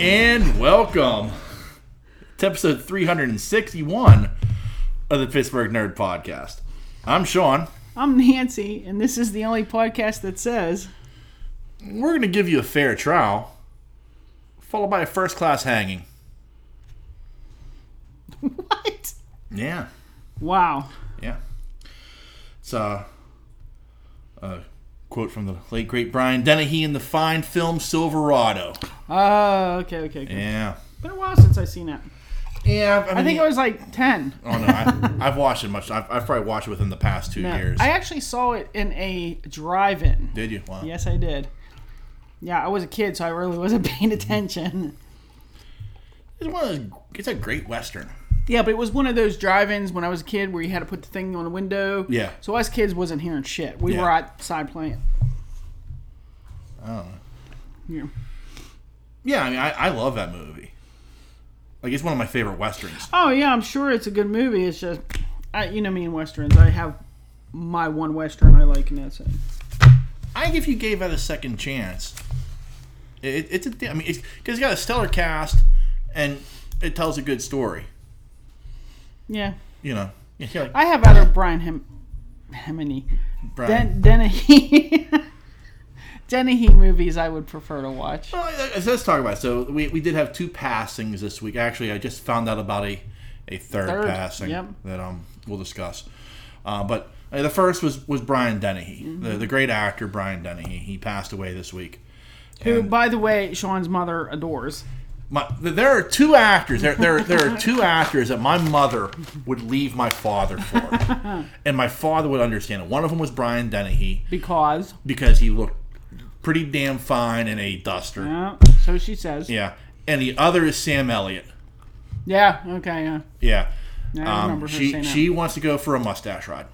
and welcome to episode 361 of the Pittsburgh Nerd Podcast. I'm Sean. I'm Nancy, and this is the only podcast that says We're going to give you a fair trial, followed by a first class hanging. what? Yeah, Wow. yeah. It's uh, a quote from the late, great Brian Dennehy in the fine film Silverado. Oh, okay, okay. okay. Yeah. Been a while since I've seen it. Yeah, I, mean, I think I was like ten. Oh no, I, I've watched it much. I've, I've probably watched it within the past two No, years. I actually saw it in a drive-in. Did you? Wow. Yes, I did. Yeah, I was a kid, so I really wasn't paying attention. It's one of those, it's a great western. Yeah, but it was one of those drive-ins when I was a kid where you had to put the thing on the window. Yeah. So us kids wasn't hearing shit. We Yeah. were outside playing. Oh. Yeah. Yeah, I mean, I, I love that movie. Like, it's one of my favorite westerns. Oh yeah, I'm sure it's a good movie. It's just, I, you know me and westerns. I have my one western I like, and that's it. I think if you gave that a second chance, it, it's a. thing. I mean, it's because it's got a stellar cast and it tells a good story. Yeah, You know, You're like, I have other Brian Hem, Hemeny, Brian. Den, Dennehy, Dennehy movies I would prefer to watch. Well, I- I- so let's talk about it. So we, we did have two passings this week. Actually, I just found out about a, a third, Third, passing yep. that um we'll discuss. Uh, but uh, the first was was Brian Dennehy, Mm-hmm. the, the great actor Brian Dennehy. He passed away this week. Who, And by the way, Sean's mother adores. my, th- there are two actors. There, there, there are two actors that my mother would leave my father for, and my father would understand it. One of them was Brian Dennehy Because, because he looked pretty damn fine in a duster. yeah, so she says. Yeah, and the other is Sam Elliott. Yeah. Okay. Yeah. Yeah. I Um, remember her she saying that. she wants to go for a mustache ride.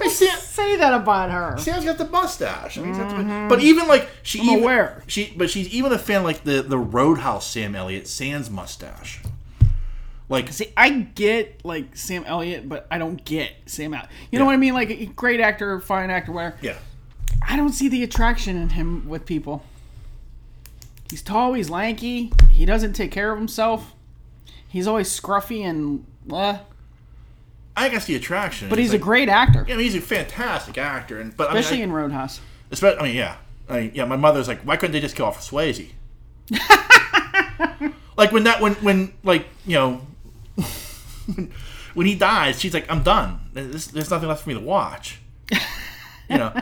Hey, Sam, Say that about her. Sam's got the mustache. I mean, he's got the- But even like she even, Mm-hmm. aware. she but she's even a fan like the the Roadhouse Sam Elliott Sans mustache. Like See, I get like Sam Elliott, but I don't get Sam Elliott. You know Yeah. what I mean? Like great actor, fine actor, whatever. yeah. I don't see the attraction in him with people. He's tall, he's lanky, he doesn't take care of himself. He's always scruffy and uh, I think that's the attraction. but he's a like, great actor, I mean, he's a fantastic actor and but especially I mean, in Roadhouse. I, especially, I mean yeah. I mean, yeah, my mother's like, why couldn't they just kill off Swayze? like when that when when like, you know, when he dies, she's like, I'm done. There's, there's nothing left for me to watch. You know.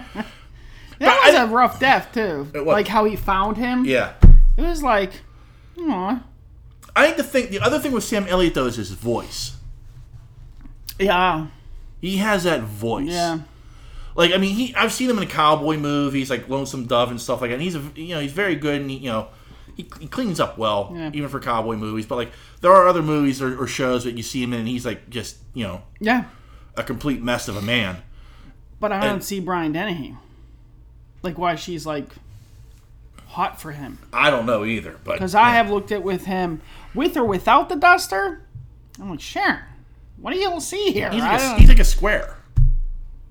That I- was a rough death too. was. Like how he found him. Yeah. It was like, aw. I think the thing, the other thing with Sam Elliott though is his voice. yeah, He has that voice. yeah. Like I mean, he I've seen him in cowboy movies like Lonesome Dove and stuff like that. And he's a, you know he's very good and he, you know he, he cleans up well Yeah. even for cowboy movies. But like there are other movies or, or shows that you see him in and he's like just you know Yeah. a complete mess of a man. But I don't And- see Brian Dennehy. Like why she's like hot for him. I don't know either, but Because I have looked at with him, with or without the duster. I'm like, Sharon, what do you see here? he's I like, a, don't- he's like a square.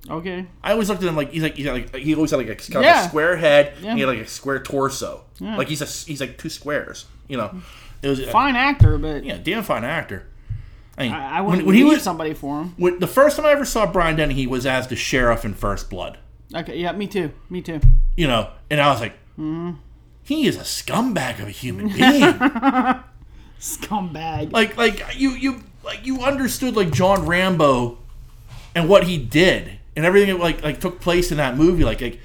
okay. I always looked at him like he's like he's like he always had like a, kind of Yeah. a square head Yeah. and he had like a square torso. Like he's a, he's like two squares. You know, it was Fine actor, but yeah, damn fine actor. I, mean, I, I when, wouldn't when he leave was somebody for him. when, the first time I ever saw Brian Dennehy was as the sheriff in First Blood. Okay, yeah, me too. Me too. You know, and I was like, "Hmm, he is a scumbag of a human being. Scumbag. like, like you, you, like you understood like John Rambo and what he did and everything that like like took place in that movie. Like, like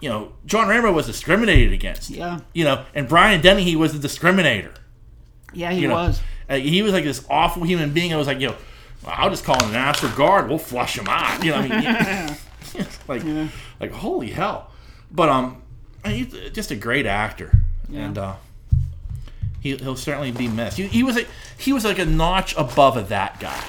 you know, John Rambo was discriminated against. Yeah. You know, and Brian Dennehy was the discriminator. Yeah, he You know, was. uh, he was like this awful human being. I was like, you know, I'll just call him a National Guard. We'll flush him out. You know, what I mean, like, like holy hell. But um, I mean, he's just a great actor, and uh, he he'll certainly be missed. He, he was a, he was like a notch above of that guy.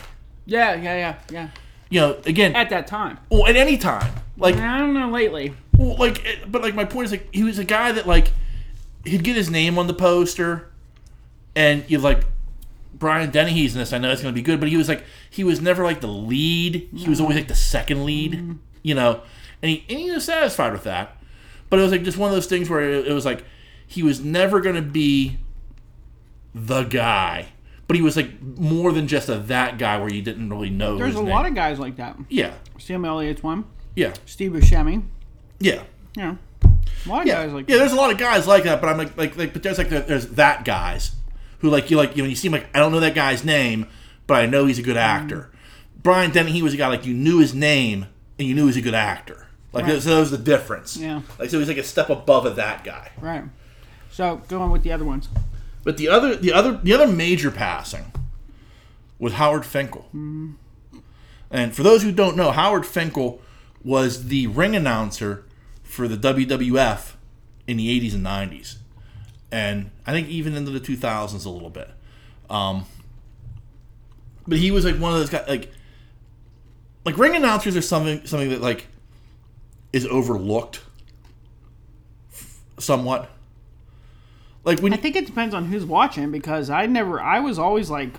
Yeah, yeah, yeah, yeah. You know, again, at, At that time. well, at any time, like, I don't know lately. well, like, it- but like my point is like he was a guy that like he'd get his name on the poster, and you like Brian Dennehy's in this. I know it's going to be good, but he was like he was never like the Mm-hmm. lead. He was always like the second lead, you know, and he and he was satisfied with that. But it was like just one of those things where it, it was like he was never going to be the guy, but he was like more than just a that guy where you didn't really know. There's his a name. lot of guys like that. yeah, Sam Elliott's one. yeah, Steve Buscemi. yeah. You know, a lot of Yeah, guys like yeah. There's a lot of guys like that, but I'm like, like, like but there's like the, there's that guys who like you like you know you seem like I don't know that guy's name, but I know he's a good actor. Mm. Brian Denny, he was a guy like you knew his name and you knew he was a good actor. Like so, that was the difference. Yeah. Like so he's like a step above of that guy. that. Right. So going with the other ones. But the other the other the other major passing was Howard Finkel. And for those who don't know, Howard Finkel was the ring announcer for the WWF in the 80s and 90s. And I think even into the 2000s a little bit. Um, but he was like one of those guys like like ring announcers are something something that like is overlooked f- somewhat. Like when I think it depends on who's watching because I never, I was always like,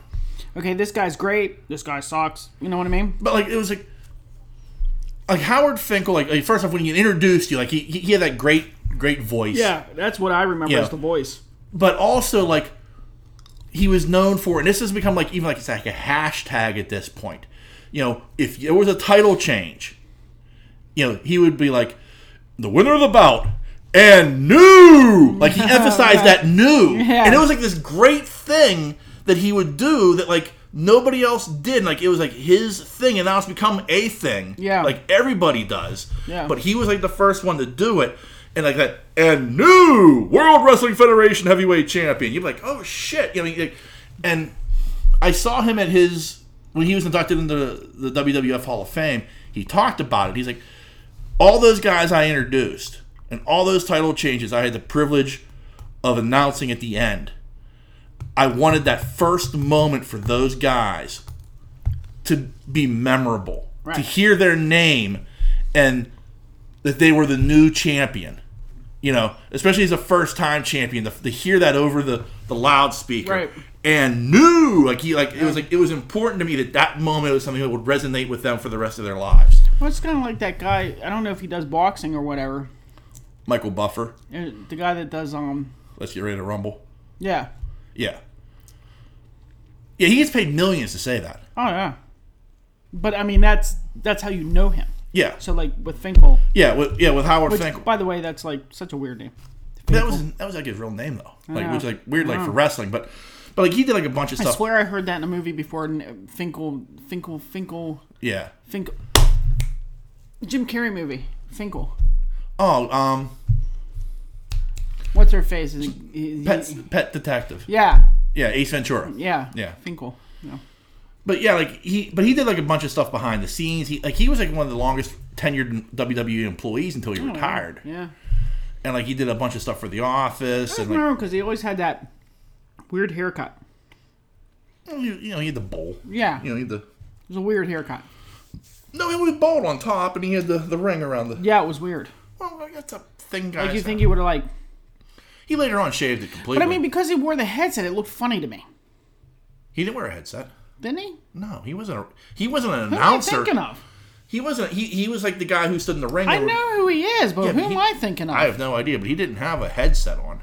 okay, this guy's great, this guy sucks. You know what I mean? but like it was like like Howard Finkel like, like, first off when he introduced you like he, he had that great great voice Yeah, that's what I remember Yeah. as the voice. but also like he was known for and this has become like even like it's like a hashtag at this point you know if there was a title change you know he would be like the winner of the bout and new like he emphasized that new Oh, Yeah. and it was like this great thing that he would do that like nobody else did like it was like his thing and now it's become a thing Yeah. like everybody does Yeah. but he was like the first one to do it, and like that, and new World Wrestling Federation heavyweight champion. You're like, oh shit, you know. Like, and I saw him at his when he was inducted into the, the WWF Hall of Fame. He talked about it. He's like, all those guys I introduced and all those title changes I had the privilege of announcing at the end. I wanted that first moment for those guys to be memorable, to Right. hear their name, and that they were the new champion. You know, especially as a first time champion, to, to hear that over the the loudspeaker Right. and new, like he like it was like it was important to me that that moment was something that would resonate with them for the rest of their lives. Well, it's kind of like that guy. I don't know if he does boxing or whatever. Michael Buffer, Uh, The guy that does, um, let's get ready to rumble. yeah. Yeah, yeah, he gets paid millions to say that. Oh yeah. But I mean, that's that's how you know him. Yeah, So like with Finkel, yeah, with, yeah, with Howard which Finkel. by the way, that's like such a weird name. That was that was like his real name though, like know. which like weird like I for know. wrestling, but but like he did like a bunch of I stuff. swear I heard that in a movie before. and uh, Finkel, Finkel, Finkel, Yeah. Finkel. Jim Carrey movie. Finkel. Oh, um, What's her face? Is it, is he- pet pet detective. yeah, Yeah, Ace Ventura. yeah, Yeah. Finkel. No. But yeah, like he but he did like a bunch of stuff behind the scenes. He like he was like one of the longest tenured WWE employees until he retired, Oh, Yeah, and like he did a bunch of stuff for The Office I and like remember because he always had that weird haircut. you you know he had the bowl. Yeah, You know he had the it was a weird haircut. no, he was bald on top, and he had the, the ring around the. oh, Yeah, it was weird. Well, that's a thing, guys. Like you think he would have like, he later on shaved it completely. but I mean because he wore the headset, it looked funny to me, he didn't wear a headset. didn't he? No, he wasn't. A, he wasn't an Who am I announcer. thinking of? He wasn't. He, he was like the guy who stood in the ring. I They were- know who he is, but who but he- am I thinking of? I have no idea, but he didn't have a headset on.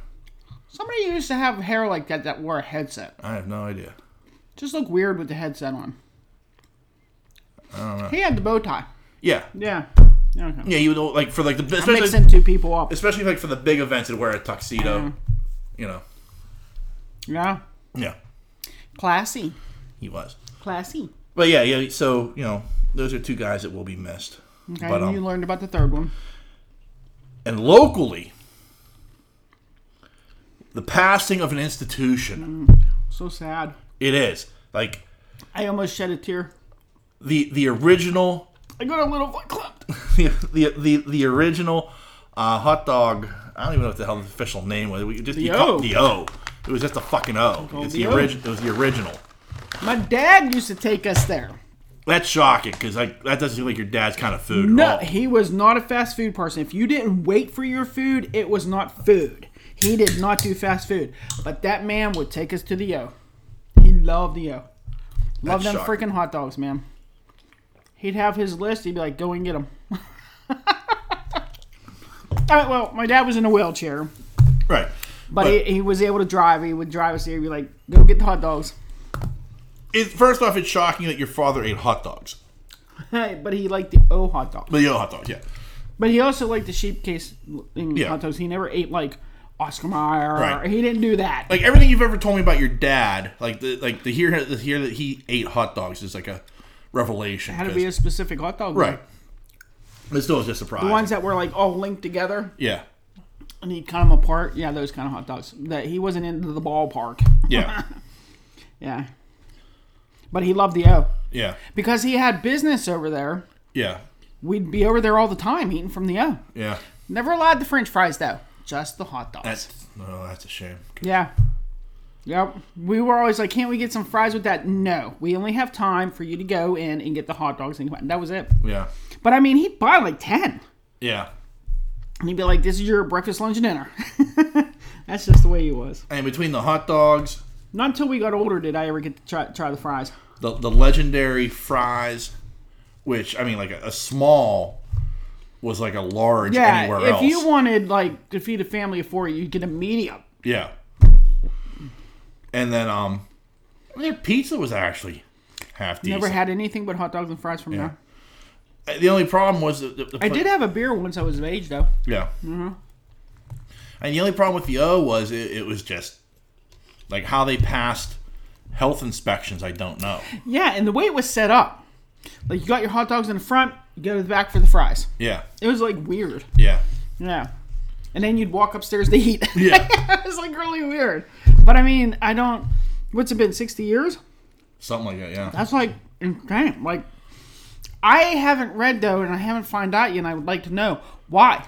Somebody who used to have hair like that that wore a headset. I have no idea. Just looked weird with the headset on. I don't know. He had the bow tie. Yeah, Yeah. Okay. yeah. He would like for like the especially, Mixing two people up. especially like for the big events and wear a tuxedo. Mm. You know. Yeah. Yeah, Classy. he was. Classy. But yeah, yeah. So you know, those are two guys that will be missed. Okay, But, and um, you learned about the third one. and locally, the passing of an Mm. institution. So sad. It is like I almost shed a tear. the the original I got a little foot clipped. the the the, the original uh, hot dog. I don't even know what the hell the official name was. We just the O. the O. It was just a fucking O. It's the, the O. original. It was the original. My dad used to take us there. That's shocking because like that doesn't seem like your dad's kind of food. No, at all. he was not a fast food person. If you didn't wait for your food, it was not food. He did not do fast food. But that man would take us to the O. He loved the O. Loved That's them shocking. freaking hot dogs, man. He'd have his list. He'd be like, go and get them. Uh, well, my dad was in a wheelchair, Right. but, he, he was able to drive. He would drive us there. He'd be like, "Go get the hot dogs," it, first off, it's shocking that your father ate hot dogs. but he liked the O hot dog. But you know, hot dogs, yeah. But he also liked the sheep case in Yeah. hot dogs. He never ate like Oscar Mayer. Right. He didn't do that. Like everything you've ever told me about your dad, like the like the here the here that he ate hot dogs is like a revelation. had to 'cause- be a specific hot dog. right. But still, it's just surprising. The ones that were like all linked together yeah, and he'd cut them apart. Yeah, those kind of hot dogs. That he wasn't into the ballpark. yeah, Yeah. But he loved the O. yeah, Because he had business over there. yeah, We'd be over there all the time eating from the O. yeah. Never allowed the french fries though. Just the hot dogs. That's no, that's a shame. Yeah. Yep. We were always like, can't we get some fries with that? No. We only have time for you to go in and get the hot dogs and come out. that was it. Yeah, But I mean, he'd buy like 10. yeah. And he'd be like, this is your breakfast, lunch, and dinner. That's just the way he was. And between the hot dogs, Not until we got older did I ever get to try, try the fries. the the legendary fries, which I mean, like a, a small was like a large Yeah. anywhere If else. you wanted like to feed a family of four, you'd get a medium. yeah. And then um, their pizza was actually half decent. Never had anything but hot dogs and fries from there. the only problem was the, the, the I did Mm-hmm. have a beer once I was of age though. Yeah. And the only problem with the O was it, it was just like how they passed health inspections. I don't know. Yeah, and the way it was set up, like you got your hot dogs in the front, you go to the back for the fries. Yeah. It was like weird. Yeah. Yeah. And then you'd walk upstairs to eat. Yeah. it was like really weird. But I mean, I don't. What's it been? Sixty years? Something like that. Yeah. That's like insane. Like, I haven't read though, and I haven't find out yet. And I would like to know why.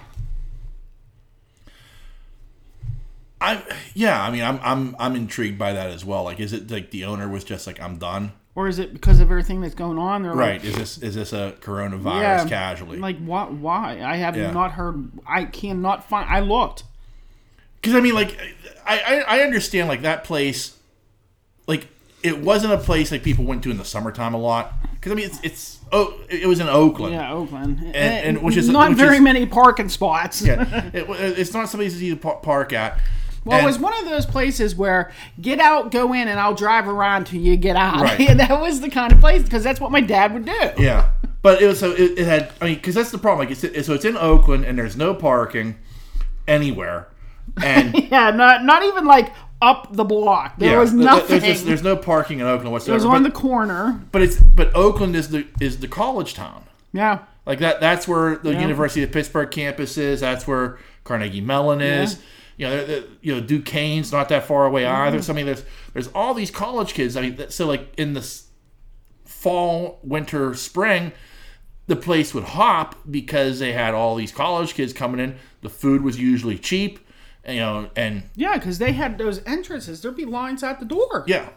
I yeah. I mean, I'm I'm I'm intrigued by that as well. Like, is it like the owner was just like, I'm done. Or is it because of everything that's going on? They're Right. Like, Is this is this a coronavirus Yeah. casually? like what? Why? I have Yeah. not heard. I cannot find. I looked. Because I mean, like, I, I I understand like that place, like it wasn't a place like people went to in the summertime a lot. Because I mean, it's it's oh, it was in Oakland. Yeah, Oakland, and, and which is- not which very is- many parking spots. yeah, it, it's not somebody's easy to par- park at. Well, And- it was one of those places where get out, go in, and I'll drive around till you get out. Right. that was the kind of place because that's what my dad would do. yeah, but it was so it, it had. I mean, because that's the problem. Like, it's so it's in Oakland, and there's no parking anywhere, and Yeah, not not even like up the block. There yeah, was th- th- nothing. There's, just, there's no parking in Oakland it whatsoever. was on but, the corner. but it's but Oakland is the is the college town. Yeah, Like that. That's where the University of Pittsburgh campus is. That's where Carnegie Mellon is. You know, they're- they're- you know, Duquesne's not that far away Mm-hmm. either. So I mean, there's there's all these college kids. I mean, that- so like in the s- fall, winter, spring, the place would hop because they had all these college kids coming in. The food was usually cheap, and, you know, and yeah, because they had those entrances. There'd be lines out the door. yeah,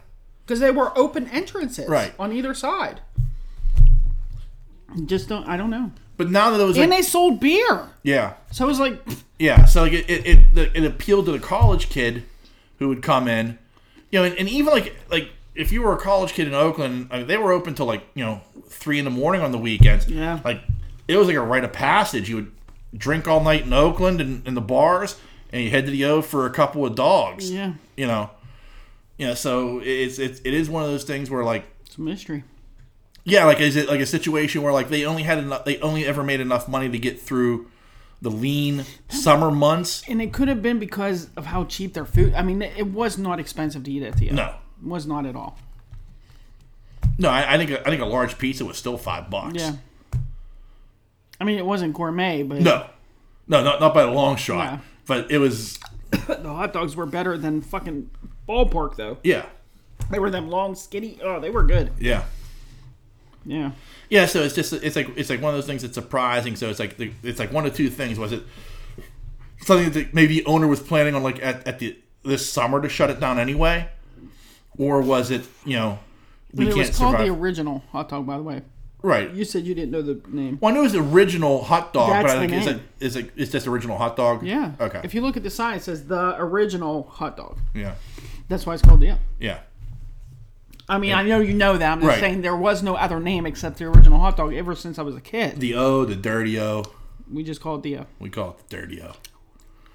because they were open entrances. Right. on either side. Just don't. I don't know. but now that it was like, And they sold beer, yeah, so it was like, pfft, Yeah, so like it it, it, the, it appealed to the college kid who would come in, you know, and, and even like like if you were a college kid in Oakland, I mean, they were open till like you know three in the morning on the weekends. Yeah. like it was like a rite of passage. You would drink all night in Oakland and in the bars, and you head to the O for a couple of dogs. yeah, you know, you know. So it's it's it is one of those things where like it's a mystery. yeah, like is it like a situation where like they only had enough, they only ever made enough money to get through the lean summer months. And it could have been because of how cheap their food. I mean, it was not expensive to eat at the end. No. It was not at all. No, I, I think I think a large pizza was still five bucks. Yeah. I mean, it wasn't gourmet, but No, no, not not by a long shot. Yeah. But it was the hot dogs were better than fucking ballpark though. yeah, They were them long, skinny. Oh, they were good. yeah, Yeah. yeah. So it's just it's like it's like one of those things that's surprising. So it's like the, it's like one of two things. Was it something that the- maybe the owner was planning on like at, at the this summer to shut it down anyway, or was it you know we But it can't was called survive the original hot dog, by the way. right? You said you didn't know the name. Well, I knew it was original hot dog, That's but I the think it's like name. it's like it's just original hot dog. Yeah. Okay. If you look at the sign, it says the original hot dog. yeah. That's why it's called the. Yeah. Yeah. I mean, I know you know that. I'm just Right. saying there was no other name except the original hot dog ever since I was a kid. The O, the dirty O. We just called the O. We call it the dirty O.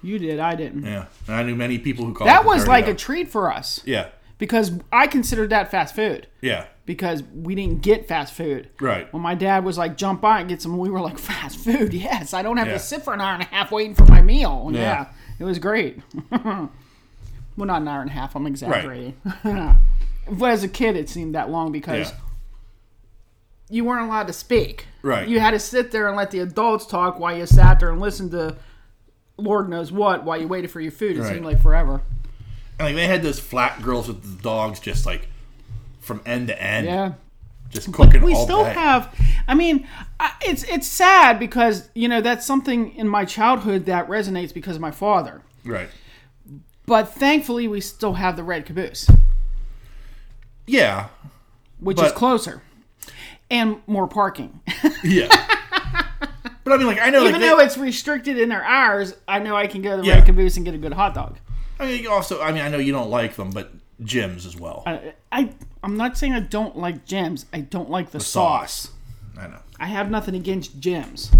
You did, I didn't. Yeah, and I knew many people who called. it That the was dirty like O. a treat for us yeah, because I considered that fast food yeah, because we didn't get fast food. right. When my dad was like, "Jump by and get some," we were like, "Fast food? Yes, I don't have Yeah. to sit for an hour and a half waiting for my meal." Yeah, Yeah. it was great. well, not an hour and a half. I'm exaggerating. but as a kid, it seemed that long because Yeah. you weren't allowed to speak. Right. You had to sit there and let the adults talk while you sat there and listened to Lord knows what while you waited for your food. It Right. seemed like forever. And like they had those flat girls with the dogs, just like from end to end, Yeah. just cooking we all still day. have i mean I- it's it's sad because you know that's something in my childhood that resonates because of my father right. but thankfully we still have the red caboose Yeah, which is But- closer and more parking yeah. but I mean, like I know, even like, they- though it's restricted in their hours i know i can go to the Yeah. red caboose and get a good hot dog I mean, also, I mean, I know you don't like them, but gyms as well. I, I i'm not saying i don't like gyms i don't like the, sauce. Sauce. I know. i have nothing against gyms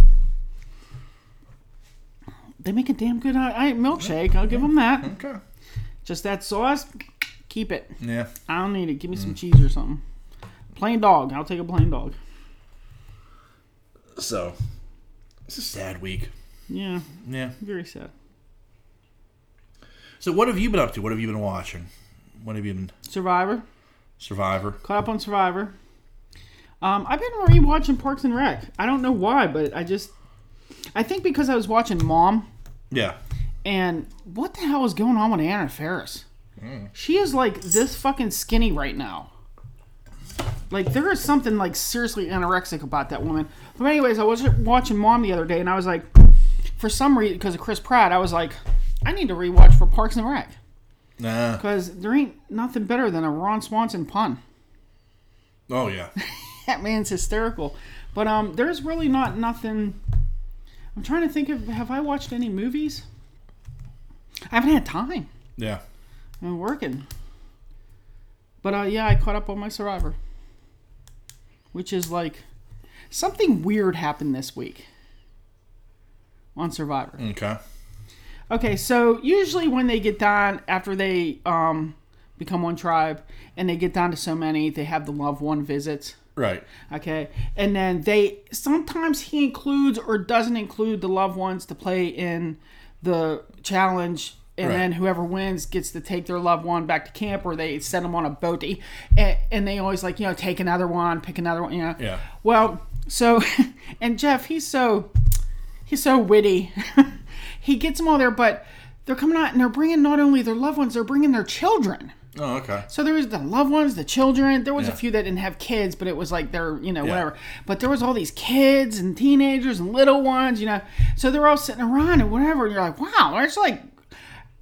they make a damn good hot- I, milkshake i'll give them that Okay. Just that sauce, keep it. Yeah. I don't need it. Give me some cheese or something. Plain dog. I'll take a plain dog. So it's a sad week. Yeah, Yeah. very sad. So what have you been up to? What have you been watching? What have you been Survivor. Survivor? Caught up on Survivor. Um, I've been rewatching Parks and Rec. I don't know why, but I just, I think because I was watching Mom, Yeah. and what the hell is going on with Anna Ferris? She is like this fucking skinny right now. Like there is something like seriously anorexic about that woman. But anyways, I was watching Mom the other day, and I was like, for some reason, because of Chris Pratt, I was like, I need to rewatch for Parks and Rec Nah. because there ain't nothing better than a Ron Swanson pun. Oh yeah. That man's hysterical. But um, there's really not nothing. I'm trying to think of have I watched any movies? I haven't had time. Yeah. I'm working. But uh, yeah, I caught up on my Survivor, which is like something weird happened this week on Survivor. Okay. Okay, so usually when they get down after they um, become one tribe and they get down to so many, they have the loved one visits. Right. Okay, and then they sometimes he includes or doesn't include the loved ones to play in the challenge, and Right. then whoever wins gets to take their loved one back to camp, or they send them on a boat. To, and, and they always like you know take another one, pick another one. You know. Yeah. Well, so and Jeff, he's so he's so witty. he gets them all there, but they're coming out and they're bringing not only their loved ones, they're bringing their children. Oh okay. So there was the loved ones, the children. There was a Yeah. few that didn't have kids, but it was like they're you know whatever. But there was all these kids and teenagers and little ones, you know. So they're all sitting around and whatever. And you're like, wow, there's like,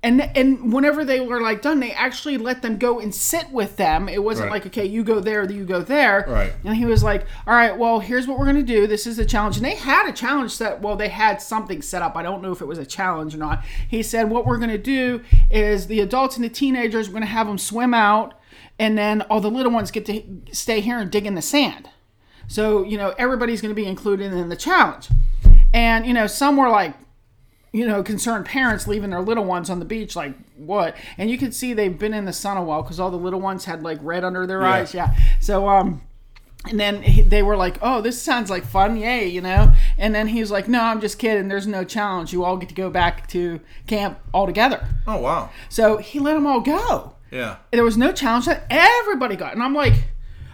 and and whenever they were like done, they actually let them go and sit with them. It wasn't Right. like okay, you go there, you go there. Right. And he was like, all right, well here's what we're gonna do. This is the challenge. And they had a challenge set. Well, they had something set up. I don't know if it was a challenge or not. He said, what we're gonna do is the adults and the teenagers. We're gonna have them swim out and then all the little ones get to stay here and dig in the sand. So you know everybody's going to be included in the challenge, and you know some were like, you know, concerned parents leaving their little ones on the beach, like what? And you could see they've been in the sun a while because all the little ones had like red under their eyes. Yeah. So um, and then he- they were like, "Oh, this sounds like fun, yay!" You know. And then he was like, "No, I'm just kidding. There's no challenge. You all get to go back to camp all together." Oh wow. So he let them all go Yeah. there was no challenge that everybody got and i'm like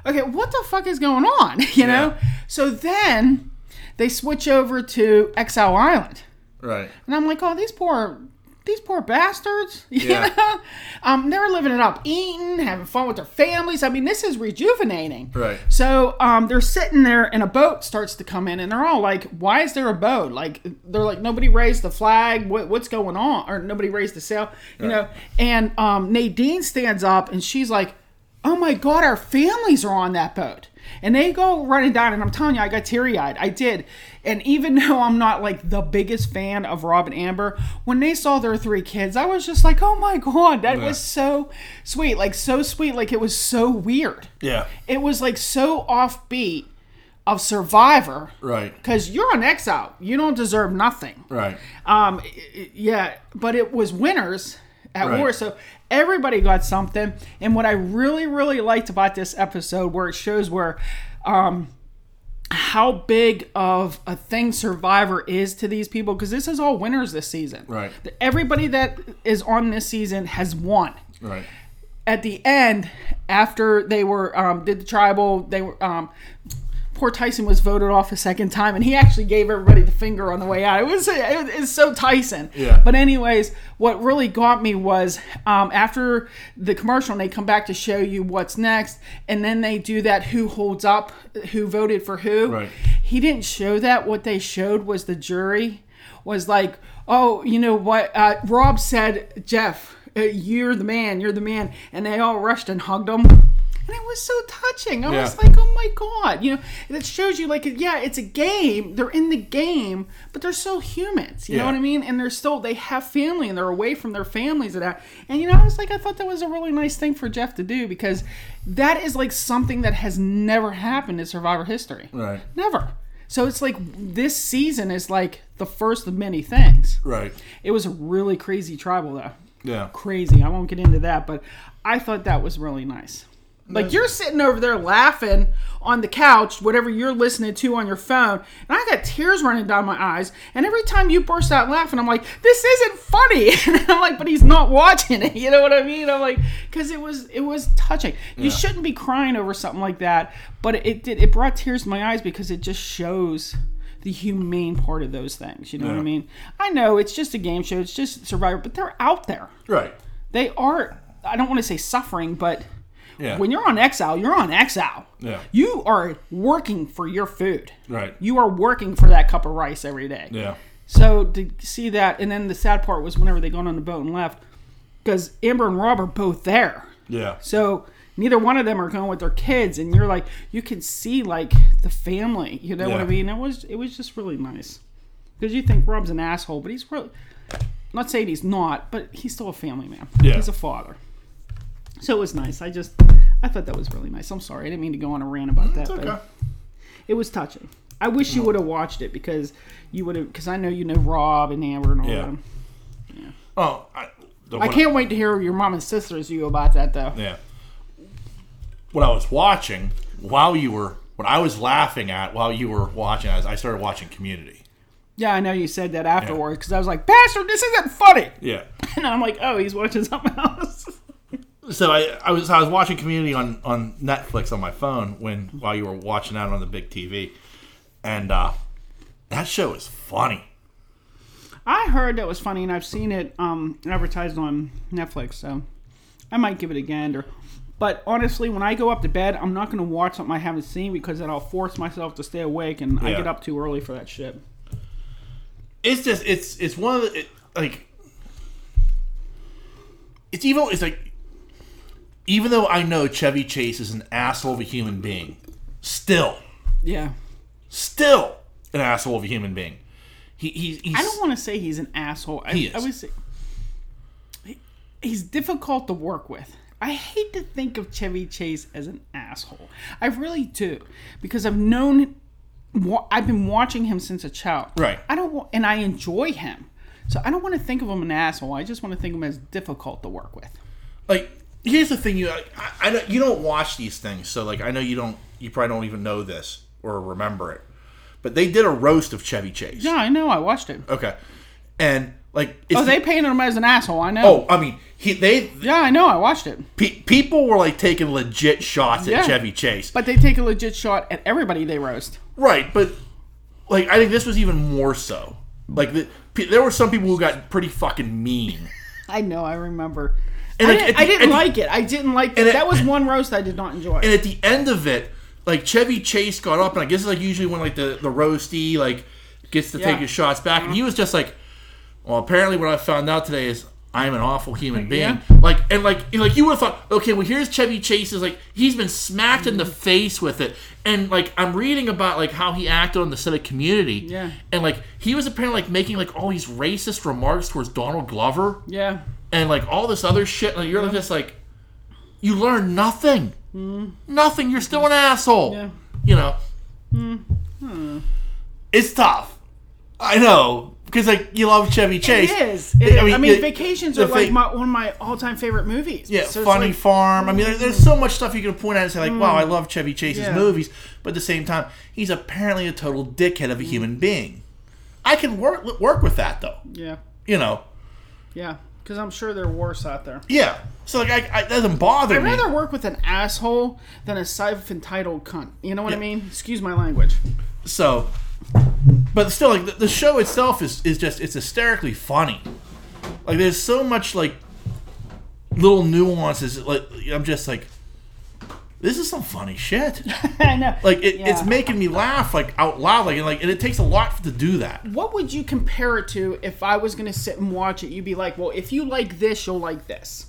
okay what the fuck is going on you know Yeah. so then they switch over to exile island Right. and i'm like oh these poor these poor bastards you Yeah. know um, they were living it up eating having fun with their families i mean this is rejuvenating Right. so um, they're sitting there and a boat starts to come in and they're all like why is there a boat like they're like nobody raised the flag what, what's going on or nobody raised the sail you know and um, nadine stands up and she's like oh my god our families are on that boat and they go running down and i'm telling you i got teary-eyed i did and even though i'm not like the biggest fan of rob and amber when they saw their three kids i was just like oh my god that Yeah. was so sweet like so sweet like it was so weird Yeah. it was like so offbeat of Survivor Right. because you're on exile. You don't deserve nothing. Right. Um, i- i- yeah, but it was winners at Right. war, so everybody got something. And what I really, really liked about this episode, where it shows where, um, how big of a thing Survivor is to these people, because this is all winners this season. Right. Everybody that is on this season has won Right. at the end, after they were um, did the tribal, they were um, poor Tyson was voted off a second time, and he actually gave everybody the finger on the way out. It was it, it's so Tyson. Yeah. But anyways, what really got me was um, after the commercial, and they come back to show you what's next, and then they do that who holds up, who voted for who. Right. He didn't show that. What they showed was the jury was like, oh, you know what? Uh, Rob said, Jeff, uh, you're the man, you're the man. And they all rushed and hugged him. And it was so touching. I Yeah. was like, oh my God. You know, and it shows you, like, yeah, it's a game. They're in the game, but they're still humans. You know Yeah. what I mean? And they're still, they have family and they're away from their families and that. And, you know, I was like, I thought that was a really nice thing for Jeff to do because that is like something that has never happened in survivor history. Right. Never. So it's like this season is like the first of many things. Right. It was a really crazy tribal though. Yeah. Crazy. I won't get into that, but I thought that was really nice. Like you're sitting over there laughing on the couch, whatever you're listening to on your phone, and I got tears running down my eyes. And every time you burst out laughing, I'm like, "This isn't funny." And I'm like, "But he's not watching it." You know what I mean? I'm like, because it was it was touching. You shouldn't be crying over something like that, but it did. It brought tears to my eyes because it just shows the humane part of those things. You know what I Yeah. mean? I know it's just a game show, it's just Survivor, but they're out there. Right. They are. I don't want to say suffering, but Yeah. when you're on exile, you're on exile. Yeah. You are working for your food. Right. You are working for that cup of rice every day. Yeah. So to see that, and then the sad part was whenever they got on the boat and left, because Amber and Rob are both there. Yeah. So neither one of them are going with their kids, and you're like, you can see like the family. You know what I Yeah. mean? It was it was just really nice because you think Rob's an asshole, but he's really not saying he's not, but he's still a family man. Yeah. He's a father. So it was nice. I just I thought that was really nice. I'm sorry, I didn't mean to go on a rant about that. It's but okay. it was touching. I wish you would have watched it because you would have because I know you know Rob and Amber and all Yeah. of them. Oh, I, the, I what- can't wait to hear your mom and sister's view about that though. Yeah. What I was watching while you were, what I was laughing at while you were watching, I, was, I started watching Community. Yeah, I know you said that afterwards because I was like, Pastor, this isn't funny. Yeah. And I'm like, oh, he's watching something else. So I, I was I was watching Community on, on Netflix on my phone when while you were watching that on the big TV, and uh, that show is funny. I heard that was funny, and I've seen it um, advertised on Netflix, so I might give it a gander. But honestly, when I go up to bed, I'm not going to watch something I haven't seen because then I'll force myself to stay awake, and I Yeah. get up too early for that shit. it's just it's it's one of the it, like it's evil it's like even though i know chevy chase is an asshole of a human being still Yeah. still an asshole of a human being he, he he's I don't want to say he's an asshole. I, He is. I would say he- he's difficult to work with. I hate to think of Chevy Chase as an asshole. I really do because I've known, wa- I've been watching him since a child. Right. I don't, wa- and I enjoy him. So I don't want to think of him an asshole. I just want to think of him as difficult to work with. like here's the thing you I, I don't- you don't watch these things so like i know you don't you probably don't even know this or remember it but they did a roast of chevy chase Yeah, I know. I watched him. okay and like it's Oh, they painted him as an asshole. I know. oh i mean he they Yeah, I know. I watched it. Pe- people were like taking legit shots Yeah. at Chevy Chase. But they take a legit shot at everybody they roast. right, but like I think this was even more so. Like the, pe- there were some people who got pretty fucking mean. I know, I remember. And I it- didn't, it- I didn't and- like it. I didn't like that. it- that was one roast I did not enjoy. And at the end of it, like Chevy Chase got up, and I guess it's like usually when like the the roasty like gets to Yeah. take his shots back, and he was just like, "Well, apparently what I found out today is." I'm an awful human being. Like and like and, like you would have thought, okay, well here's Chevy Chase is like he's been smacked in the Mm-hmm. face with it. And like I'm reading about like how he acted on the set of community. Yeah. And like he was apparently like making like all these racist remarks towards Donald Glover yeah. and like all this other shit. Like you're just like, you learn nothing, nothing. You're still an asshole. Mm. Yeah. Mm. You know, It's tough. I know because like you love Chevy Chase. It is. It is. I mean, the- vacations the are like fa- my, one of my all-time favorite movies. Yeah, So it's Funny like- Mm. Farm. I mean, there, there's so much stuff you can point at and say like, "Wow, I love Chevy Chase's Yeah. movies," but at the same time, he's apparently a total dickhead Mm. of a human being. I can work work with that though. yeah, You know. yeah. Because I'm sure there are worse out there. Yeah. So like, I, I it doesn't bother I'd me. rather work with an asshole than a self-entitled cunt. You know what I mean? Excuse my language. So, but still, like the, the show itself is is just it's hysterically funny. Like there's so much like little nuances. Like I'm just like, this is some funny shit. I know. Like it, it's Yeah. making me laugh like out loud. Like and like and it takes a lot to do that. what would you compare it to if I was going to sit and watch it? You'd be like, well, if you like this, you'll like this.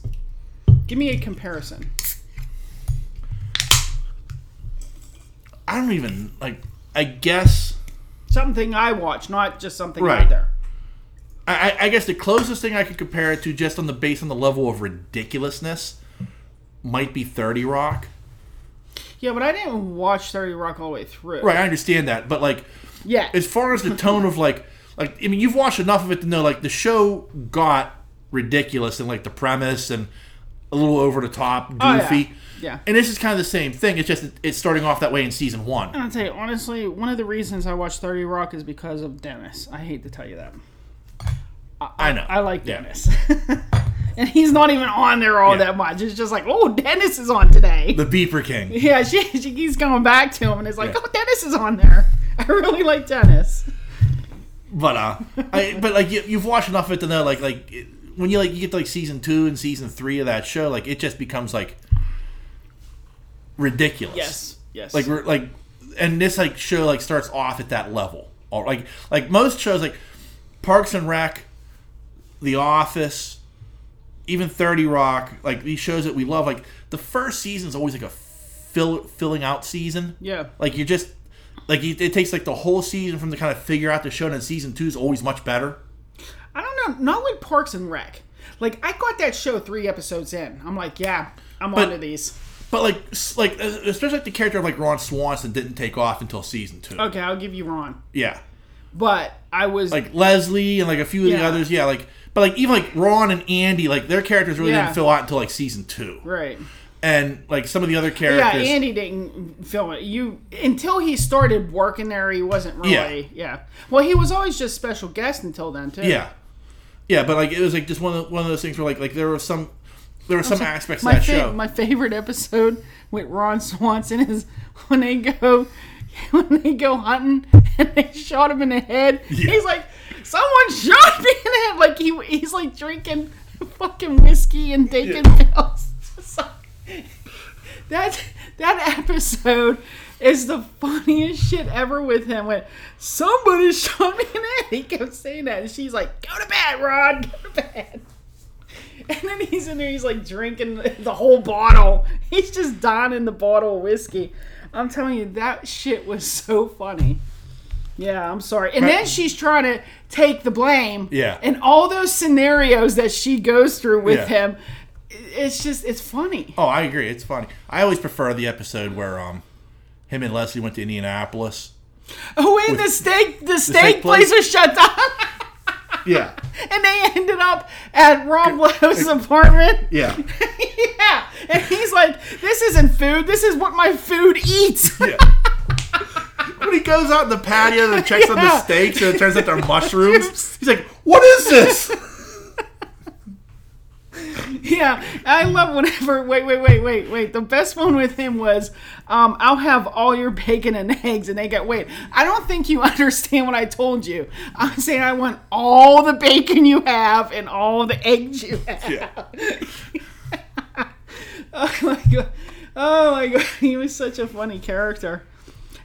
Give me a comparison. I don't even like. I guess Something I watch, not just something Right. out there. I, I- I guess the closest thing I could compare it to, just on the base on the level of ridiculousness, might be Thirty Rock. Yeah, but I didn't watch 30 Rock all the way through. Right, I understand that, but like Yeah. as far as the tone of like like I mean you've watched enough of it to know like the show got ridiculous and like the premise and a little over the top goofy. Oh, yeah. Yeah. And this is kind of the same thing. It's just it's starting off that way in season one. I'll tell you, honestly, one of the reasons I watch 30 Rock is because of Dennis. I hate to tell you that. I know. I like Yeah. Dennis. and he's not even on there all Yeah. that much. It's just like, oh, Dennis is on today. The Beeper King. yeah, she, she keeps going back to him and it's like, Yeah. oh, Dennis is on there. I really like Dennis. But uh, I, but like you, you've watched enough of it to know like like it, when you like you get to like season two and season three of that show, like it just becomes like ridiculous. Yes. like we're like and this like show like starts off at that level or like like most shows like parks and rec the office even 30 rock like these shows that we love like the first season's always like a fill, filling out season Yeah. like you just like it, it takes like the whole season from to kind of figure out the show and then season two is always much better I don't know. Not with Parks and Rec. Like, I got that show three episodes in. I'm like, yeah, I'm But- onto these. but like s- like especially like the character of like ron swanson didn't take off until season two Okay, I'll give you Ron. yeah But I was. like Leslie and like a few of the Yeah. others. Yeah, like but like even like Ron and Andy, like their characters really Yeah. didn't fill out until like season two, right. and like some of the other Yeah, characters. Andy didn't film it. You until he started working there, he wasn't really. Yeah. Well, he was always just special guest until then too. yeah, yeah, but like it was like just one of one of those things where like like there were some there were some aspects of My that fa- show. my favorite episode with Ron Swanson is when they go when they go hunting and they shot him in the head. He's like, someone shot me in the head. Like he he's like drinking fucking whiskey and taking pills. It's like- that that episode is the funniest shit ever with him. When somebody shot me in the head, he kept saying that, and she's like, "Go to bed, Ron. Go to bed." And then he's in there, he's like drinking the whole bottle. He's just donning the bottle of whiskey. I'm telling you, that shit was so funny. Yeah, I'm sorry. And then she's trying to take the blame. Yeah. And all those scenarios that she goes through with Yeah. him, it's just, it's funny. oh, I agree. It's funny. I always prefer the episode where um him and Leslie went to Indianapolis. Oh, and the steak, the steak steak place? place was shut down. Yeah, And they ended up at Rob Lowe's apartment. yeah, yeah. And he's like, this isn't food. This is what my food eats. yeah. When he goes out in the patio and checks on the Yeah. steaks and it turns out they're mushrooms, he's like, "What is this?" Yeah, I love whenever. Wait, wait, wait, wait, wait. The best one with him was, um, "I'll have all your bacon and eggs," and they go, "Wait, I don't think you understand what I told you. I'm saying I want all the bacon you have and all the eggs you have." Yeah. Oh my god! Oh my god! He was such a funny character.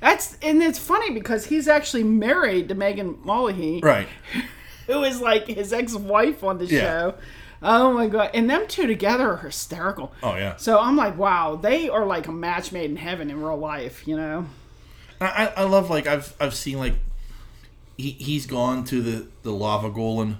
That's and it's funny because he's actually married to Megan Mullahy, Right. who is like his ex-wife on the Yeah. show. Oh my god! And them two together are hysterical. Oh yeah. So I'm like, wow, they are like a match made in heaven in real life, you know? I, I I love like I've I've seen like he he's gone to the the lava golem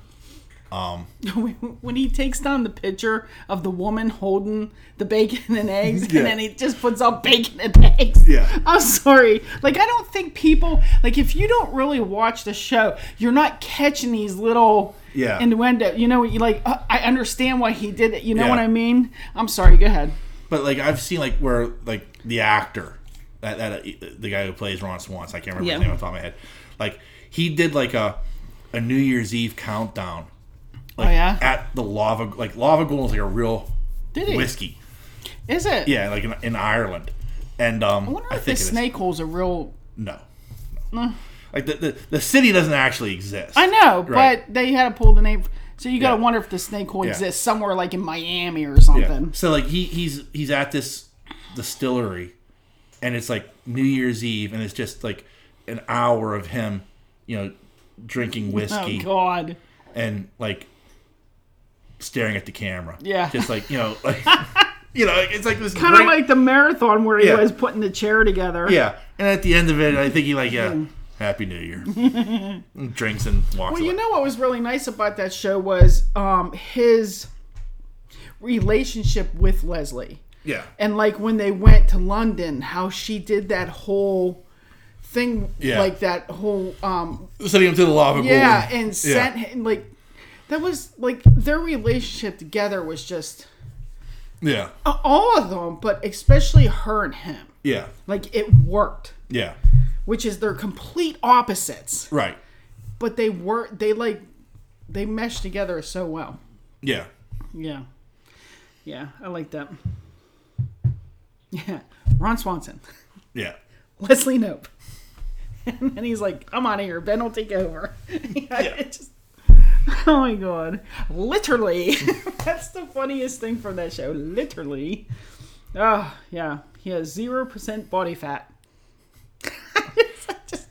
when he takes down the picture of the woman holding the bacon and eggs, Yeah. and then he just puts up bacon and eggs. Yeah. I'm sorry. Like, I don't think people, like, if you don't really watch the show, you're not catching these little Yeah. innuendo. You know, you like, uh, I understand why he did it. You know Yeah. what I mean? I'm sorry. Go ahead. But like I've seen like where like the actor that, that uh, the guy who plays Ron Swanson, I can't remember Yeah. his name off the top of my head. Like he did like a a New Year's Eve countdown. Like Oh, yeah? at the lava like lava gold is like a real Did he? whiskey. Is it? Yeah, like in, in Ireland. And um I wonder if the think it is. snake hole's a real. No. no. Like the, the the city doesn't actually exist. I know, Right. but they had to pull the name. So you got to Yeah. wonder if the snake hole exists somewhere like in Miami or something. So like he he's he's at this distillery, and it's like New Year's Eve, and it's just like an hour of him, you know, drinking Oh whiskey God! and like staring at the camera. Yeah. just like you know, like you know, it's like this Kind of great- like the marathon where he Yeah. was putting the chair together. yeah. And at the end of it, I think he like yeah, Happy New Year, And drinks and walks. Well, away. you know what was really nice about that show was um, his relationship with Leslie, yeah, and like when they went to London, how she did that whole thing, Yeah. like that whole um, sending him to the lava. yeah, pool. and sent him like that was like their relationship together was just Yeah, all of them, but especially her and him. yeah, Like it worked, yeah, which is their complete opposites. right, but they were they like they meshed together so well. yeah. Yeah, yeah, I like that. Yeah, Ron Swanson, Yeah. Leslie Nope, and then he's like, "I'm out of here. Ben will take over." yeah, it just- oh my god, literally, that's the funniest thing from that show. Literally, oh yeah, he has zero percent body fat. it's just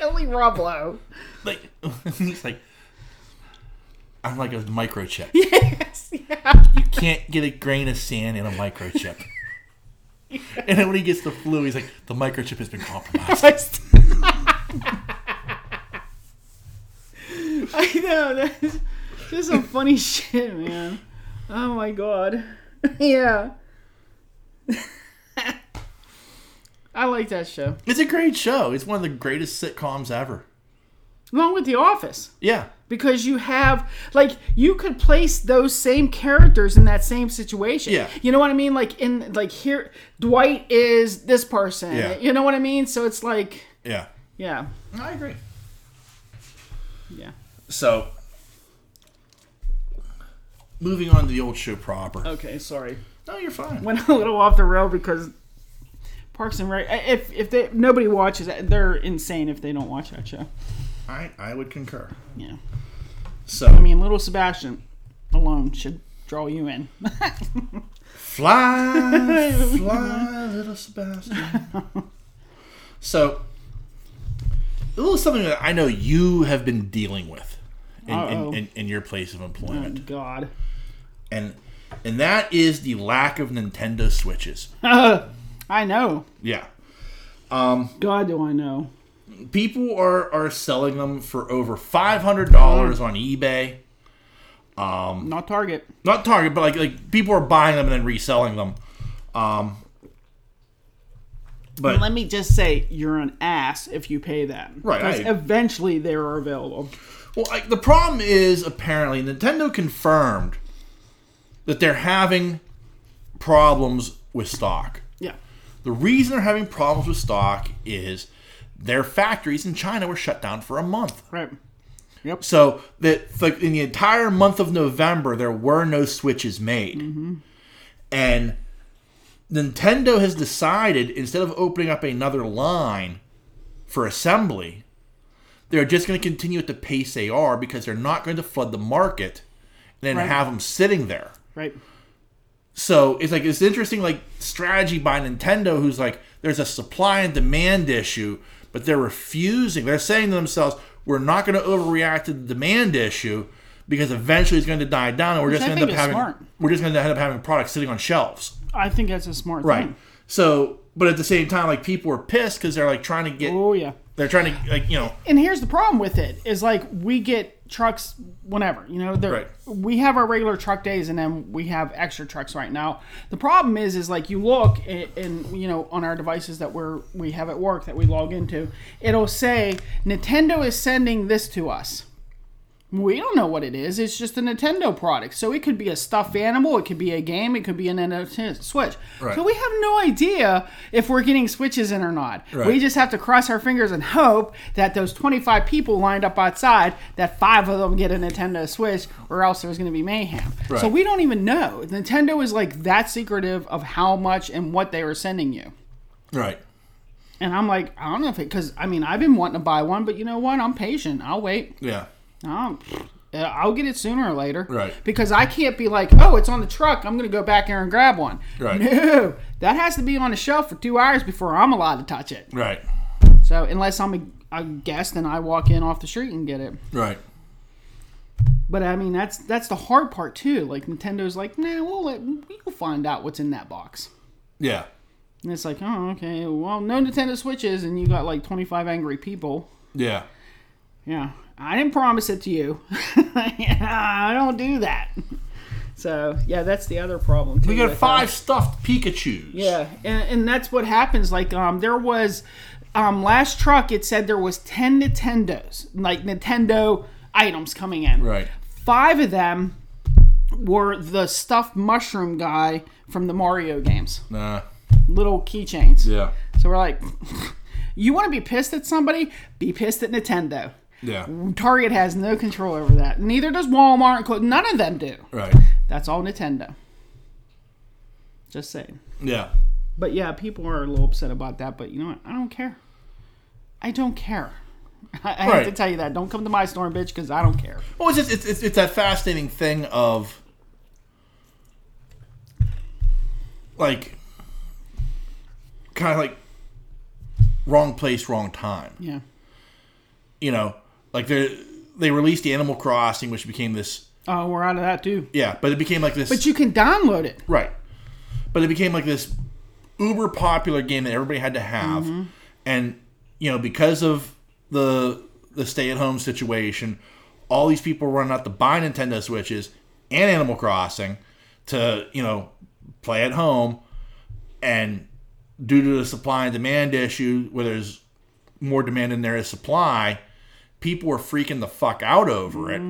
Ellie Roblo. like he's like I'm like a microchip. Yes, yeah. You can't get a grain of sand in a microchip. And then when he gets the flu, he's like, the microchip has been compromised. I know that's just some funny shit, man. Oh my god, yeah. I like that show, It's a great show. It's one of the greatest sitcoms ever. along with The Office, Yeah. because you have like you could place those same characters in that same situation. Yeah. you know what I mean. Like in like here, Dwight is this person. Yeah. you know what I mean. So it's like, Yeah. yeah, I agree. yeah. So moving on to the old show proper. Okay, sorry. No, Oh, you're fine. went a little off the rail because Parks and Rec. If if they nobody watches it, they're insane if they don't watch that show. I, I would concur. Yeah, So I mean, Little Sebastian alone should draw you in. Fly, fly, little Sebastian. So, a little something that I know you have been dealing with in, Uh-oh. in, in, in your place of Oh, employment, God. and and that is the lack of Nintendo Switches. I know. Yeah, God, do I know. people are are selling them for over five hundred dollars on eBay. Not Target. Not Target, but like like people are buying them and then reselling them. Um, but Let me just say, you're an ass if you pay that. Right, I- Because eventually they are available. Well, like, the problem is apparently Nintendo confirmed that they're having problems with stock. Yeah. The reason they're having problems with stock is their factories in China were shut down for a month. Right. Yep. So that like in the entire month of November, there were no switches made, and Nintendo has decided instead of opening up another line for assembly, they're just going to continue at the pace they are because they're not going to flood the market and then Right. have them sitting there. Right. So it's like it's interesting like strategy by Nintendo who's like there's a supply and demand issue, but they're refusing. They're saying to themselves, we're not going to overreact to the demand issue because eventually it's going to die down and we're just I going to end think up is having smart. we're just going to end up having products sitting on shelves. I think that's a smart Right. thing. So, but at the same time like people are pissed cuz they're like trying to get Oh, yeah. They're trying to like you know and here's the problem with it is like we get trucks whenever you know they're Right. we have our regular truck days and then we have extra trucks right now the problem is is like you look and, and you know on our devices that we're we have at work that we log into it'll say nintendo is sending this to us we don't know what it is. It's just a Nintendo product. So it could be a stuffed animal, it could be a game, it could be an Nintendo Switch. Right. So we have no idea if we're getting Switches in or not. We Right. just have to cross our fingers and hope that those 25 people lined up outside, that five of them get a Nintendo Switch, or else there's going to be mayhem. So Right. we don't even know. Nintendo is like that secretive of how much and what they were sending you. right. And I'm like, I don't know if it, because I mean, I've been wanting to buy one, but you know what? I'm patient. I'll wait. Yeah. Oh, I'll get it sooner or later. Right. Because I can't be like, oh, it's on the truck. I'm going to go back there and grab one. Right. No, that has to be on the shelf for two hours before I'm allowed to touch it. Right. So unless I'm a, a guest and I walk in off the street and get it. Right. But I mean, that's that's the hard part too. Like Nintendo's like, nah, we'll let we'll find out what's in that box. Yeah. And it's like, oh, okay. Well, no Nintendo Switches, and you got like 25 angry people. Yeah. Yeah. I didn't promise it to you. yeah, I don't do that. So yeah, that's the other problem. Too We got with, five uh, stuffed Pikachu's. yeah, and, and that's what happens. Like um, there was um last truck. It said there was ten Nintendos, like Nintendo items coming in. Right. Five of them were the stuffed mushroom guy from the Mario games, Nah. little keychains. Yeah. So we're like, you want to be pissed at somebody? Be pissed at Nintendo. Yeah. Target has no control over that. Neither does Walmart. Cl- None of them do. Right. That's all Nintendo. Just saying. Yeah. But yeah, people are a little upset about that. But you know what? I don't care. I don't care. I, I have Right. to tell you that. Don't come to my store, bitch, because I don't care. Well, it's just it's, it's, it's that fascinating thing of like kind of like wrong place, wrong time. Yeah. You know, like they they released the Animal Crossing, which became this Oh, we're out of that too. yeah, but it became like this But you can download it. right, but it became like this uber popular game that everybody had to have, and you know because of the the stay at home situation, all these people were running out to buy Nintendo Switches and Animal Crossing to you know play at home, and due to the supply and demand issue, where there's more demand than there is supply, people were freaking the fuck out over it.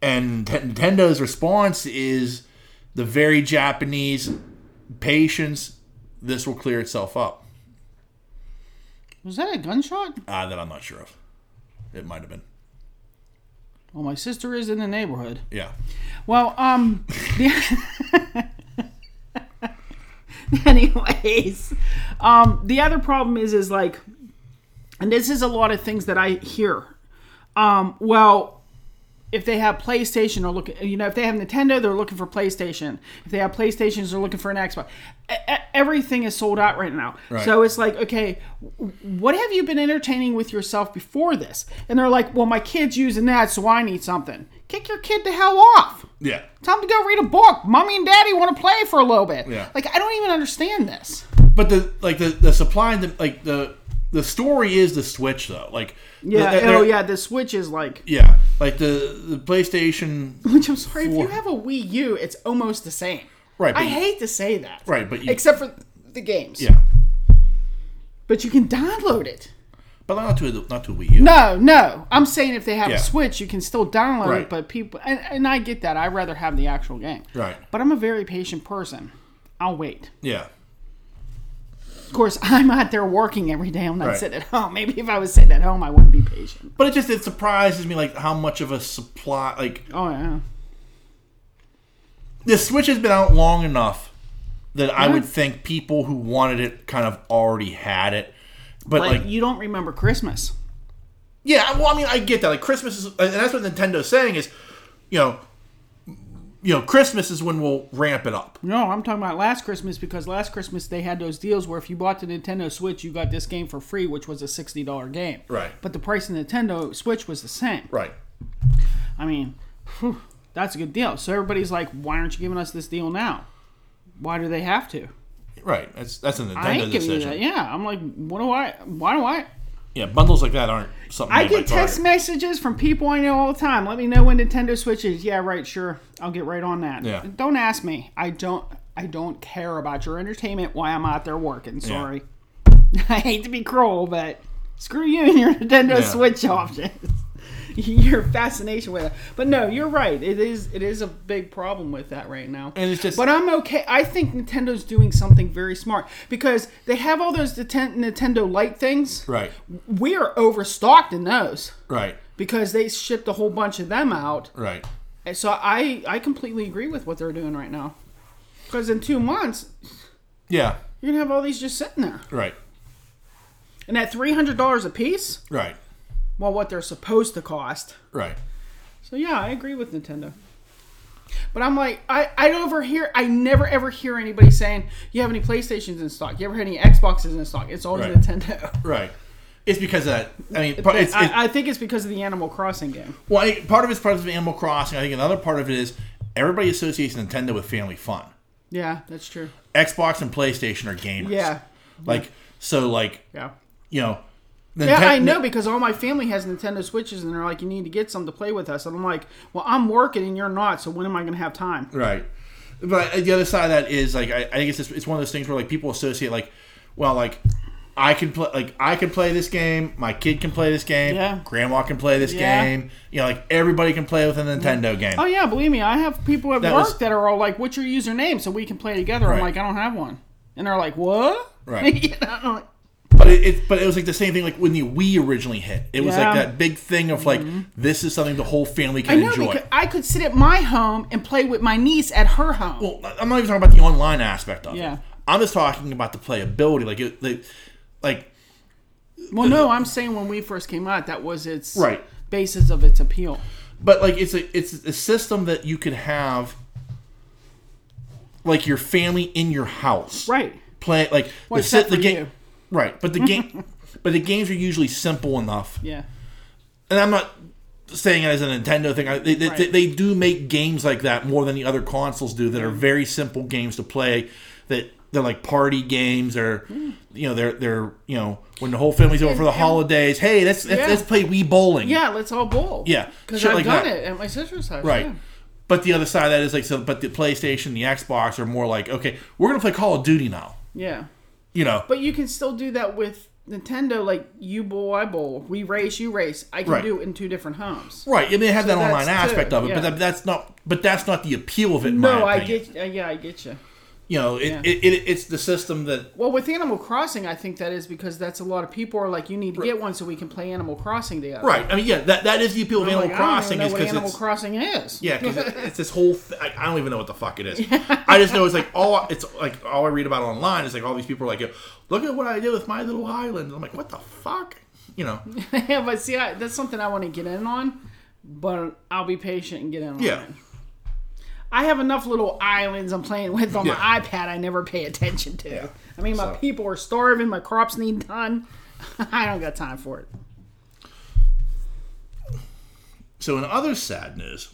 And T- Nintendo's response is the very Japanese patience. This will clear itself up. Was that a gunshot? Ah, that I'm not sure of. It might have been. Well, my sister is in the neighborhood. Yeah. Well, um. anyways, um, the other problem is, is like, and this is a lot of things that I hear. Um, well, if they have PlayStation, or looking, you know, if they have Nintendo, they're looking for PlayStation. If they have PlayStations, they're looking for an Xbox. E- e- everything is sold out right now. Right. So it's like, okay, w- what have you been entertaining with yourself before this? And they're like, well, my kid's using that, so I need something. Kick your kid the hell off. Yeah. Time to go read a book. Mommy and daddy want to play for a little bit. Yeah. Like I don't even understand this. But the like the the supply and the, like the the story is the Switch though. Like the- Yeah. the- oh they're- yeah. The Switch is like. yeah. Like the the PlayStation. Which I'm sorry. If you Four. have a Wii U, it's almost the same. Right, but I you- hate to say that. Right, but you- except for the games. Yeah. But you can download it. But not to a- not to a Wii U. No, no. I'm saying if they have Yeah. a Switch, you can still download it. Right. But people, and, and I get that. I'd rather have the actual game. Right. But I'm a very patient person. I'll wait. Yeah. Of course, I'm out there working every day. I'm not Right. sitting at home. Maybe if I was sitting at home, I wouldn't be patient. But it just it surprises me like how much of a supply like Oh yeah. the Switch has been out long enough that I Mm-hmm. would think people who wanted it kind of already had it. But like, like, you don't remember Christmas. yeah, well, I mean, I get that. Like Christmas is, and that's what Nintendo's saying is, you know, you know, Christmas is when we'll ramp it up. No, I'm talking about last Christmas because last Christmas they had those deals where if you bought the Nintendo Switch, you got this game for free, which was a sixty dollar game. Right. But the price of the Nintendo Switch was the same. Right. I mean, phew, that's a good deal. So everybody's like, why aren't you giving us this deal now? Why do they have to? Right. That's that's a Nintendo I ain't giving you decision. that. Yeah. I'm like, what do I? Why do I? Yeah, bundles like that aren't something. I made by get text Target. messages from people I know all the time. Let me know when Nintendo switches. Yeah, right, sure. I'll get right on that. Yeah. Don't ask me. I don't I don't care about your entertainment while I'm out there working. Sorry. I hate to be cruel, but screw you and your Nintendo Yeah. Switch options. your fascination with it. But no, you're right. It is it is a big problem with that right now. And it's just- But I'm okay. I think Nintendo's doing something very smart because they have all those Niten- Nintendo Lite things Right, we are overstocked in those right, because they shipped a whole bunch of them out. right. And So I I completely agree with what they're doing right now. Because in two months Yeah, you're gonna have all these just sitting there, right, and at three hundred dollars a piece, right, well, what they're supposed to cost. right. So yeah, I agree with Nintendo. But I'm like, I I don't ever hear, I never ever hear anybody saying, "You have any PlayStations in stock? You ever had any Xboxes in stock?" It's always Right. Nintendo. Right. It's because of that. I mean, part, it's, it's, I, I think it's because of the Animal Crossing game. well, I- part of it's part of Animal Crossing. I think another part of it is everybody associates Nintendo with family fun. Yeah, that's true. Xbox and PlayStation are gamers. Yeah. Like so, like Yeah. you know. Yeah, Ninten- I know because all my family has Nintendo Switches and they're like, you need to get some to play with us. And I'm like, well, I'm working and you're not, so when am I going to have time? Right. But the other side of that is like I, I think it's just, it's one of those things where like people associate like, well, like I can play like I can play this game, my kid can play this game, Yeah. grandma can play this Yeah. game. You know, like everybody can play with a Nintendo game. Oh, yeah, believe me, I have people at That work was- that are all like, what's your username so we can play together? I'm Right. like, I don't have one. And they're like, what? Right. You know, I'm like, But it, it but it was like the same thing like when the Wii originally hit. It was Yeah. Mm-hmm. like that big thing of like this is something the whole family I can know enjoy. because I could sit at my home and play with my niece at her home. Well, I'm not even talking about the online aspect of Yeah. it. I'm just talking about the playability. Like it like, like well, no, I'm saying when we first came out, that was its uh, Right. basis of its appeal. but like it's a it's a system that you could have like your family in your house Right. play like the, si- except the for game you. right but the game but the games are usually simple enough Yeah. and i'm not saying it as a nintendo thing I, they, they, Right. they do make games like that more than the other consoles do that are very simple games to play that they're like party games or you know they're they're you know when the whole family's over for the And- and- holidays hey let's let's, Yeah. let's play wii bowling Yeah, let's all bowl. Yeah, Because shit I've like done that. it at my sister's house. Right. yeah. But the other side of that is like so but the PlayStation, the Xbox are more like, okay, we're gonna play Call of Duty now. Yeah. You know. But you can still do that with Nintendo, like you bowl, I bowl. We race, you race. I can Right. do it in two different homes. right. I mean they have that that's online aspect too, of it, yeah. but that, that's not but that's not the appeal of it in No, my I opinion. get. Uh, yeah, I get you. you know, it, it, it it's the system that Well, with Animal Crossing, I think that is because that's a lot of people are like, you need to get one so we can play Animal Crossing together. Right. I mean yeah, that, that is the appeal of Animal Like, Crossing I is don't even know what because Animal it's Crossing is. yeah, because it's this whole. Th- I, I don't even know what the fuck it is. I just know it's like all. It's like all I read about online is like all these people are like, "Look at what I did with my little island." I'm like, "What the fuck?" You know? yeah, but see, I, that's something I want to get in on, but I'll be patient and get in on. Yeah. it. I have enough little islands I'm playing with on my Yeah. iPad. I never pay attention to. Yeah. I mean, So- my people are starving. My crops need done. I don't got time for it. So in other sad news,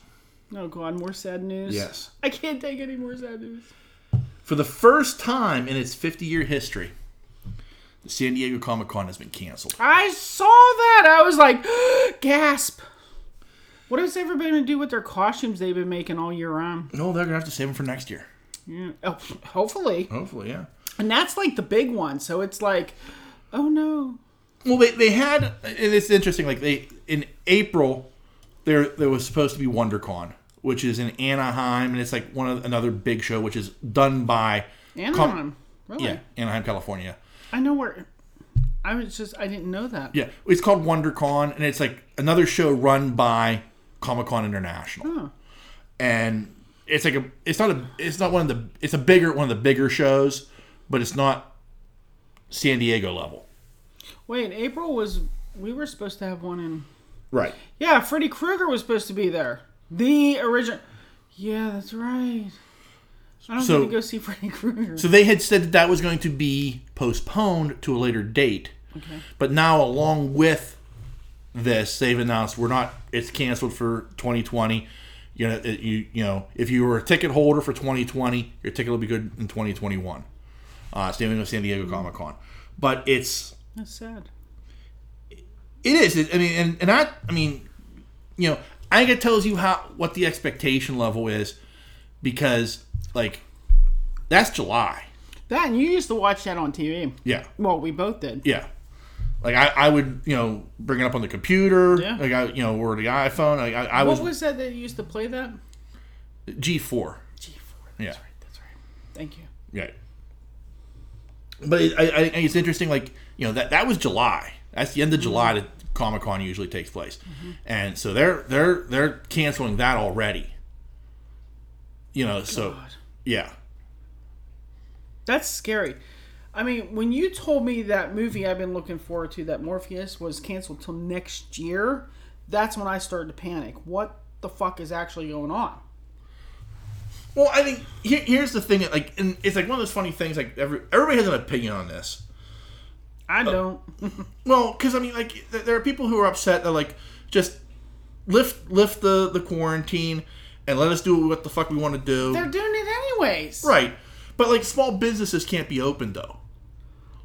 Oh God, more sad news. Yes. I can't take any more sad news. For the first time in its 50 year history, the San Diego Comic Con has been canceled. I saw that. I was like, gasp. What is everybody gonna do with their costumes they've been making all year round? No, they're going to have to save them for next year. Yeah. Oh, hopefully, Hopefully, yeah. and that's like the big one. So it's like, oh no, Well, they, they had, and it's interesting, like they, in April, there, there was supposed to be WonderCon, which is in Anaheim, and it's like one of another big show, which is done by Anaheim. Com- really? yeah, Anaheim, California. I know where. I was just. I didn't know that. Yeah, it's called WonderCon, and it's like another show run by Comic Con International, and it's like a it's not a it's not one of the it's a bigger one of the bigger shows, but it's not San Diego level. Wait, April was. We were supposed to have one in. Right. Yeah, Freddy Krueger was supposed to be there. The original. Yeah, that's right. I don't So- get to go see Freddy Krueger. So they had said that that was going to be postponed to a later date, okay. but now along with this, they've announced we're not it's canceled for 2020. You know, it, you you know, if you were a ticket holder for 2020, your ticket will be good in 2021. Uh, same thing with San Diego Comic Con, but it's that's sad. It is. It, I mean, and, and I, I mean, you know, I think it tells you how what the expectation level is because like that's July. That and you used to watch that on TV. Yeah. Well, we both did. Yeah. Like I, I would, you know, bring it up on the computer, Yeah. like I, you know, or the iPhone. Like I, I was, What was that that you used to play that? G4. Yeah. G4. That's right. That's right. Thank you. Yeah. But it, I, I, think it's interesting, like you know that that was July. That's the end of July that Comic Con usually takes place, Mm-hmm. and so they're they're they're canceling that already. You know, so yeah, That's scary. I mean, when you told me that movie I've been looking forward to, that Morpheus, was canceled till next year, that's when I started to panic. What the fuck is actually going on? Well, I think here, here's the thing. Like, and it's like one of those funny things. Like, every, everybody has an opinion on this. I Uh, don't. Well, because I mean, like, th- there are people who are upset that like just lift lift the the quarantine and let us do what the fuck we want to do. They're doing it anyways. right, but like small businesses can't be open though.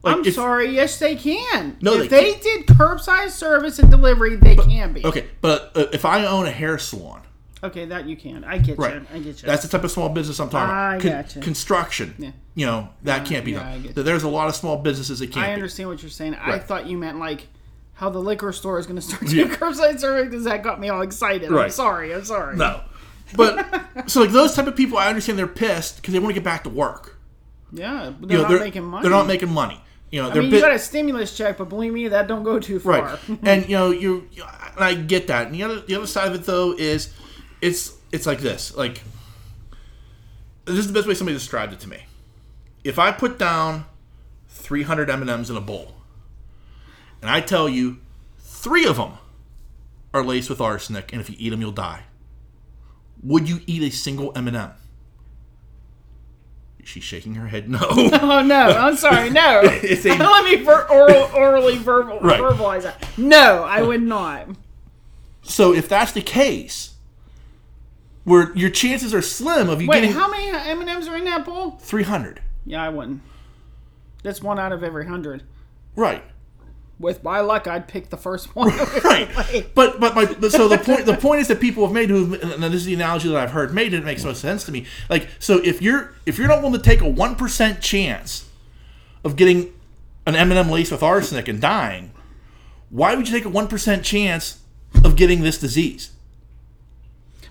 Like, I'm if- sorry. Yes, they can. No, if they they, did curbside service and delivery, they can be. Okay, but uh, if I own a hair salon, Okay, that you can. I get right? you. I get you. That's the type of small business I'm talking about. I gotcha. Construction. Yeah. You know that can't be yeah, I done. getcha. Th- There's a lot of small businesses that can't. I be. understand what you're saying. I Right. thought you meant like how the liquor store is going to start doing curbside service because that got me all excited. I'm Right. sorry. I'm sorry. No. But so like those type of people, I understand they're pissed because they want to get back to work. Yeah, but You they're know, not making money. They're not making money. You know, I they're mean, bit- you got a stimulus check, but believe me, that don't go too far. right. and you know, you you- and I get that. And the other the other side of it though is, it's it's like this. Like this is the best way somebody described it to me. If I put down three hundred M and M's in a bowl, and I tell you three of them are laced with arsenic, and if you eat them, you'll die. Would you eat a single M and M? She's shaking her head. No. Oh no, I'm sorry, no. It's a- Let me ver- oral, orally verbal, Right. verbalize that. No, I would not. So if that's the case, where your chances are slim of you Wait, getting how many M and M's are in that bowl? 300. Yeah, I wouldn't. That's one out of every hundred. Right. With my luck, I'd pick the first one. Right. But but my but so the point the point is that people have made who and this is the analogy that I've heard made and it makes no sense to me. Like so if you're if you're not willing to take a 1% chance of getting an M&M laced with arsenic and dying, why would you take a 1% chance of getting this disease?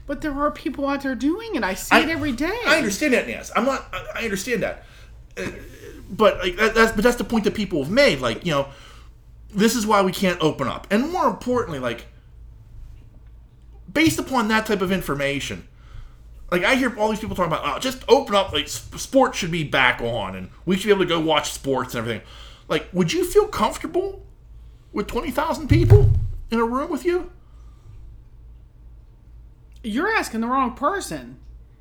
But there are people out there doing it. I see it every day. I understand that, Nance. I'm not. I- I understand that, Uh, but like that, that's but that's the point that people have made. Like you know, this is why we can't open up, and more importantly, like based upon that type of information. Like I hear all these people talking about, oh, just open up. Like s- sports should be back on, and we should be able to go watch sports and everything. Like, would you feel comfortable with twenty thousand people in a room with you? You're asking the wrong person.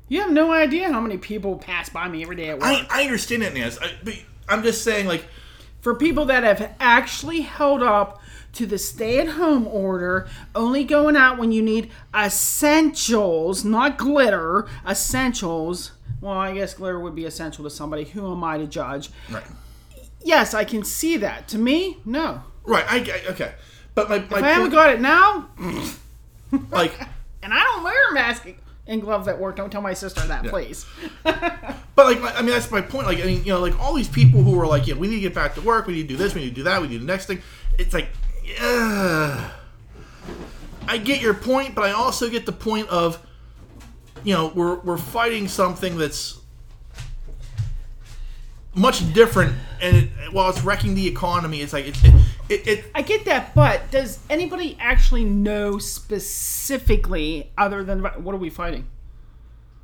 You have no idea how many people pass by me every day at work. I, I understand that, Nance. I, but I'm just saying, like, for people that have actually held up to the stay at home order, only going out when you need essentials, not glitter, essentials. Well, I guess glitter would be essential to somebody. Who am I to judge? right. Yes, I can see that. To me, no. Right. I, I- okay. But my, If I my haven't point, got it now, like, and I don't wear a mask and gloves at work, don't tell my sister that, please. but like, my, I mean, that's my point. Like, I mean, you know, like all these people who are like, yeah, we need to get back to work. We need to do this. We need to do that. We need the next thing. It's like, yeah. I get your point, but I also get the point of, you know, we're we're fighting something that's much different, and it, while it's wrecking the economy, it's like it, it, it, it I get that, but does anybody actually know specifically other than what are we fighting?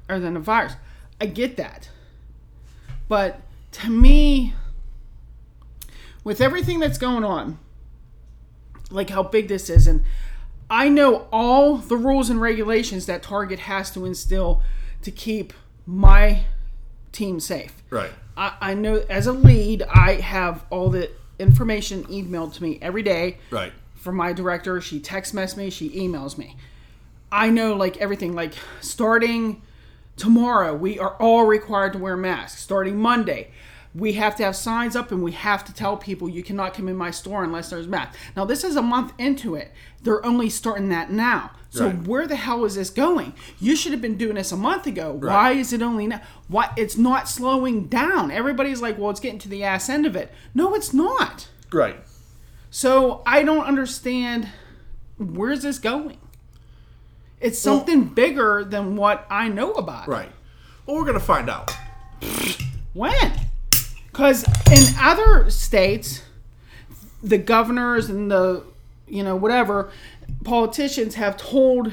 Other than the virus. I get that. But to me, with everything that's going on, like how big this is, and I know all the rules and regulations that Target has to instill to keep my team safe. right. I, I know as a lead, I have all the information emailed to me every day Right. from my director. She text messages me, she emails me. I know like everything, like starting tomorrow, we are all required to wear masks. Starting Monday, we have to have signs up and we have to tell people you cannot come in my store unless there's math. Now, this is a month into it. They're only starting that now. So Right. where the hell is this going? You should have been doing this a month ago. Why Right. is it only now? Why it's not slowing down. Everybody's like, "Well, it's getting to the ass end of it." No, it's not. Right. So I don't understand where's this going? It's something bigger than what I know about. Right. Well, we're gonna find out. When? Because in other states, the governors and the, you know, whatever, politicians have told,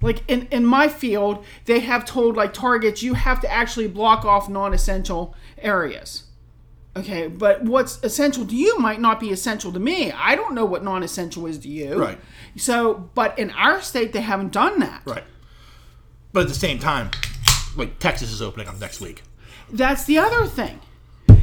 like in, in my field, they have told, like, targets, you have to actually block off non essential areas. Okay, but what's essential to you might not be essential to me. I don't know what non essential is to you. Right. So, but in our state, they haven't done that. Right. But at the same time, like Texas is opening up next week. That's the other thing.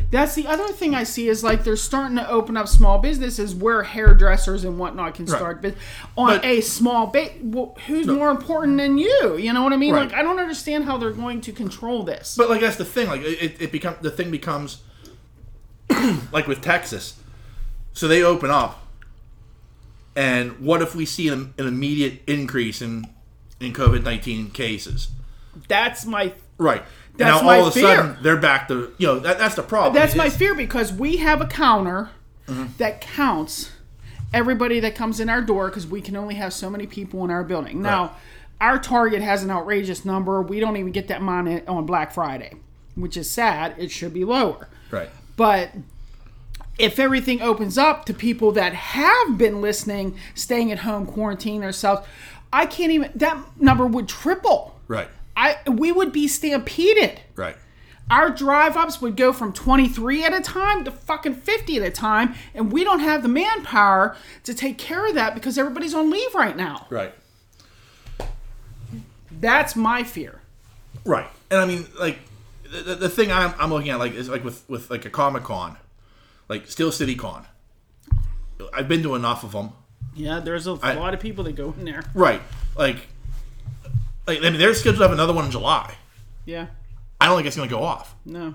That's the other thing I see is like they're starting to open up small businesses where hairdressers and whatnot can start bus- on But- a small base. Well, who's more important than you? You know what I mean? Right. Like I don't understand how they're going to control this. But like that's the thing. Like it, it become the thing becomes like with Texas. So they open up, and what if we see an, an immediate increase in in COVID nineteen cases? that's my Right. That's now my all of a fear. sudden they're back to you know that, that's the problem. that's my It's- fear because we have a counter Mm-hmm. that counts everybody that comes in our door because we can only have so many people in our building. Now, Right. our target has an outrageous number. We don't even get that money on Black Friday, which is sad. It should be lower. right. But if everything opens up to people that have been listening, staying at home, quarantining themselves, I can't even. That number would triple. Right. I we would be stampeded. Right. Our drive ups would go from 23 at a time to fucking 50 at a time, and we don't have the manpower to take care of that because everybody's on leave right now. Right. That's my fear. Right. And I mean, like, the- the, the thing I'm, I'm looking at, like, is like with, with like a Comic Con, like Steel City Con. I've been to enough of them. Yeah, there's a lot of people that go in there. Right. Like, like I mean, they're scheduled to have another one in July. Yeah, I don't think it's going to go off. no.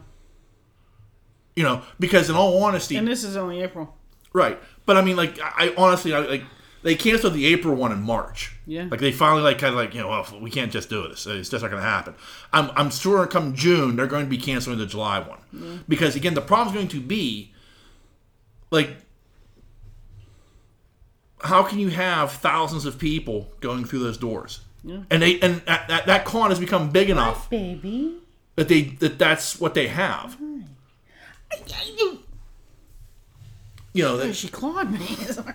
You know, because in all honesty, And this is only April. right. But I mean, like, I, I honestly, I, like, they canceled the April one in March. Yeah. Like they finally like kind of like you know well, we can't just do this. It's just not going to happen. I'm I'm sure come June they're going to be canceling the July one because again the problem's going to be like how can you have thousands of people going through those doors? And they and that, that, that con has become big enough baby. that they that that's what they have. You know, that, She clawed me. Sorry.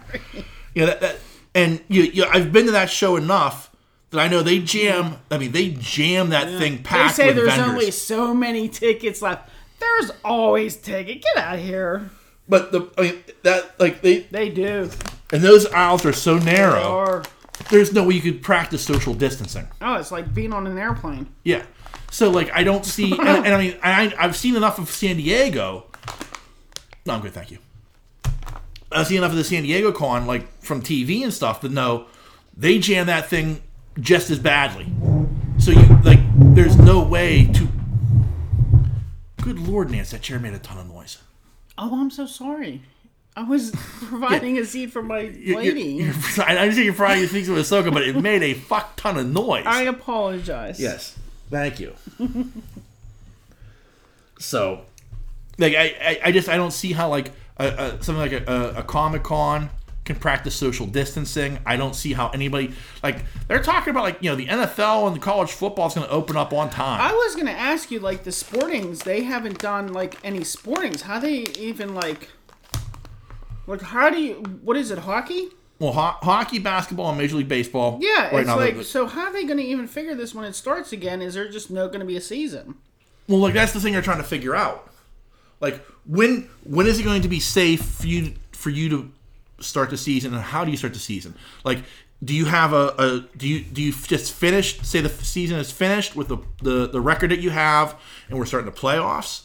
you know that, that and you, you I've been to that show enough that I know they jam. I mean, they jam that thing They packed say with there's vendors. only so many tickets left. There's always ticket. Get out of here. But the I mean that like they They do. and those aisles are so narrow. Or There's no way you could practice social distancing. oh, it's like being on an airplane. Yeah. So like I don't see and, and I mean I I've seen enough of San Diego. No, I'm good, thank you. I've seen enough of the San Diego con like from TV and stuff to know they jam that thing just as badly. So you like there's no way to Good lord, Nance, that chair made a ton of noise. Oh, I'm so sorry. I was providing a seat for my You- you- lady. you're- I I understand you're probably thinking of Ahsoka, but it made a fuck ton of noise. I apologize. Yes. Thank you. so, like, I, I, I just I don't see how like a, a, something like a, a, a Comic Con can practice social distancing. I don't see how anybody like they're talking about like you know the NFL and the college football is going to open up on time. I was gonna ask you, like the Sportings, they haven't done like any Sportings. How they even like, like how do you? What is it? Hockey? well, ho- hockey, basketball, and Major League Baseball. Yeah, right it's now, like the- so. How are they gonna even figure this when it starts again? Is there just no gonna be a season? Well, like that's the thing they're trying to figure out. Like when when is it going to be safe for you for you to start the season, and how do you start the season? Like, do you have a, a do you do you just finish? Say the season is finished with the, the the record that you have, and we're starting the playoffs.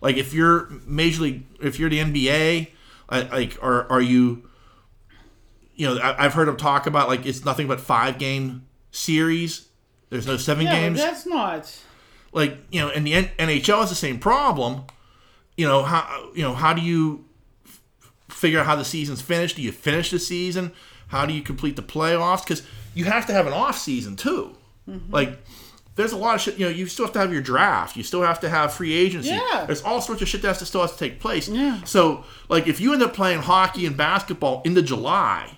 Like if you're major league, if you're the NBA, I- like are are you? You know, I, I've heard them talk about like it's nothing but five game series. There's no seven Yeah, games that's not. like you know, and the N- NHL has the same problem. you know how you know how do you f- figure out how the season's finished? Do you finish the season? How do you complete the playoffs? Because you have to have an off season too. Mm-hmm. Like there's a lot of shit. You know, you still have to have your draft. You still have to have free agency. Yeah. There's all sorts of shit that has to, still has to take place. Yeah. So like if you end up playing hockey and basketball into July,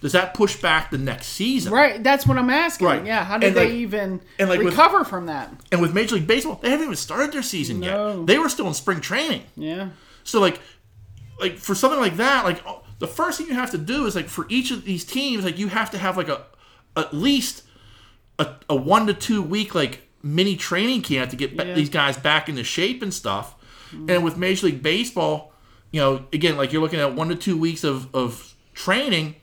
does that push back the next season? Right, that's what I'm asking. Right. Yeah, how did And, they like- even and, like, with- recover from that? And with Major League Baseball, they haven't even started their season No. yet. They were still in spring training. Yeah. So like, like for something like that, like oh, the first thing you have to do is like for each of these teams, like you have to have like a at least a, a one to two week like mini training camp to get ba- Yeah. these guys back into shape and stuff. And with Major League Baseball, you know, again, like you're looking at one to two weeks of of training.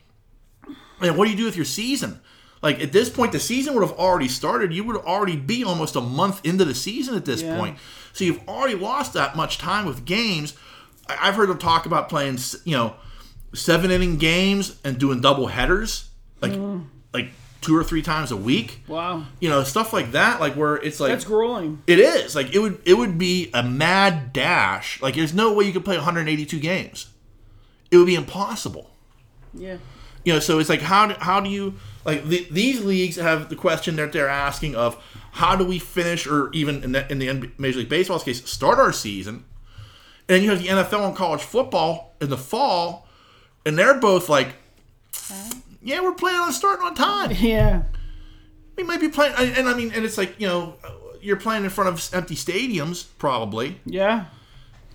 And what do you do with your season? Like at this point, the season would have already started. You would already be almost a month into the season at this Yeah. point. So you've already lost that much time with games. I- I've heard them talk about playing, s- you know, seven inning games and doing double headers, like like two or three times a week. Mm. Wow. You know, stuff like that. Like where it's like That's grueling. it is like it would it would be a mad dash. Like there's no way you could play 182 games. It would be impossible Yeah. you know so it's like how do, how do you like the, these leagues have the question that they're asking of how do we finish or even in the, in the NBA major league baseball's case start our season and you have the nfl and college football in the fall and they're both like yeah we're planning on starting on time Yeah. we might be playing and and i mean and it's like you know you're playing in front of empty stadiums probably Yeah.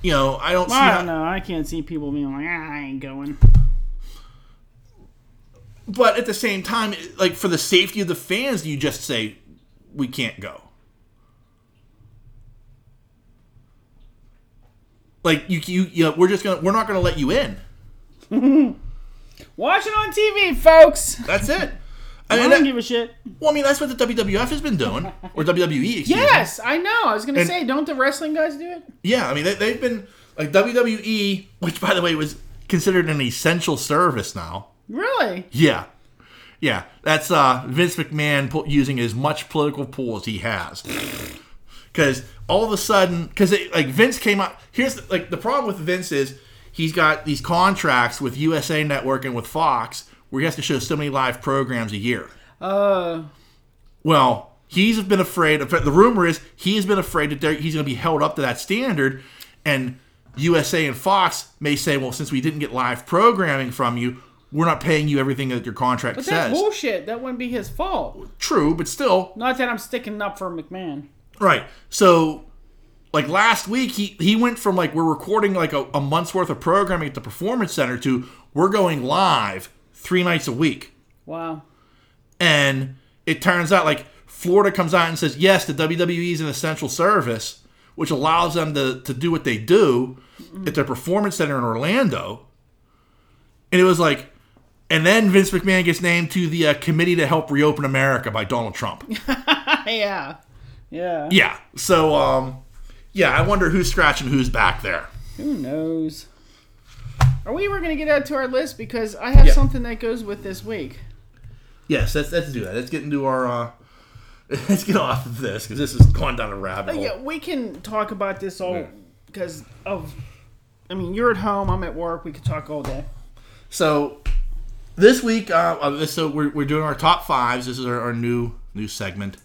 you know i don't see I how- don't know. I can't see people being like, ah, I ain't going. but at the same time, like for the safety of the fans, do you just say we can't go? Like you, you, you know, we're just gonna, we're not gonna let you in. Watch it on TV, folks. That's it. I I mean, don't that, give a shit. well, I mean, that's what the WWF has been doing, or WWE. Excuse Me. Yes, I know. I was gonna say, don't the wrestling guys do it? Yeah, I mean, they, they've been like WWE, which by the way was considered an essential service now. Really? Yeah. Yeah. That's uh, Vince McMahon pu- using as much political pull as he has. Because all of a sudden, because like Vince came out. Here's the, like the problem with Vince is he's got these contracts with USA Network and with Fox where he has to show so many live programs a year. Uh, Well, he's been afraid. Of, the rumor is he has been afraid that they're- he's going to be held up to that standard, and USA and Fox may say, "Well, since we didn't get live programming from you, we're not paying you everything that your contract that's says." bullshit. That wouldn't be his fault. True, but still, Not that I'm sticking up for McMahon. right. So, like last week, he he went from like we're recording like a, a month's worth of programming at the Performance Center to we're going live three nights a week. Wow. And it turns out like Florida comes out and says, yes, the WWE is an essential service, which allows them to, to do what they do at their performance center in Orlando. And it was like, and then Vince McMahon gets named to the uh, Committee to Help Reopen America by Donald Trump. Yeah. Yeah. yeah. So, um, yeah, I wonder who's scratching who's back there. Who knows? Are we ever gonna get out to our list? Because I have Yeah. something that goes with this week. Yes, let's, let's do that. Let's get into our. Uh, let's get off of this because this has gone down a rabbit hole. Yeah, we can talk about this all because of. I mean, you're at home. I'm at work. We could talk all day. So this week, uh, uh, this- so we're, we're doing our top fives. This is our, our new new segment,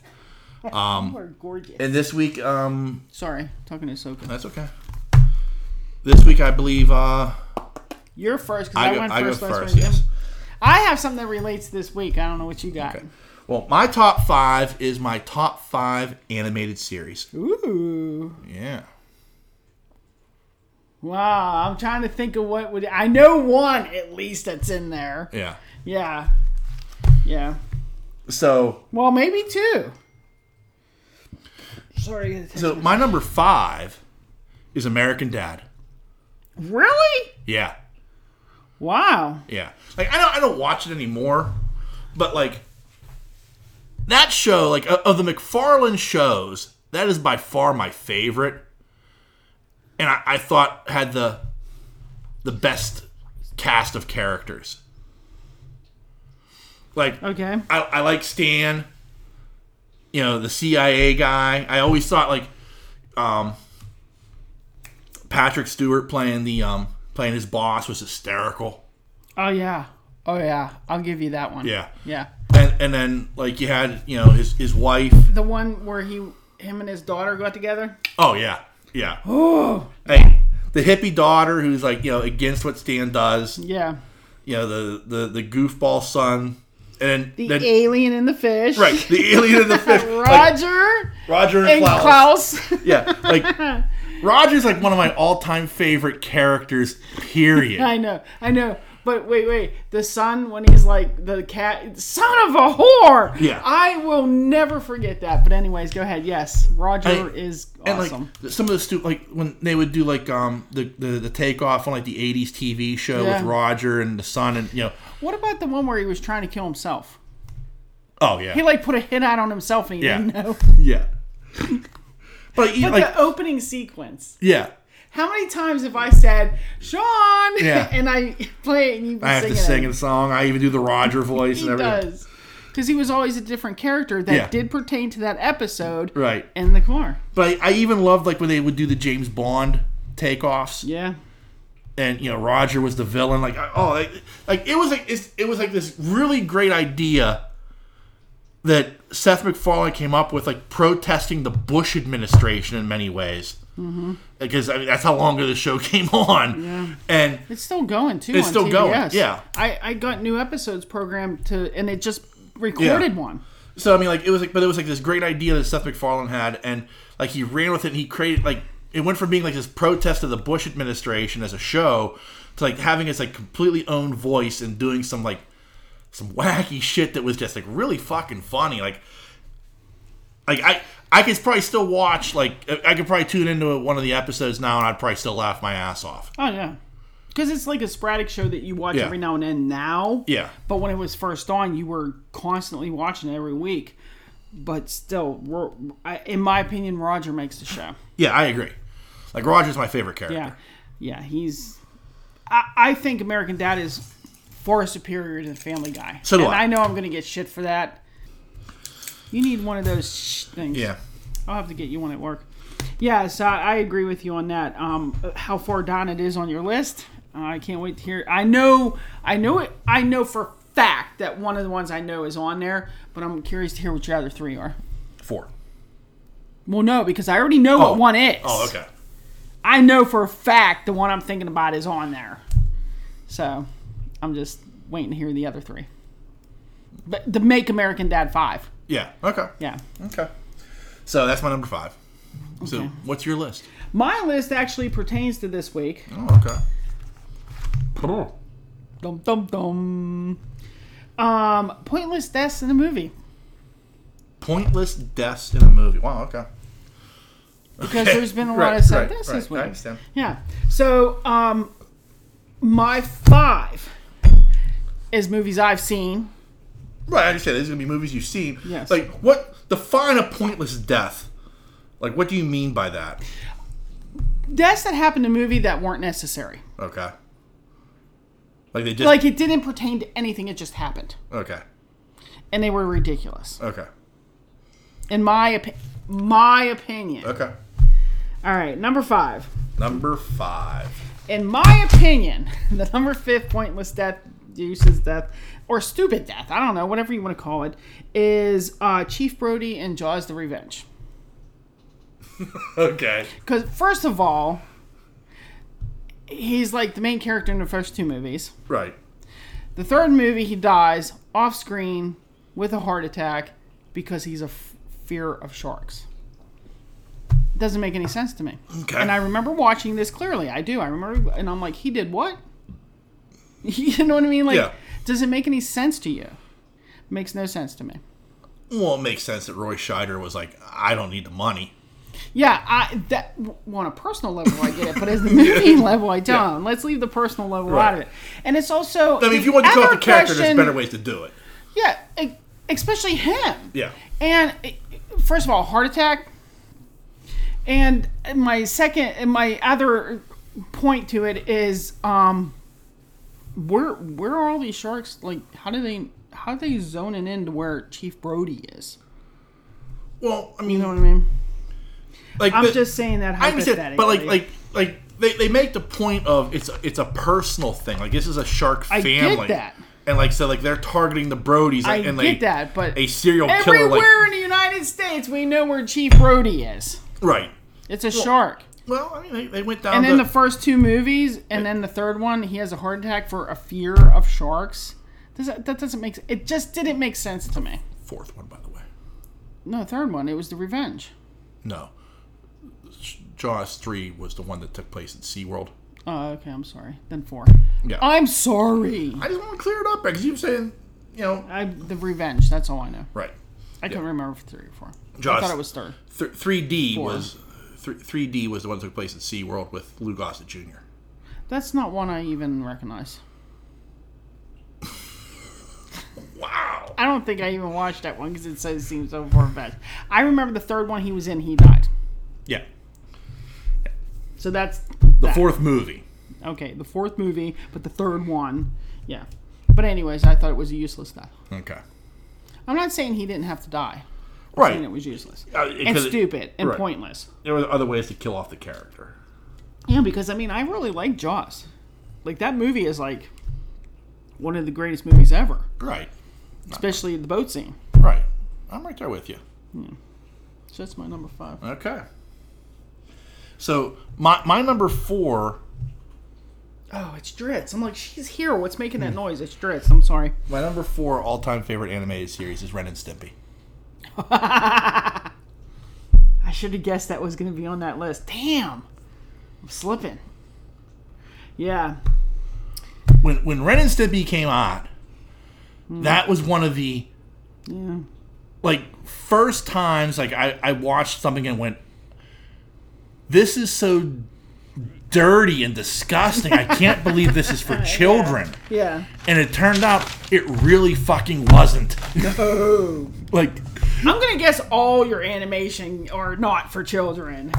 Um, you are gorgeous. and this week, um, Sorry, talking to Soka. that's okay. This week, I believe uh, You're first because I, I, go, went I go first first. last week. yes. I have something that relates this week. I don't know what you got. Well, my top five is my top five animated series. Ooh. Yeah. Wow. I'm trying to think of what would. I know one at least that's in there. Yeah. Yeah. Yeah. So Well, maybe two. Sorry. so my number five is American Dad. Really? Yeah. Wow. Yeah. Like I don't I don't watch it anymore, but like that show, like of of the McFarlane shows, that is by far my favorite. And I, I thought had the the best cast of characters. Like Okay. I, I like Stan, you know, the CIA guy. I always thought like um Patrick Stewart playing the um playing his boss was hysterical. Oh yeah. Oh yeah. I'll give you that one. Yeah. Yeah. And and then like you had you know his his wife. The one where he, him and his daughter got together. Oh yeah, yeah. Hey, the hippie daughter who's like you know against what Stan does. Yeah. You know the the the goofball son. And The then, alien and the fish. right, the alien and the fish. Like, Roger Roger and, and Klaus. Klaus. Yeah, like Roger's like one of my all time favorite characters. Period. I know. I know. But wait, wait. The son when he's like the cat, son of a whore. Yeah. I will never forget that. But anyways, go ahead. Yes, Roger I- is And awesome. like some of the stu- like when they would do like um the the, the takeoff on like the '80s TV show Yeah. with Roger and the son and you know what about the one where he was trying to kill himself? oh yeah He like put a hit out on himself and he Yeah. didn't know. yeah but you But like the opening sequence. yeah How many times have I said Sean? Yeah. and I play it and you I have to sing a song I even do the Roger voice He and everything does. Because he was always a different character that Yeah. did pertain to that episode right in the car. but I, I even loved like when they would do the James Bond takeoffs Yeah. and you know Roger was the villain. Like oh, like, like it was like it's, it was like this really great idea that Seth MacFarlane came up with, like protesting the Bush administration in many ways. Mm-hmm. Because I mean that's how long ago the show came on, and It's still going too. It's on still going, TBS. yeah. I, I got new episodes programmed to, and it just recorded one. so I mean like it was like but it was like this great idea that Seth MacFarlane had, and like he ran with it. and He created like it went from being like this protest of the Bush administration as a show to like having its like completely own voice and doing some like some wacky shit that was just like really fucking funny. Like, like I I could probably still watch like I I could probably tune into one of the episodes now and I'd probably still laugh my ass off. Oh yeah. Because it's like a sporadic show that you watch Yeah. every now and then now. Yeah. But when it was first on, you were constantly watching it every week. But still, Ro- I, in my opinion, Roger makes the show. Yeah, I agree. Like Roger's my favorite character. Yeah, yeah, he's. I, I think American Dad is far superior to Family Guy. So do and I. know I'm going to get shit for that. You need one of those shh things. Yeah. I'll have to get you one at work. Yeah, so I, I agree with you on that. Um, how far down it is on your list? I can't wait to hear. I know, I know it. I know for fact that one of the ones I know is on there, but I'm curious to hear what your other three are. Four. Well, no, because I already know Oh. what one is. Oh, okay. I know for a fact the one I'm thinking about is on there. So I'm just waiting to hear the other three. But the Make American Dad 5. Yeah. Okay. Yeah. Okay. So that's my number five. So what's your list? My list actually pertains to this week. Oh, okay. Cool. Dum dum dum. Um, pointless deaths in the movie. Pointless deaths in a movie. Wow. Okay. Because there's been a lot Right, of sad right, deaths right. this week. I understand. Yeah. So um my five is movies I've seen. Right, I understand. These are gonna be movies you've seen. Yes. Like what define a pointless death? Like what do you mean by that? Deaths that happened in a movie that weren't necessary. Okay. Like they just Like it didn't pertain to anything, it just happened. Okay. and they were ridiculous Okay. in my opinion my opinion Okay. all right number five Number five. in my opinion the number fifth pointless death uses death or stupid death i don't know whatever you want to call it is uh, chief brody and jaws the revenge Okay. because first of all he's like the main character in the first two movies Right. the third movie he dies off screen with a heart attack because he's a f- fear of sharks doesn't make any sense to me Okay. And I remember watching this clearly. I do. I remember, and I'm like, he did what? You know what I mean? Like, Yeah. does it make any sense to you? Makes no sense to me. well, it makes sense that Roy Scheider was like, I don't need the money. Yeah, I that well, on a personal level I get it, but as the movie level I don't. Let's leave the personal level out of Right. it. And it's also I mean, if you want to call other it the character, there's question- better ways to do it. Yeah, e- especially him. Yeah. And eh, first of all, heart attack. And my second, and my other point to it is, um, where where are all these sharks? Like, how do they how are they zoning in to where Chief Brody is? Well, I mean, You know what I mean? like I'm the- just saying that I understand, hypothetically. but like, like, like they, they make the point of it's a, it's a personal thing. Like this is a shark I family. get that. And like so, like they're targeting the Brodies. I Like, and get like, that, but a serial killer. everywhere Like in the United States, we know where Chief Brody is. right. It's a shark. Well, I mean, they, they went down. And then to, the first two movies, and then the third one, he has a heart attack for a fear of sharks. Does that, that doesn't make it just didn't make sense to me. fourth one, by the way. No, third one, it was the revenge. No, Jaws three was the one that took place at SeaWorld. Oh, okay, I'm sorry. Then four. Yeah. I'm sorry. I just want to clear it up because you're saying, you know, I the revenge. That's all I know. right. I couldn't remember if three or four. I Jaws. thought it was third. Three D Four. was three D was the one that took place at SeaWorld with Lou Gossett Jr. That's not one I even recognize. Wow. I don't think I even watched that one because it so seems so far fetched. I remember the third one he was in. He died. Yeah. So that's The that. fourth movie. Okay, the fourth movie, but the third one, yeah. But anyways, I thought it was a useless death. Okay. I'm not saying he didn't have to die. I'm saying Right. it was useless Uh, it- and 'cause it- stupid and right. pointless. There were other ways to kill off the character. Yeah, because I mean, I really like Jaws. Like that movie is like one of the greatest movies ever, Right. especially the boat scene. Right. I'm right there with you. So that's my number five. Okay. So my my number four Oh, it's Dritz. I'm like, she's here. What's making that noise? It's Dritz. I'm sorry. my number four all time favorite animated series is Ren and Stimpy. I should have guessed that was going to be on that list. Damn, I'm slipping. Yeah, When when Ren and Stimpy came on, that was one of the Hmm. yeah. like first times like I, I watched something and went this is so dirty and disgusting i can't believe this is for children Yeah. and it turned out it really fucking wasn't Oh. like I'm gonna guess all your animation are not for children,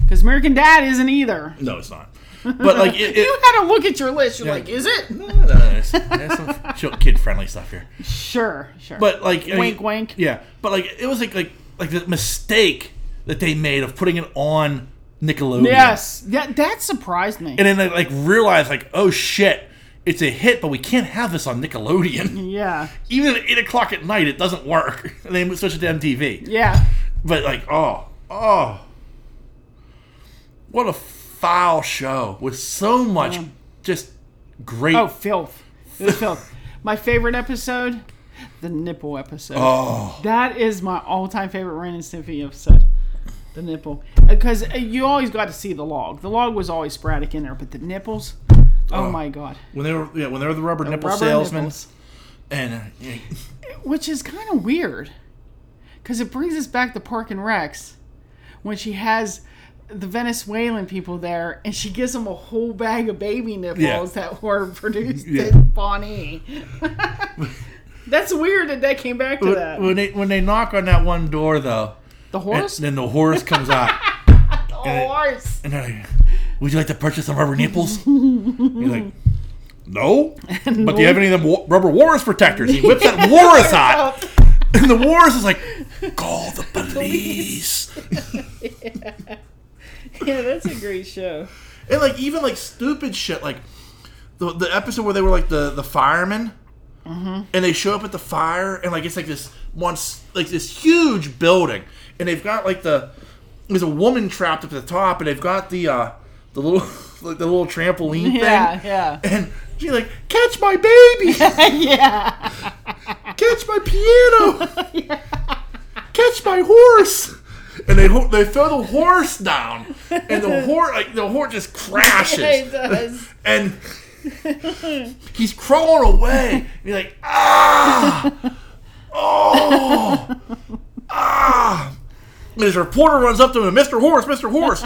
because American Dad isn't either. no it's not but like it, You it had to look at your list. You're like, is it? no, no, no, there's, there's some kid friendly stuff here Sure, sure. but like I mean- wink, wink. yeah but like it was like like like the mistake that they made of putting it on nickelodeon Yes, that that surprised me. and then they like realize like oh shit it's a hit but we can't have this on nickelodeon yeah, even at 8 o'clock at night it doesn't work and they switch it to mtv yeah. but like oh oh what a foul show with so much just great Oh, filth. It was filth. My favorite episode, the nipple episode. oh That is my all-time favorite Ren and Stimpy episode. The nipple, because you always got to see the log. The log was always sporadic in there, but the nipples. Oh, Oh. my god. when they were yeah when they were the rubber nipple rubber salesman nipples. and uh, yeah, which is kind of weird because it brings us back to Park and Rex when she has the Venezuelan people there and she gives them a whole bag of baby nipples Yeah. that were produced Yeah. at Bonnie. That's weird that that came back to that. when, when they when they knock on that one door though the and horse? then the horse comes out the and it- horse. And they're like, would you like to purchase some rubber nipples? You're like, no. But do you have any of them wa- rubber walrus protectors? He whips that walrus out. And the walrus is like, call the police. Yeah, that's a great show. And like, even like stupid shit, like the, the episode where they were like the, the firemen. Mm-hmm. And they show up at the fire, and like it's like this once like this huge building, and they've got like the there's a woman trapped up at the top, and they've got the uh the little like the little trampoline thing, Yeah, yeah. And she's like, catch my baby! yeah. Catch my piano! Catch my horse! And they ho- they throw the horse down, and the horse like the horse just It crashes, does. and he's crawling away. And you're like, ah, oh, ah. And his reporter runs up to him, Mr. Horse, Mr. Horse,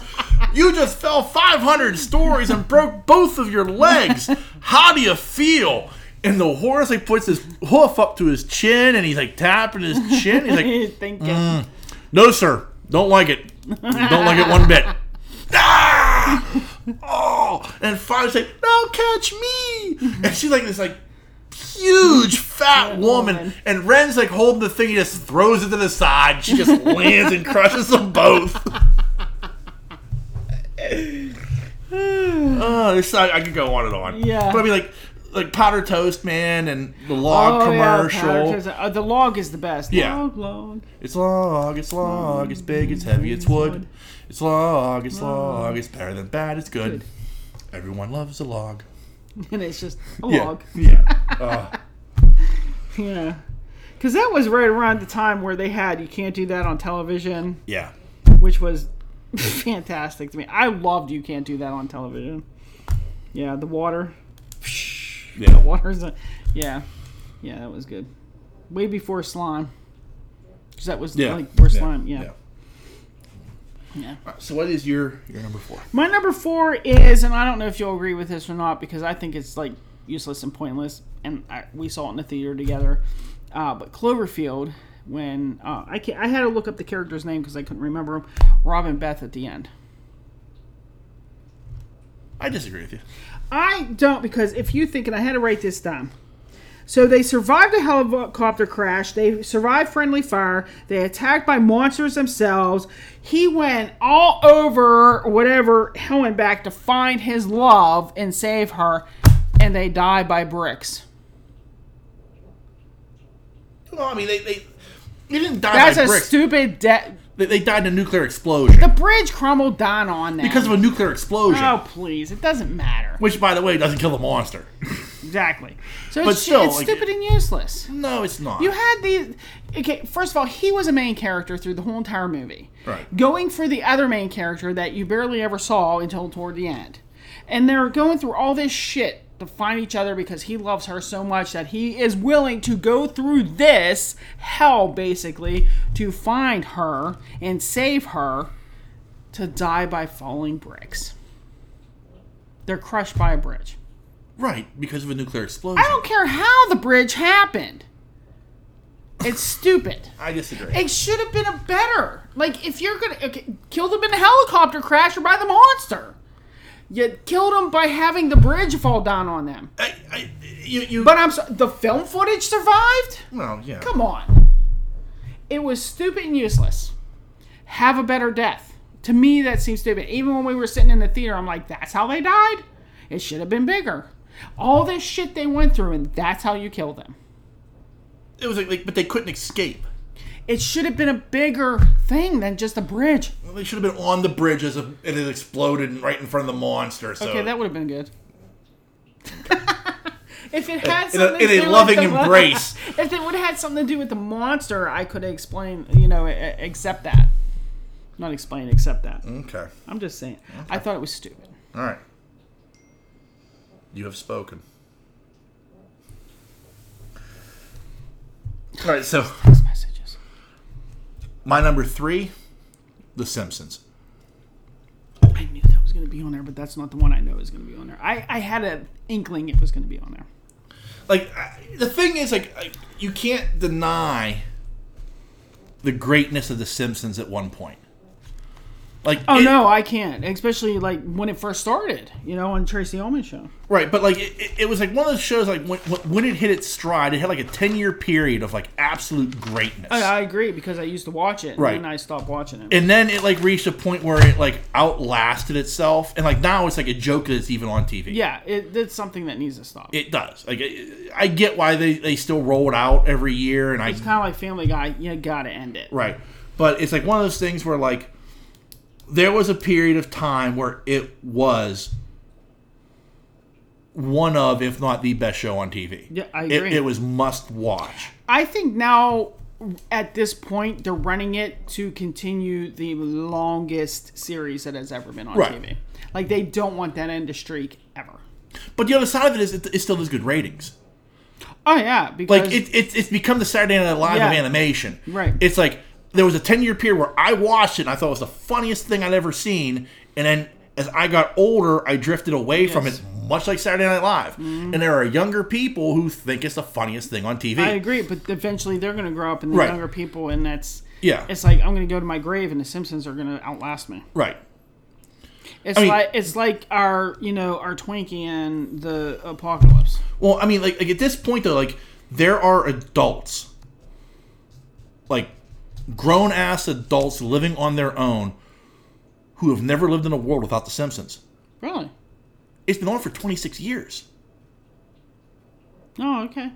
you just fell 500 stories and broke both of your legs. How do you feel? And the horse like puts his hoof up to his chin and he's like tapping his chin. He's like, Thinking. no, sir. Don't like it. Don't like it one bit. ah! Oh! And Father's like, now catch me! And she's like this like huge fat woman. woman. And Ren's like holding the thing, he just throws it to the side. She just lands and crushes them both. Uh, this, I, I could go on and on. Yeah. But I mean, like, like Powder Toast Man and the log powder commercial. toast. Oh, Uh, the log is the best. Yeah. Log, log. it's log, it's log, it's big, it's heavy, it's wood. It's log, it's log, it's better than bad, it's good. Good. Everyone loves a log. And it's just a Yeah. log. Yeah. Uh, Yeah. Because that was right around the time where they had You Can't Do That on Television, yeah. which was fantastic to me. I loved You Can't Do That on Television. Yeah, the water. Yeah. Water's a. Yeah. Yeah, that was good. Way before Slime. Because that was Yeah. like where Slime. Yeah. yeah. So what is your your number four? My number four is, and I don't know if you'll agree with this or not because I think it's like useless and pointless, and I, we saw it in the theater together. Uh, but Cloverfield, when uh, I can I had to look up the character's name because I couldn't remember him. Robin Beth at the end. I disagree with you. I don't because if you think, and I had to write this down. So they survived a helicopter crash. They survived friendly fire. They attacked by monsters themselves. He went all over whatever hell and back to find his love and save her, and they die by bricks. Well, I mean, they they, they didn't die That's by a bricks. stupid de- they, they died in a nuclear explosion The bridge crumbled down on them because of a nuclear explosion, Oh please! It doesn't matter. which, by the way, doesn't kill the monster. Exactly. So But it's, still, it's like- stupid and useless. No, it's not. You had these. Okay, first of all, he was a main character through the whole entire movie. Right. Going for the other main character that you barely ever saw until toward the end. And they're going through all this shit to find each other because he loves her so much that he is willing to go through this hell, basically, to find her and save her to die by falling bricks. They're crushed by a bridge. right because of a nuclear explosion. I don't care how the bridge happened, it's stupid. I disagree. It should have been a better. Like if you're gonna okay, kill them in a helicopter crash or by the monster, you killed them by having the bridge fall down on them. I, I, you, you, But I'm so, the film footage survived. well, yeah. Come on, it was stupid and useless. Have a better death. To me, that seems stupid. Even when we were sitting in the theater, I'm like, that's how they died. It should have been bigger. All this shit they went through, and that's how you kill them. It was like, like, but they couldn't escape. It should have been a bigger thing than just a bridge. Well, They should have been on the bridge as a, it had exploded right in front of the monster. So Okay, that would have been good. if it had in a, something in to a do loving with the, embrace. if it would have had something to do with the monster, I could explain. You know, a- a- accept that. Not explain, accept that. okay. I'm just saying. I thought it was stupid. All right. You have spoken. All right, so These messages. my number three, The Simpsons. I knew that was going to be on there, but that's not the one I know is going to be on there. I, I had an inkling it was going to be on there. Like I- the thing is, like I- you can't deny the greatness of The Simpsons at one point. Like Oh it- no, I can't. Especially like when it first started, you know, on Tracy Ullman show. Right, but like it, it- it was like one of those shows. Like when, when it hit its stride, it had like a ten year period of like absolute greatness. I, I agree because I used to watch it, and Right. then I stopped watching it. and then it like reached a point where it like outlasted itself, and like now it's like a joke that it's even on TV. yeah, it, it's something that needs to stop. It does. Like I- I get why they they still roll it out every year, and I It's kind of like Family Guy. You gotta end it. right, but it's like one of those things where like there was a period of time where it was one of, if not the best show on TV. Yeah, I It- agree. it was must watch. I think now, at this point, they're running it to continue the longest series that has ever been on Right. TV. Like they don't want that end to streak ever. But the other side of it is it, it still does good ratings. Oh yeah, because Like it, it, it's become the Saturday Night Live Yeah. of animation. Right. It's like there was a ten year period where I watched it and I thought it was the funniest thing I'd ever seen, and then as I got older, I drifted away from Yes. Mm-hmm. it, much like Saturday Night Live. And there are younger people who think it's the funniest thing on TV. I agree, but eventually they're gonna grow up and the Right. younger people, and that's Yeah. It's like I'm gonna go to my grave, and the Simpsons are gonna outlast me. Right. It's mean- like it's like our you know our Twinkie and the apocalypse. Well, I mean, like, like at this point though, like there are adults, like grown ass adults living on their own, who have never lived in a world without The Simpsons. Really? It's been on for 26 years. Oh, okay.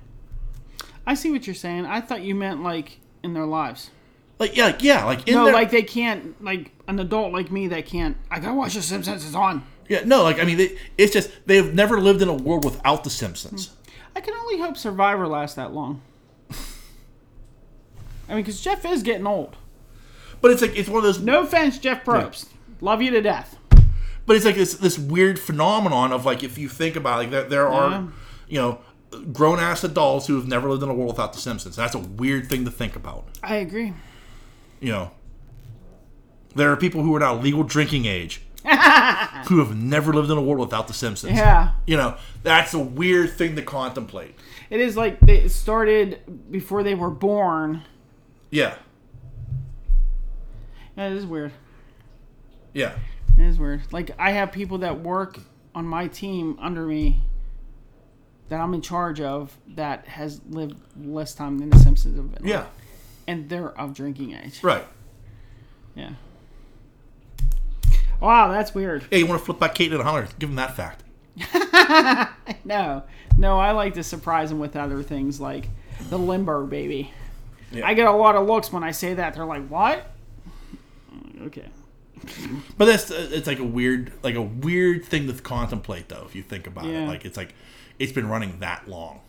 I see what you're saying. I thought you meant like in their lives. Like yeah, like, yeah, like in No, their- like they can't. Like an adult like me, that can't. I gotta watch The Simpsons. It's on. yeah, no, like I mean, they, it's just they have never lived in a world without The Simpsons. I can only hope Survivor lasts that long. I mean, because Jeff is getting old. But it's like it's one of those. No offense, Jeff Probst. Love you to death. But it's like this this weird phenomenon of like if you think about it, like there, there Yeah. are you know grown ass adults who have never lived in a world without The Simpsons. That's a weird thing to think about. I agree. You know, there are people who are now legal drinking age who have never lived in a world without The Simpsons. Yeah. You know, that's a weird thing to contemplate. It is like they started before they were born. Yeah, That is weird. yeah. It is weird. Like I have people that work on my team under me that I'm in charge of that has lived less time than the Simpsons have been. Yeah. And they're of drinking age. Right. Yeah. Wow, that's weird. Hey, you want to flip by Caitlin Hunter? Give them that fact. No. No, I like to surprise them with other things like the limbo baby. Yeah. I get a lot of looks when I say that. They're like, "What?" Okay. But that's uh, it's like a weird like a weird thing to contemplate though if you think about Yeah. it. Like it's like it's been running that long.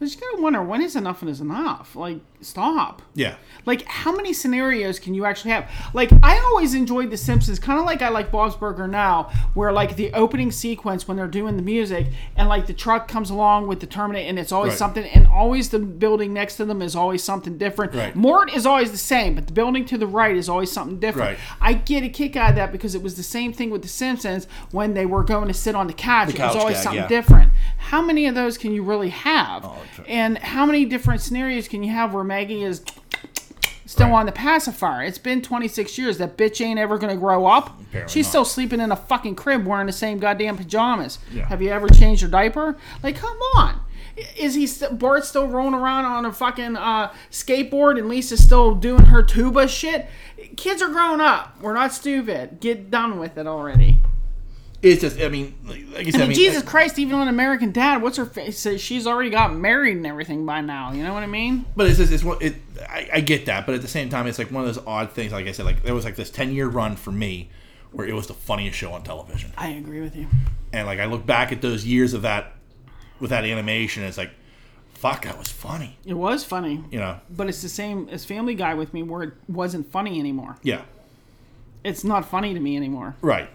I just gotta wonder when is enough and is enough. Like, stop. Yeah. Like, how many scenarios can you actually have? Like, I always enjoyed The Simpsons, kind of like I like Bob's Burger now, where like the opening sequence when they're doing the music and like the truck comes along with the Terminator and it's always Right. something, and always the building next to them is always something different. Right. Mort is always the same, but the building to the right is always something different. Right. I get a kick out of that because it was the same thing with The Simpsons when they were going to sit on the couch. it was couch always gag, something yeah. Oh, different. How many of those can you really have? true. and how many different scenarios can you have where Maggie is still Right. on the pacifier. It's been 26 years. That bitch ain't ever gonna grow up. Apparently She's not. still sleeping in a fucking crib wearing the same goddamn pajamas. Yeah. Have you ever changed your diaper? Like, come on. Is he st- Bart still rolling around on a fucking uh, skateboard and Lisa's still doing her tuba shit? Kids are grown up. We're not stupid. Get done with it already. It's just I mean like like you said, I mean, Jesus like- Christ, even on American Dad, what's her face? Says She's already got married and everything by now. You know what I mean? but it's just it's what it I, I get that, but at the same time it's like one of those odd things, like I said, like there was like this ten year run for me where it was the funniest show on television. I agree with you. And like I look back at those years of that with that animation, it's like, fuck, that was funny. It was funny. You know? But it's the same as Family Guy with me, where it wasn't funny anymore. Yeah. It's not funny to me anymore. Right.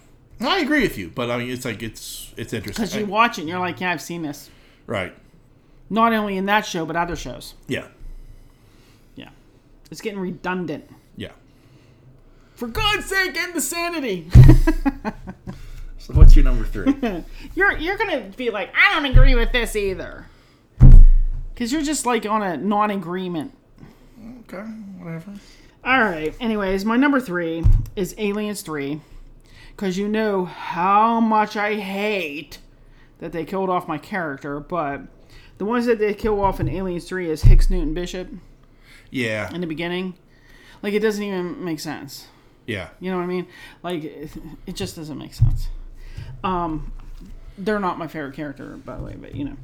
I agree with you, but I mean it's like it's it's interesting. Because you watch it and you're like, yeah, I've seen this. right. Not only in that show, but other shows. Yeah. Yeah. It's getting redundant. Yeah. For God's sake, end the sanity. So what's your number three? you're you're gonna be like, I don't agree with this either. Cause you're just like on a non-agreement. okay, whatever. All right. Anyways, my number three is Aliens Three, because you know how much I hate that they killed off my character, but the ones that they kill off in Aliens Three is Hicks Newton Bishop Yeah. in the beginning. Like it doesn't even make sense. Yeah. You know what I mean? Like it, it just doesn't make sense. Um, they're not my favorite character, by the way, but you know.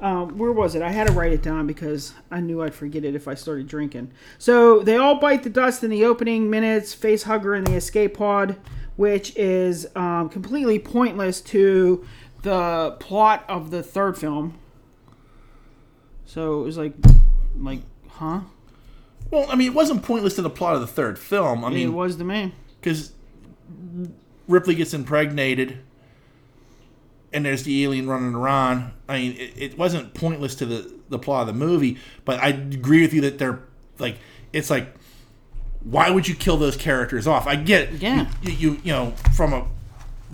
Um, where was it? I had to write it down because I knew I'd forget it if I started drinking. So they all bite the dust in the opening minutes. Face hugger in the escape pod, which is um, completely pointless to the plot of the third film. So it was like, like, huh? Well, I mean, it wasn't pointless to the plot of the third film. I It mean, was the main. because Ripley gets impregnated, and there's the alien running around. I mean, it, it wasn't pointless to the the plot of the movie, but I agree with you that they're like, it's like, why would you kill those characters off? I get it. Yeah. You you, you know from a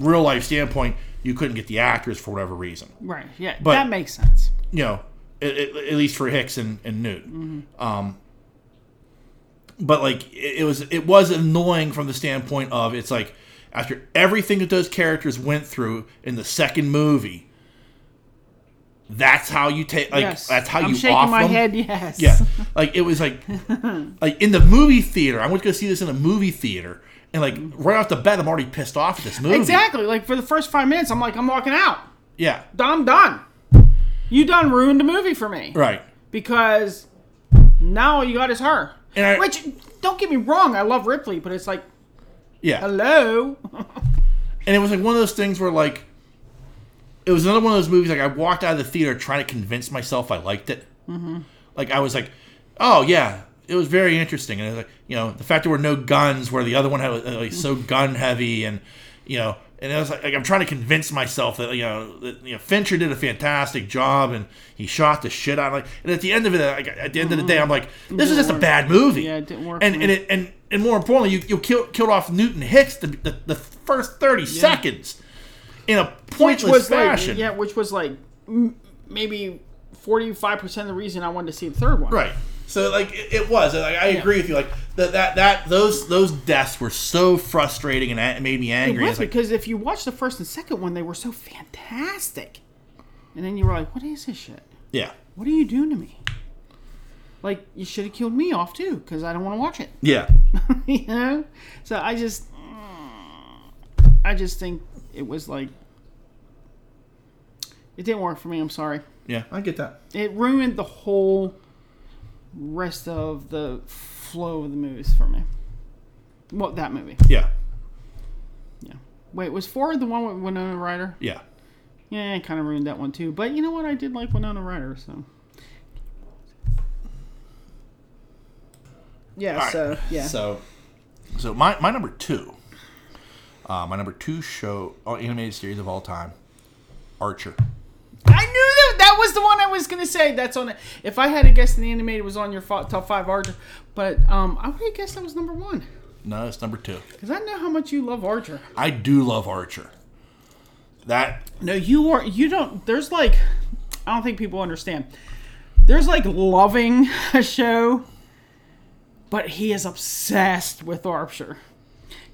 real life standpoint, you couldn't get the actors for whatever reason. Right. Yeah. But- that makes sense. you know, at, at at least for Hicks and, and Newton. Mm-hmm. Um, but like it, it was, it was annoying from the standpoint of it's like after everything that those characters went through in the second movie, that's how you take, like yes. that's how I'm you shaking off my them. head. Yes. Yeah, like it was like, like in the movie theater. I went to go see this in a movie theater, And like Mm-hmm. right off the bat, I'm already pissed off at this movie. Exactly. Like for the first five minutes, I'm like, I'm walking out. Yeah. I'm done. You done ruined the movie for me. Right. Because now all you got is her. And I- Which don't get me wrong, I love Ripley, but it's like, Yeah. hello. And it was like one of those things where like it was another one of those movies like I walked out of the theater trying to convince myself I liked it. Mm-hmm. Like I was like, oh yeah, it was very interesting, and it was like you know the fact there were no guns where the other one had uh, like so gun heavy, and you know, and it was like, like, I'm trying to convince myself that you know that you know Fincher did a fantastic job and he shot the shit out of like, and at the end of it, like, at the end of the day, I'm like, this is just a bad movie. Yeah, it Mm-hmm. didn't work And for and me. it and and more importantly, you you killed killed off Newton Hicks the the, the first thirty seconds in a which pointless was fashion. like, yeah, which was like m- maybe forty five percent of the reason I wanted to see the third one. Right. So like it, it was. Like, I agree with you. Like that that that those those deaths were so frustrating and it made me It angry. was It's like because if you watch the first and second one, they were so fantastic, and then you were like, "What is this shit? yeah. What are you doing to me?" Like you should have killed me off too, because I don't want to watch it. Yeah. you know. So I just, I just think it was like, it didn't work for me. I'm sorry. Yeah. I get that. It ruined the whole rest of the flow of the movies for me. Well, that movie. Yeah. Yeah. Wait, was Ford the one with Winona Ryder? Yeah. Yeah, it kind of ruined that one too. But you know what? I did like Winona Ryder, so. Yeah, All right. so, yeah. So so my my number 2. Uh, my number 2 show oh, animated series of all time. Archer. I knew that that was the one I was gonna say. That's on it. If I had to guess, the animated was on your fo- top five Archer, but um, I would have guessed that was number one No, it's number 2. because I know how much you love Archer. I do love Archer. That No, you are. You don't. There's like, I don't think people understand. There's like loving a show, but he is obsessed with Archer.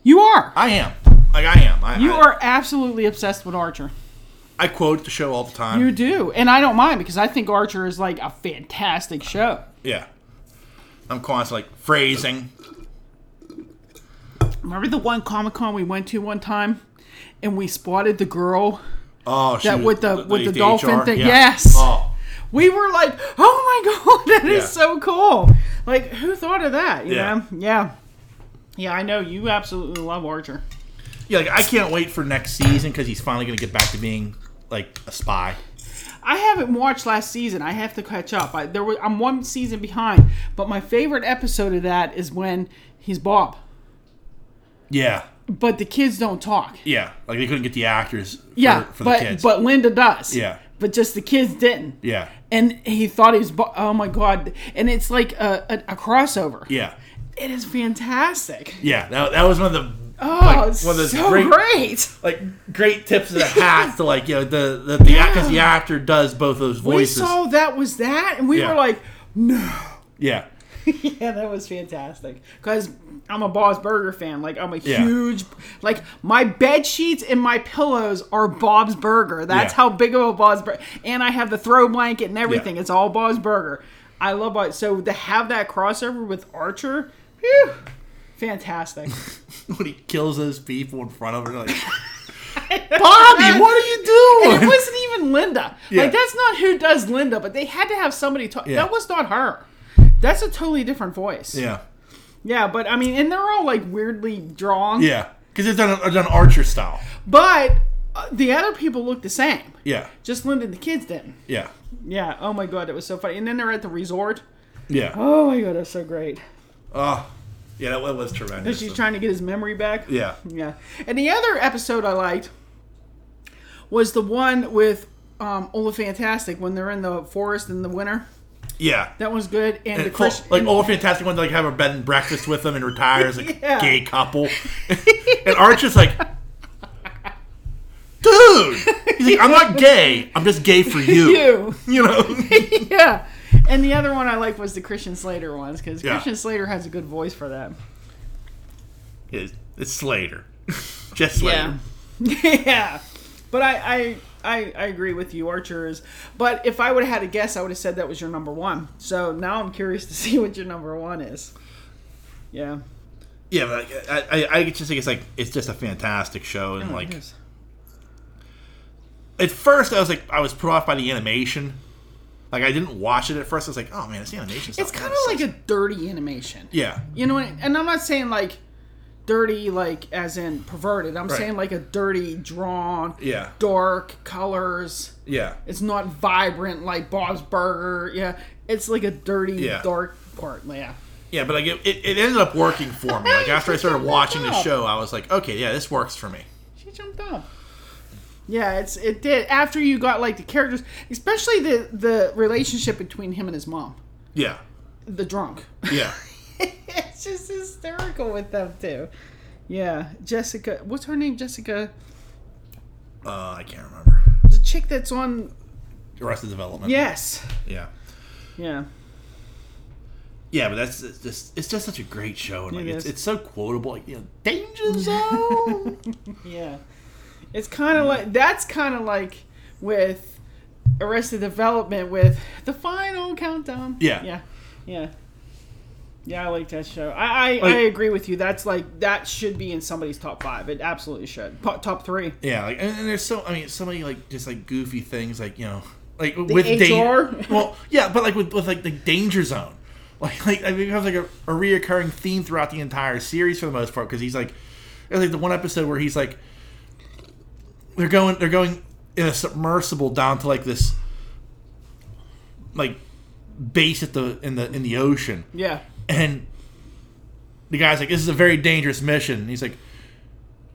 You are. I am. Like I am. I, You I, are absolutely obsessed with Archer. I quote the show all the time. You do, and I don't mind because I think Archer is like a fantastic show. yeah. I'm constantly like phrasing. Remember the one Comic Con we went to one time, and we spotted the girl. Oh, she That was- with the- with the dolphin HR? thing, yes. Oh, We were like, "Oh my god, that is Yeah. so cool!" Like, who thought of that? You Yeah. know? yeah, yeah. I know you absolutely love Archer. yeah. Like, I can't wait for next season because he's finally going to get back to being like a spy. I haven't watched last season. I have to catch up. I, there was, I'm one season behind, but my favorite episode of that is when he's Bob, Yeah, but the kids don't talk. yeah. Like they couldn't get the actors. For, Yeah, for but the kids. but Linda does. Yeah. but just the kids didn't. yeah, and he thought he was bo- oh my god and it's like a, a, a crossover yeah, it is fantastic yeah. That, that was one of the oh Like, it's one of those so great- great, like great tips of the hat to like you know the the the because the actor does both those we voices. saw that was that and we Yeah. were like no yeah, yeah that was fantastic because i'm a boss burger fan like i'm a Yeah. huge like my bed sheets and my pillows are bob's burger that's Yeah. how big of a bob's burger and i have the throw blanket and everything it's all bob's burger i love it so to have that crossover with archer whew, fantastic when he kills those people in front of her, like Bobby, what are you And it doing? wasn't even Linda. Yeah. Like that's not who does Linda, but they had to have somebody talk. Yeah. That was not her. That's a totally different voice. yeah, Yeah, but I mean, and they're all like weirdly drawn. yeah, because it's done it's done Archer style. But uh, the other people look the same. Yeah, Just Linda and the kids didn't. yeah, Yeah. Oh my god, it was so funny. And then they're at the resort. yeah. Oh my god, that's so great. Oh, yeah, that was tremendous. She's trying to get his memory back. Yeah. Yeah. And the other episode I liked was the one with um, Ola Fantastic when they're in the forest in the winter. Yeah. That was good. And, the And cool. Christian, like all fantastic ones like have a bed and breakfast with them and retire as a Yeah. gay couple. and Arch is like Dude He's like, I'm not gay. I'm just gay for you. you. You know? yeah. And the other one I liked was the Christian Slater ones because Yeah. Christian Slater has a good voice for that. it's, it's Slater. just Slater. yeah. But I, I I I agree with you, Archer is. But if I would have had a guess, I would have said that was your number one. So now I'm curious to see what your number one is. Yeah. Yeah. yeah, but like, I, I, I just think it's like it's just a fantastic show, and like Oh, It is. at first I was like I was put off by the animation. Like I didn't watch it at first. I was like, oh man, it's the animation. It's kind of like a dirty animation. yeah, You know, and and I'm not saying like dirty, like as in perverted. I'm Right. saying like a dirty, drawn, Yeah. dark colors. yeah, It's not vibrant like Bob's Burger. Yeah, it's like a dirty, Yeah. dark part. Yeah, yeah. But like it, it, it ended up working for me. Like after I started watching the Up. show, I was like, okay, yeah, this works for me. she jumped up. Yeah, it's it did after you got like the characters, especially the the relationship between him and his mom, Yeah, the drunk. yeah, it's just hysterical with them too. Yeah, Jessica. What's her name? Jessica, uh, I can't remember. the chick that's on. Arrested Development. Yes. yeah, Yeah. yeah. But that's it's just it's just such a great show, and like, It it's is. it's so quotable. Like you know, danger zone. Yeah. It's kind of like that's kind of like with Arrested Development with the final countdown. Yeah. Yeah. Yeah. Yeah, I like that show. I I, Like- I agree with you. That's like that should be in somebody's top five. It absolutely should. Po- top three. Yeah, like, and, and there's so I mean, so many like just like goofy things, like you know, like with HR? Dan- well, yeah, but like with, with like the danger zone, like like I mean, it becomes like a, a reoccurring theme throughout the entire series for the most part because he's like, there's like the one episode where he's like, they're going they're going in a submersible down to like this, like base at the in the in the ocean, Yeah. and the guy's like, "This is a very dangerous mission." And he's like,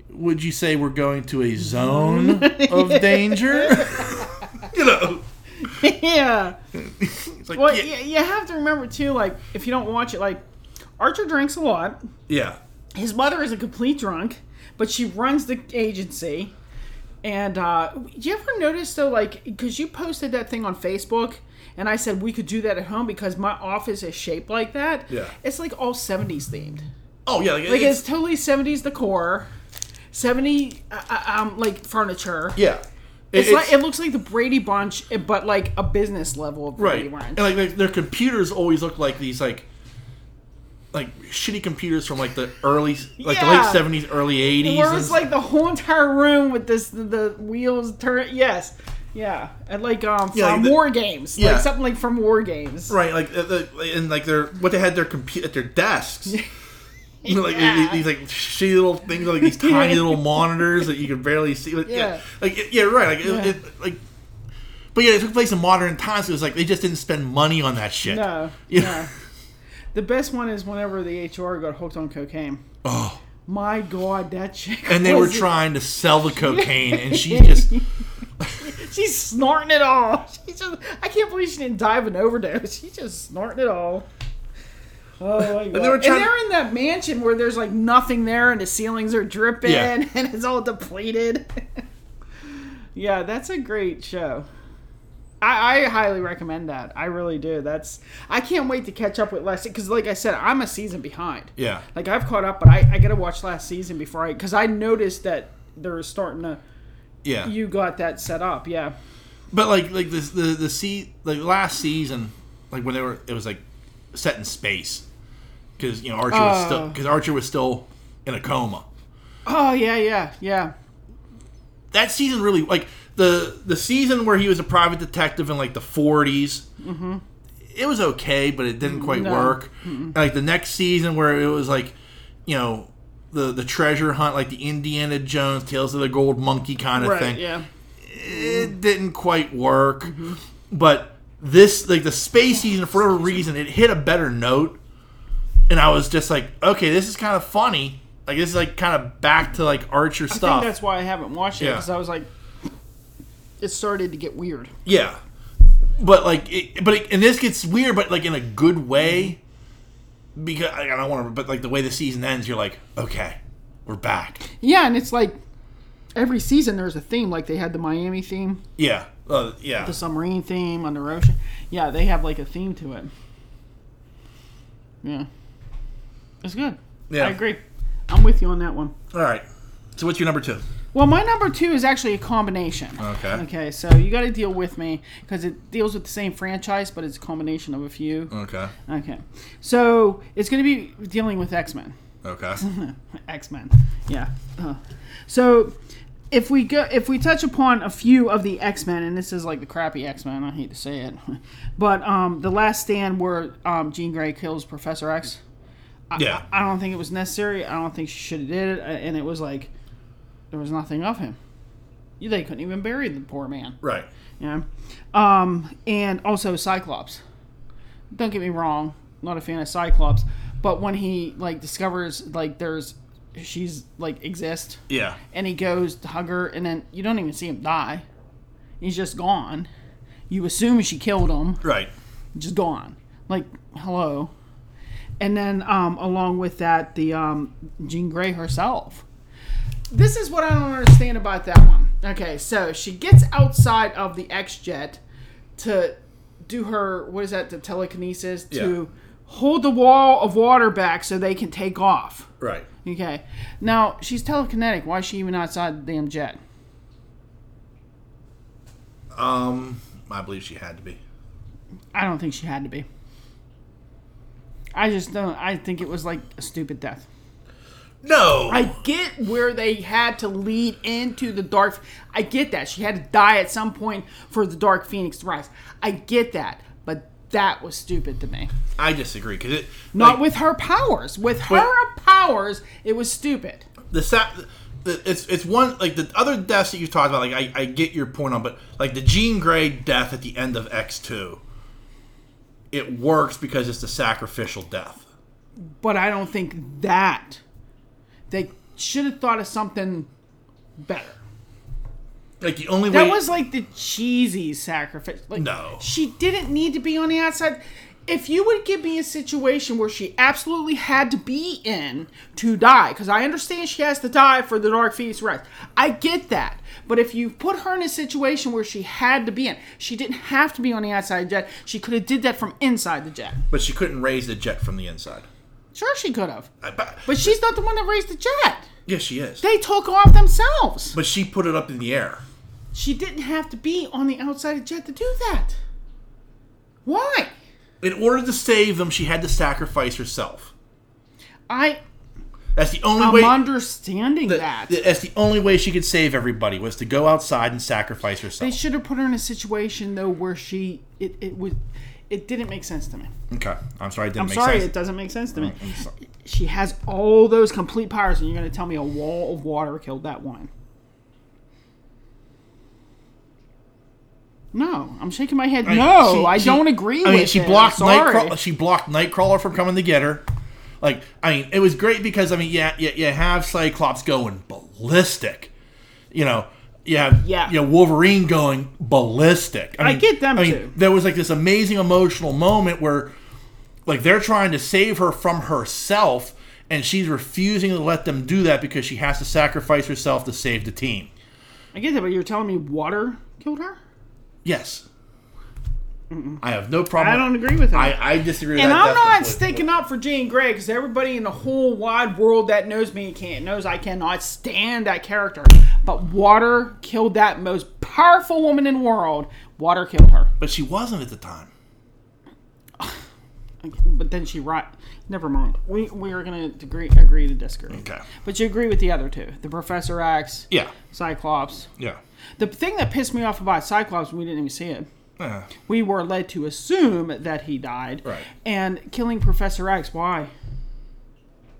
"Would you say we're going to a zone of danger?" you know, yeah. it's like, Well, yeah, y you have to remember too. Like, if you don't watch it, like Archer drinks a lot. yeah, his mother is a complete drunk, but she runs the agency. And uh, you ever notice though, like, because you posted that thing on Facebook, and I said we could do that at home because my office is shaped like that. Yeah. it's like all '70s themed. oh yeah, like, Like it's, it's, totally '70s decor, '70 uh, uh, um like furniture. yeah, It- It's, like it looks like the Brady Bunch, but like a business level of Brady right, Bunch. and like their, their computers always look like these like. Like shitty computers from like the early, like the Yeah. late seventies, early eighties. Where it's like the whole entire room with this the, the wheels turn. Yes, yeah, and like um from Yeah, like the- war games, Yeah. like something like from war games. Right, like uh, the, and like their what they had their compu at their desks. You know, like Yeah. these like shitty little things, like these tiny little monitors that you could barely see. Like, yeah. Yeah. like it- yeah, right. Like It, Yeah. it, like, but yeah, it took place in modern times. it was like they just didn't spend money on that shit. No, Yeah. no. The best one is whenever the HR got hooked on cocaine. Oh, My God, that chick. and they was- were trying to sell the cocaine, and she just She's snorting it all. She just. I can't believe she didn't die of an overdose. She's just snorting it all. Oh my god! And, they were trying- they're in that mansion where there's like nothing there, and the ceilings are dripping, Yeah. and it's all depleted. yeah, that's a great show. I, I highly recommend that. I really do. That's. I can't wait to catch up with Leslie because, like I said, I'm a season behind. yeah, Like I've caught up, but I, I gotta watch last season before I because I noticed that they're starting to. yeah. You got that set up, yeah. But like like this the the sea like last season like when they were it was like set in space because you know Archer was still Oh. because Archer was still in a coma. Oh yeah, yeah, yeah. That season really like the the season where he was a private detective in like the 40s. Mm-hmm. It was okay, but it didn't quite No. work. And, Like the next season where it was like you know the the treasure hunt like the Indiana Jones Tales of the Gold Monkey kind of Right, thing. yeah. Mm-hmm. it didn't quite work. But this, like the space season, for whatever reason, it hit a better note, and I was just like, okay, this is kind of funny. Like this is like kind of back to like Archer I think stuff. that's why I haven't watched it Yeah. because I was like, it started to get weird. yeah, but like, it, but it, and this gets weird, but like in a good way. Because like, I don't want to, but like the way the season ends, you're like, okay, we're back. Yeah, and it's like every season there's a theme. Like they had the Miami theme, Yeah, uh, yeah. the submarine theme, under ocean. Yeah, they have like a theme to it. Yeah, it's good. Yeah. I agree. I'm with you on that one. All right. So what's your number two? Well, my number two is actually a combination. Okay. Okay, so you got to deal with me because it deals with the same franchise, but it's a combination of a few. Okay. Okay. So it's going to be dealing with X Men. Okay. X Men. Yeah. Uh, so if we go, if we touch upon a few of the X Men, and this is like the crappy X Men. I hate to say it, but um, the Last Stand, where um, Jean Grey kills Professor X. I, Yeah. I don't think it was necessary. I don't think she should have did it. a- And it was like there was nothing of him. They couldn't even bury the poor man. Right. Yeah. Um, and also Cyclops. Don't get me wrong, not a fan of Cyclops, but when he like discovers like there's she's like exist Yeah. and he goes to hug her and then you don't even see him die. He's just gone. You assume she killed him Right. just gone. Like, hello. And then um, along with that, the um, Jean Grey herself. This is what I don't understand about that one. Okay, so she gets outside of the X jet to do her what is that? The telekinesis to hold the wall of water back so they can take off. Right. Okay, now she's telekinetic. Why is she even outside the damn jet? Um, I believe she had to be. I don't think she had to be. I just don't. I think it was like a stupid death. No. I get where they had to lead into the dark. I get that she had to die at some point for the Dark Phoenix to rise. I get that, but that was stupid to me. I disagree because it Not like, with her powers. With her powers, it was stupid. the sa- the, it's it's one like the other deaths that you talked about. Like I, I get your point on, but like the Jean Grey death at the end of X two, it works because it's the sacrificial death. But I don't think that they should have thought of something better. Like the only That way was like the cheesy sacrifice. Like, No. she didn't need to be on the outside. If you would give me a situation where she absolutely had to be in to die, because I understand she has to die for the Dark Phoenix Rise, I get that. But if you put her in a situation where she had to be in, she didn't have to be on the outside of the jet. She could have did that from inside the jet. but she couldn't raise the jet from the inside. Sure, she could have. I, but, But she's not the one that raised the jet. yes, she is. They took off themselves. but she put it up in the air. She didn't have to be on the outside of the jet to do that. Why? In order to save them, she had to sacrifice herself. I That's the only am way. understanding that. that- That's the only way she could save everybody was to go outside and sacrifice they herself. should have put her in a situation though where she it, it was it didn't make sense to me. okay, I'm sorry, it didn't I'm make sorry, it sense. doesn't make sense to me. I'm sorry. She has all those complete powers, and you're going to tell me a wall of water killed that woman? No, I'm shaking my head. no, she- I she- don't agree I with mean, she it. blocked Sorry. Nightcrawler. She blocked Nightcrawler from coming to get her. Like, I mean, it was great because I mean, yeah, yeah, you have Cyclops going ballistic. You know, you have Yeah. you know, Wolverine going ballistic. I, mean, get them I mean, too. There was like this amazing emotional moment where, like, they're trying to save her from herself, and she's refusing to let them do that because she has to sacrifice herself to save the team. I get that, but you're telling me water killed her? Yes. I have no problem. I don't agree with that. I, I disagree with And that. I'm death not completely. sticking up for Jean Grey because everybody in the whole wide world that knows me can't knows I cannot stand that character. But Water killed that most powerful woman in the world. Water killed her. But she wasn't at the time. But then she right. Never mind. We we are gonna agree agree to disagree. Okay. But you agree with the other two, the Professor X, Yeah. Cyclops. Yeah. The thing that pissed me off about Cyclops, we didn't even see it. Yeah. We were led to assume that he died. Uh-huh. Right. And killing Professor X, why?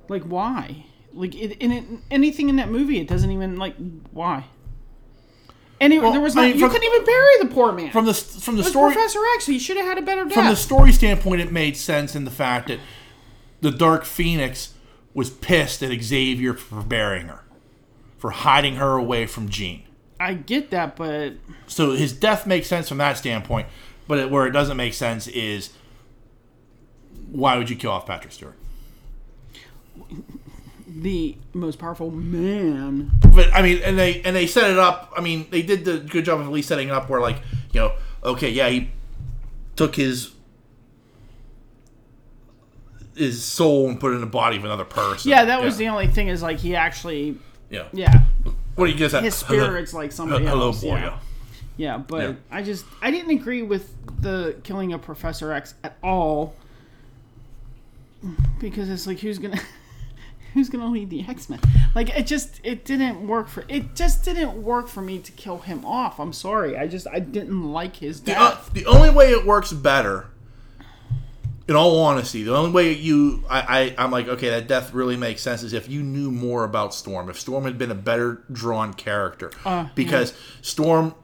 Like why? Like it, in it, anything in that movie, it doesn't even like why. And it, there was I not, mean, you from- couldn't even bury the poor man. From the from the it was story Professor X. He should have had a better death. from the story standpoint, it made sense in the fact that the Dark Phoenix was pissed at Xavier for burying her, for hiding her away from Jean. I get that, but So his death makes sense from that standpoint, but it, where it doesn't make sense is why would you kill off Patrick Stewart? the most powerful man. but I mean, and they and they set it up. I mean, they did the good job of at least setting it up where like you know, okay, yeah, he took his his soul and put it in the body of another person. Yeah, that was yeah. the only thing is like he actually. yeah. Yeah, What do you guess? That his hello- spirit's like somebody hello, else. boy. yeah. Yeah. Yeah, but Yeah. I just I didn't agree with the killing of Professor X at all because it's like who's gonna who's gonna lead the X Men? Like it just it didn't work for it just didn't work for me to kill him off. I'm sorry, I just I didn't like his The, uh, death. the only way it works better, in all honesty, the only way you, I, I, I'm like, okay, that death really makes sense is if you knew more about Storm. If Storm had been a better drawn character, Uh, because Storm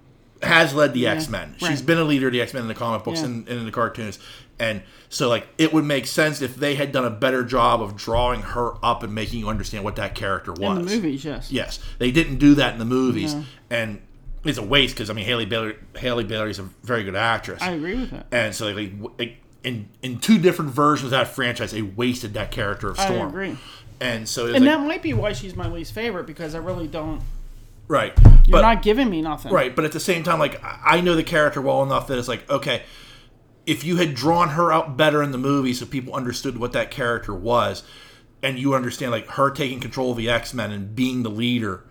has led the X Men. She's right. been a leader of the X Men in the comic books Yeah. and, and in the cartoons, and so like it would make sense if they had done a better job of drawing her up and making you understand what that character was. in the movies, yes. Yes, they didn't do that in the movies, and it's a waste because I mean Haley Bailey Haley Bailey's a very good actress, I agree with that. and so like, like, w- like in in two different versions of that franchise, they wasted that character of Storm. agree. And so it's And like, that might be why she's my least favorite because I really don't. right, You're but not giving me nothing. right, but at the same time, like I I know the character well enough that it's like okay. If you had drawn her out better in the movie, so people understood what that character was, and you understand like her taking control of the X Men and being the leader,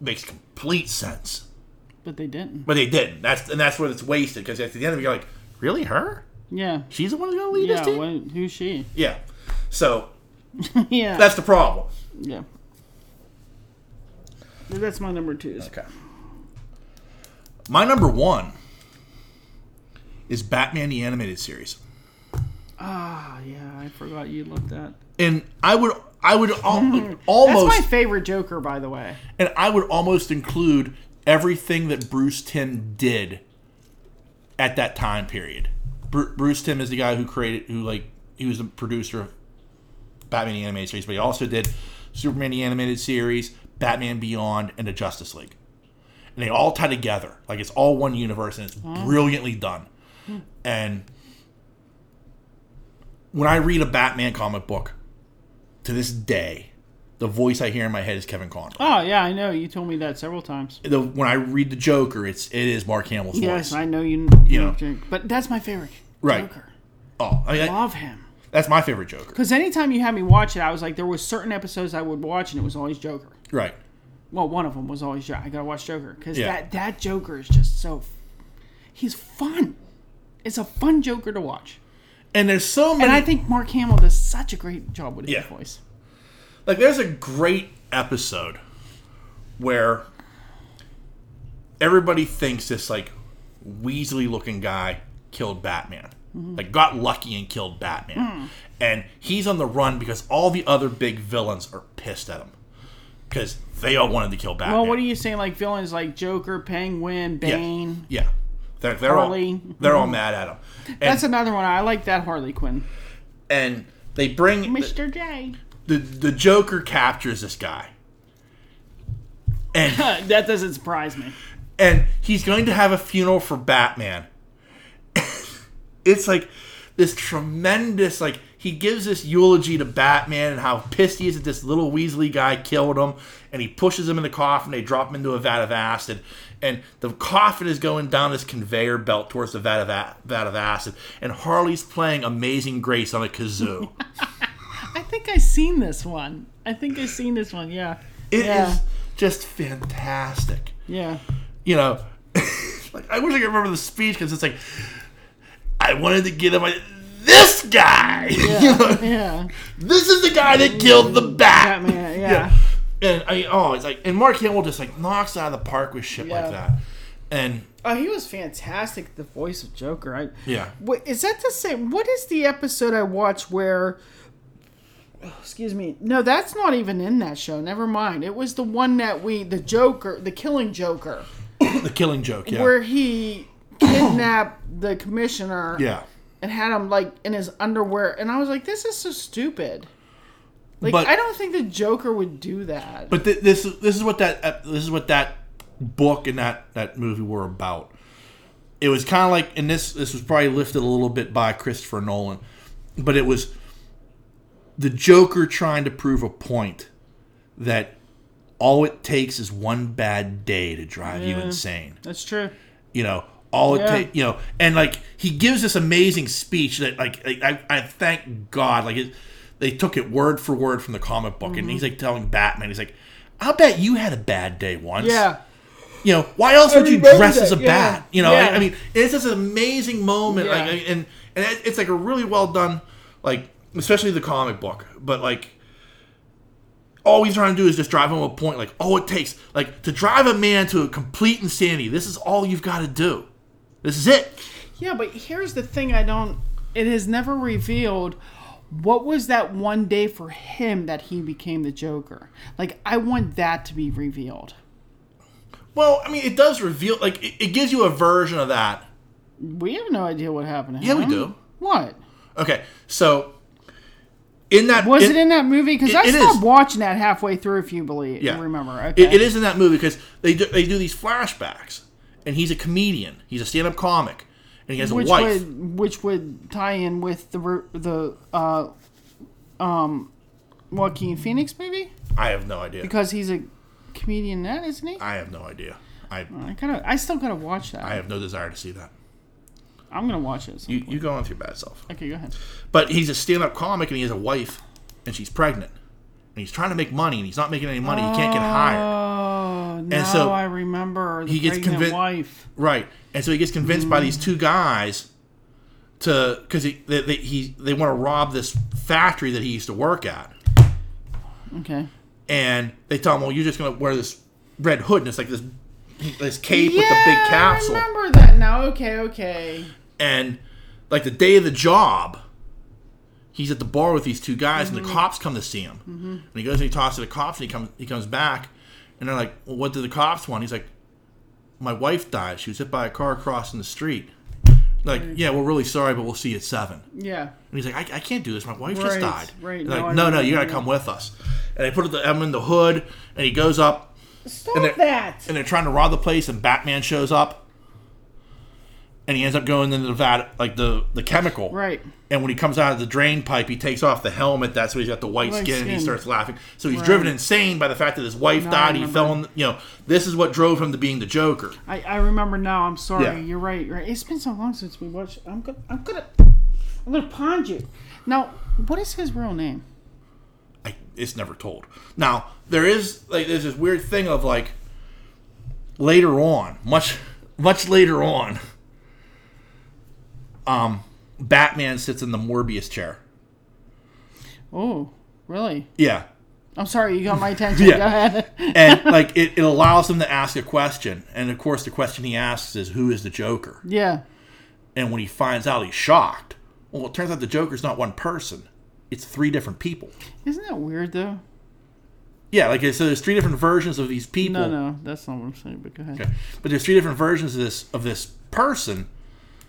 makes complete sense. But they didn't. But they didn't. That's and that's where it's wasted because at the end of it, you're like, really her? Yeah. She's the one who's gonna lead Yeah. this team? what- who's she? Yeah. So yeah. that's the problem. yeah. That's my number two. is- Okay. My number one is Batman the Animated Series, Ah, yeah. I forgot you loved that. and I would I would al- That's almost my favorite Joker, by the way. and I would almost include everything that Bruce Tim did at that time period. Bru- Bruce Tim is the guy who created, who like, he was the producer of Batman the animated series, but he also did Superman the animated series, Batman Beyond, and the Justice League. And they all tie together, like it's all one universe, and it's brilliantly done. And when I read a Batman comic book, to this day, the voice I hear in my head is Kevin Conroy Oh yeah, I know. You told me that several times. the when I read the Joker, it's it is Mark Hamill's Yes, voice. I know you. You you know. know, but that's my favorite Right. Joker. oh, I mean, that- Love him. that's my favorite Joker. Because anytime you had me watch it, I was like, there was certain episodes I would watch, and it was always Joker. Right. Well, one of them was always Joker. I gotta watch Joker because Yeah. that that Joker is just so. He's fun. It's a fun Joker to watch, And there's so many. and I think Mark Hamill does such a great job with his Mm. Yeah. voice. like there's a great episode where everybody thinks this like Weasley looking guy killed Batman. Mm-hmm. Like got lucky and killed Batman. Hmm. And he's on the run because all the other big villains are pissed at him. Because they all wanted to kill Batman. Well, Oh, what are you saying? Like villains like Joker, Penguin, Bane. Yeah. They're, they're, all, Harley. Mm-hmm. they're all mad at him. And, That's another one. I like that Harley Quinn, and they bring Mister J. the the Joker captures this guy, and that doesn't surprise me. and he's going to have a funeral for Batman. it's like this tremendous like he gives this eulogy to Batman and how pissed he is that this little Weasley guy killed him, and he pushes him in the coffin. They drop him into a vat of acid, and the coffin is going down this conveyor belt towards the vat of a- vat of acid, and Harley's playing Amazing Grace on a kazoo. I think I seen this one. I think I seen this one. Yeah. It is yeah. just fantastic. Yeah. you know, like I wish I could remember the speech because it's like I wanted to get him. I, this guy, You know, Yeah. this is the guy that killed the bat. Batman. Yeah. And I oh, it's like and Mark Hamill just like knocks it out of the park with shit Yeah. like that. And Oh, he was fantastic. The voice of Joker. I, yeah, Wait, is that the same? What is the episode I watched where? oh, excuse me. No, that's not even in that show. Never mind. It was the one that we, the Joker, the Killing Joker, the Killing Joke. Yeah, where he kidnapped the commissioner yeah. and had him like in his underwear. And I was like, this is so stupid. Like, But- I don't think the Joker would do that. But th- this is this is what that ep- this is what that book and that that movie were about. It was kind of like, and this this was probably lifted a little bit by Christopher Nolan, but it was the Joker trying to prove a point that all it takes is one bad day to drive you insane. that's true. You know, all it Yeah. takes, you know, and like he gives this amazing speech that like I, I I thank God like it, they took it word for word from the comic book, Mm-hmm. and he's like telling Batman, he's like, "I bet you had a bad day once." Yeah. you know, why else would you remember dress as a that, yeah. bat? You know, Yeah. I, I mean, it's just an amazing moment, Yeah. like, I- and and it- it's like a really well done, like especially the comic book, but like all he's trying to do is just drive home a point. Like, oh, it takes like to drive a man to a complete insanity. This is all you've got to do. This is it. Yeah, but here's the thing I don't it has never revealed what was that one day for him that he became the Joker. Like I want that to be revealed. Well, I mean, it does reveal like it, it gives you a version of that. We have no idea what happened to Yeah, him. we do. What? Okay, so in that Was it, in that movie? Because it- I it stopped is. watching that halfway through, if you believe, Yeah. remember. Okay. It, it is in that movie because they do, they do these flashbacks, and he's a comedian. He's a stand up comic, and he has which a wife. would which would tie in with the ru- the uh, um, Joaquin Phoenix maybe I have no idea. because he's a comedian in that isn't he? I, I have no idea. I gotta I still gotta watch that. I have no desire to see that. I, am gonna watch this. You, you go on with your bad self. okay, go ahead. But he's a stand up comic, and he has a wife, and she's pregnant, and he's trying to make money, and he's not making any money. He can't get Ah. hired. Oh, now so I remember the he gets pregnant convinced- wife. Right, and so he gets convinced by these two guys to because he they, they, he they want to rob this factory that he used to work at. Okay. and they tell him, "Well, you're just gonna wear this red hood, and it's like this this cape with the big capsule." I remember that now. Okay, okay. And like the day of the job, he's at the bar with these two guys, Mm-hmm. and the cops come to see him. And he goes and he talks to the cops, and he comes he comes back, and they're like, "Well, what did the cops want?" He's like, "My wife died. She was hit by a car crossing the street." Like, yeah, we're really sorry, but we'll see you at seven. Yeah. And he's like, I, I can't do this. My wife Right, just died. right. They're No, I Like, no, no, you gotta remember come with us. And they put the- him in the hood, and he goes up, Stop And they're- that. and they're trying to rob the place, and Batman shows up, and he ends up going into the vat, like the the chemical. Right. And when he comes out of the drain pipe, he takes off the helmet. That's why he's got the white White skin, and he skin. starts laughing. So he's driven insane by the fact that his wife No, I died. He remember. fell in. You know, this is what drove him to being the Joker. I, I remember now. I'm sorry. Yeah. You're right. You're right. It's been so long since we watched. I'm gonna I'm gonna I'm gonna pond you. Now, what is his real name? I, it's never told. Now there is like there's this weird thing of like later on, much much later on, um, Batman sits in the Morbius chair. Oh, really? Yeah, I'm sorry. You got my attention. Yeah. Go ahead. and like it, it allows him to ask a question, and of course the question he asks is who is the Joker, yeah. and when he finds out, he's shocked. Well, it turns out the Joker's not one person; it's three different people. Isn't that weird though? Yeah, like so there's three different versions of these people. No, no, that's not what I'm saying. But go ahead. Okay. But there's three different versions of this of this person,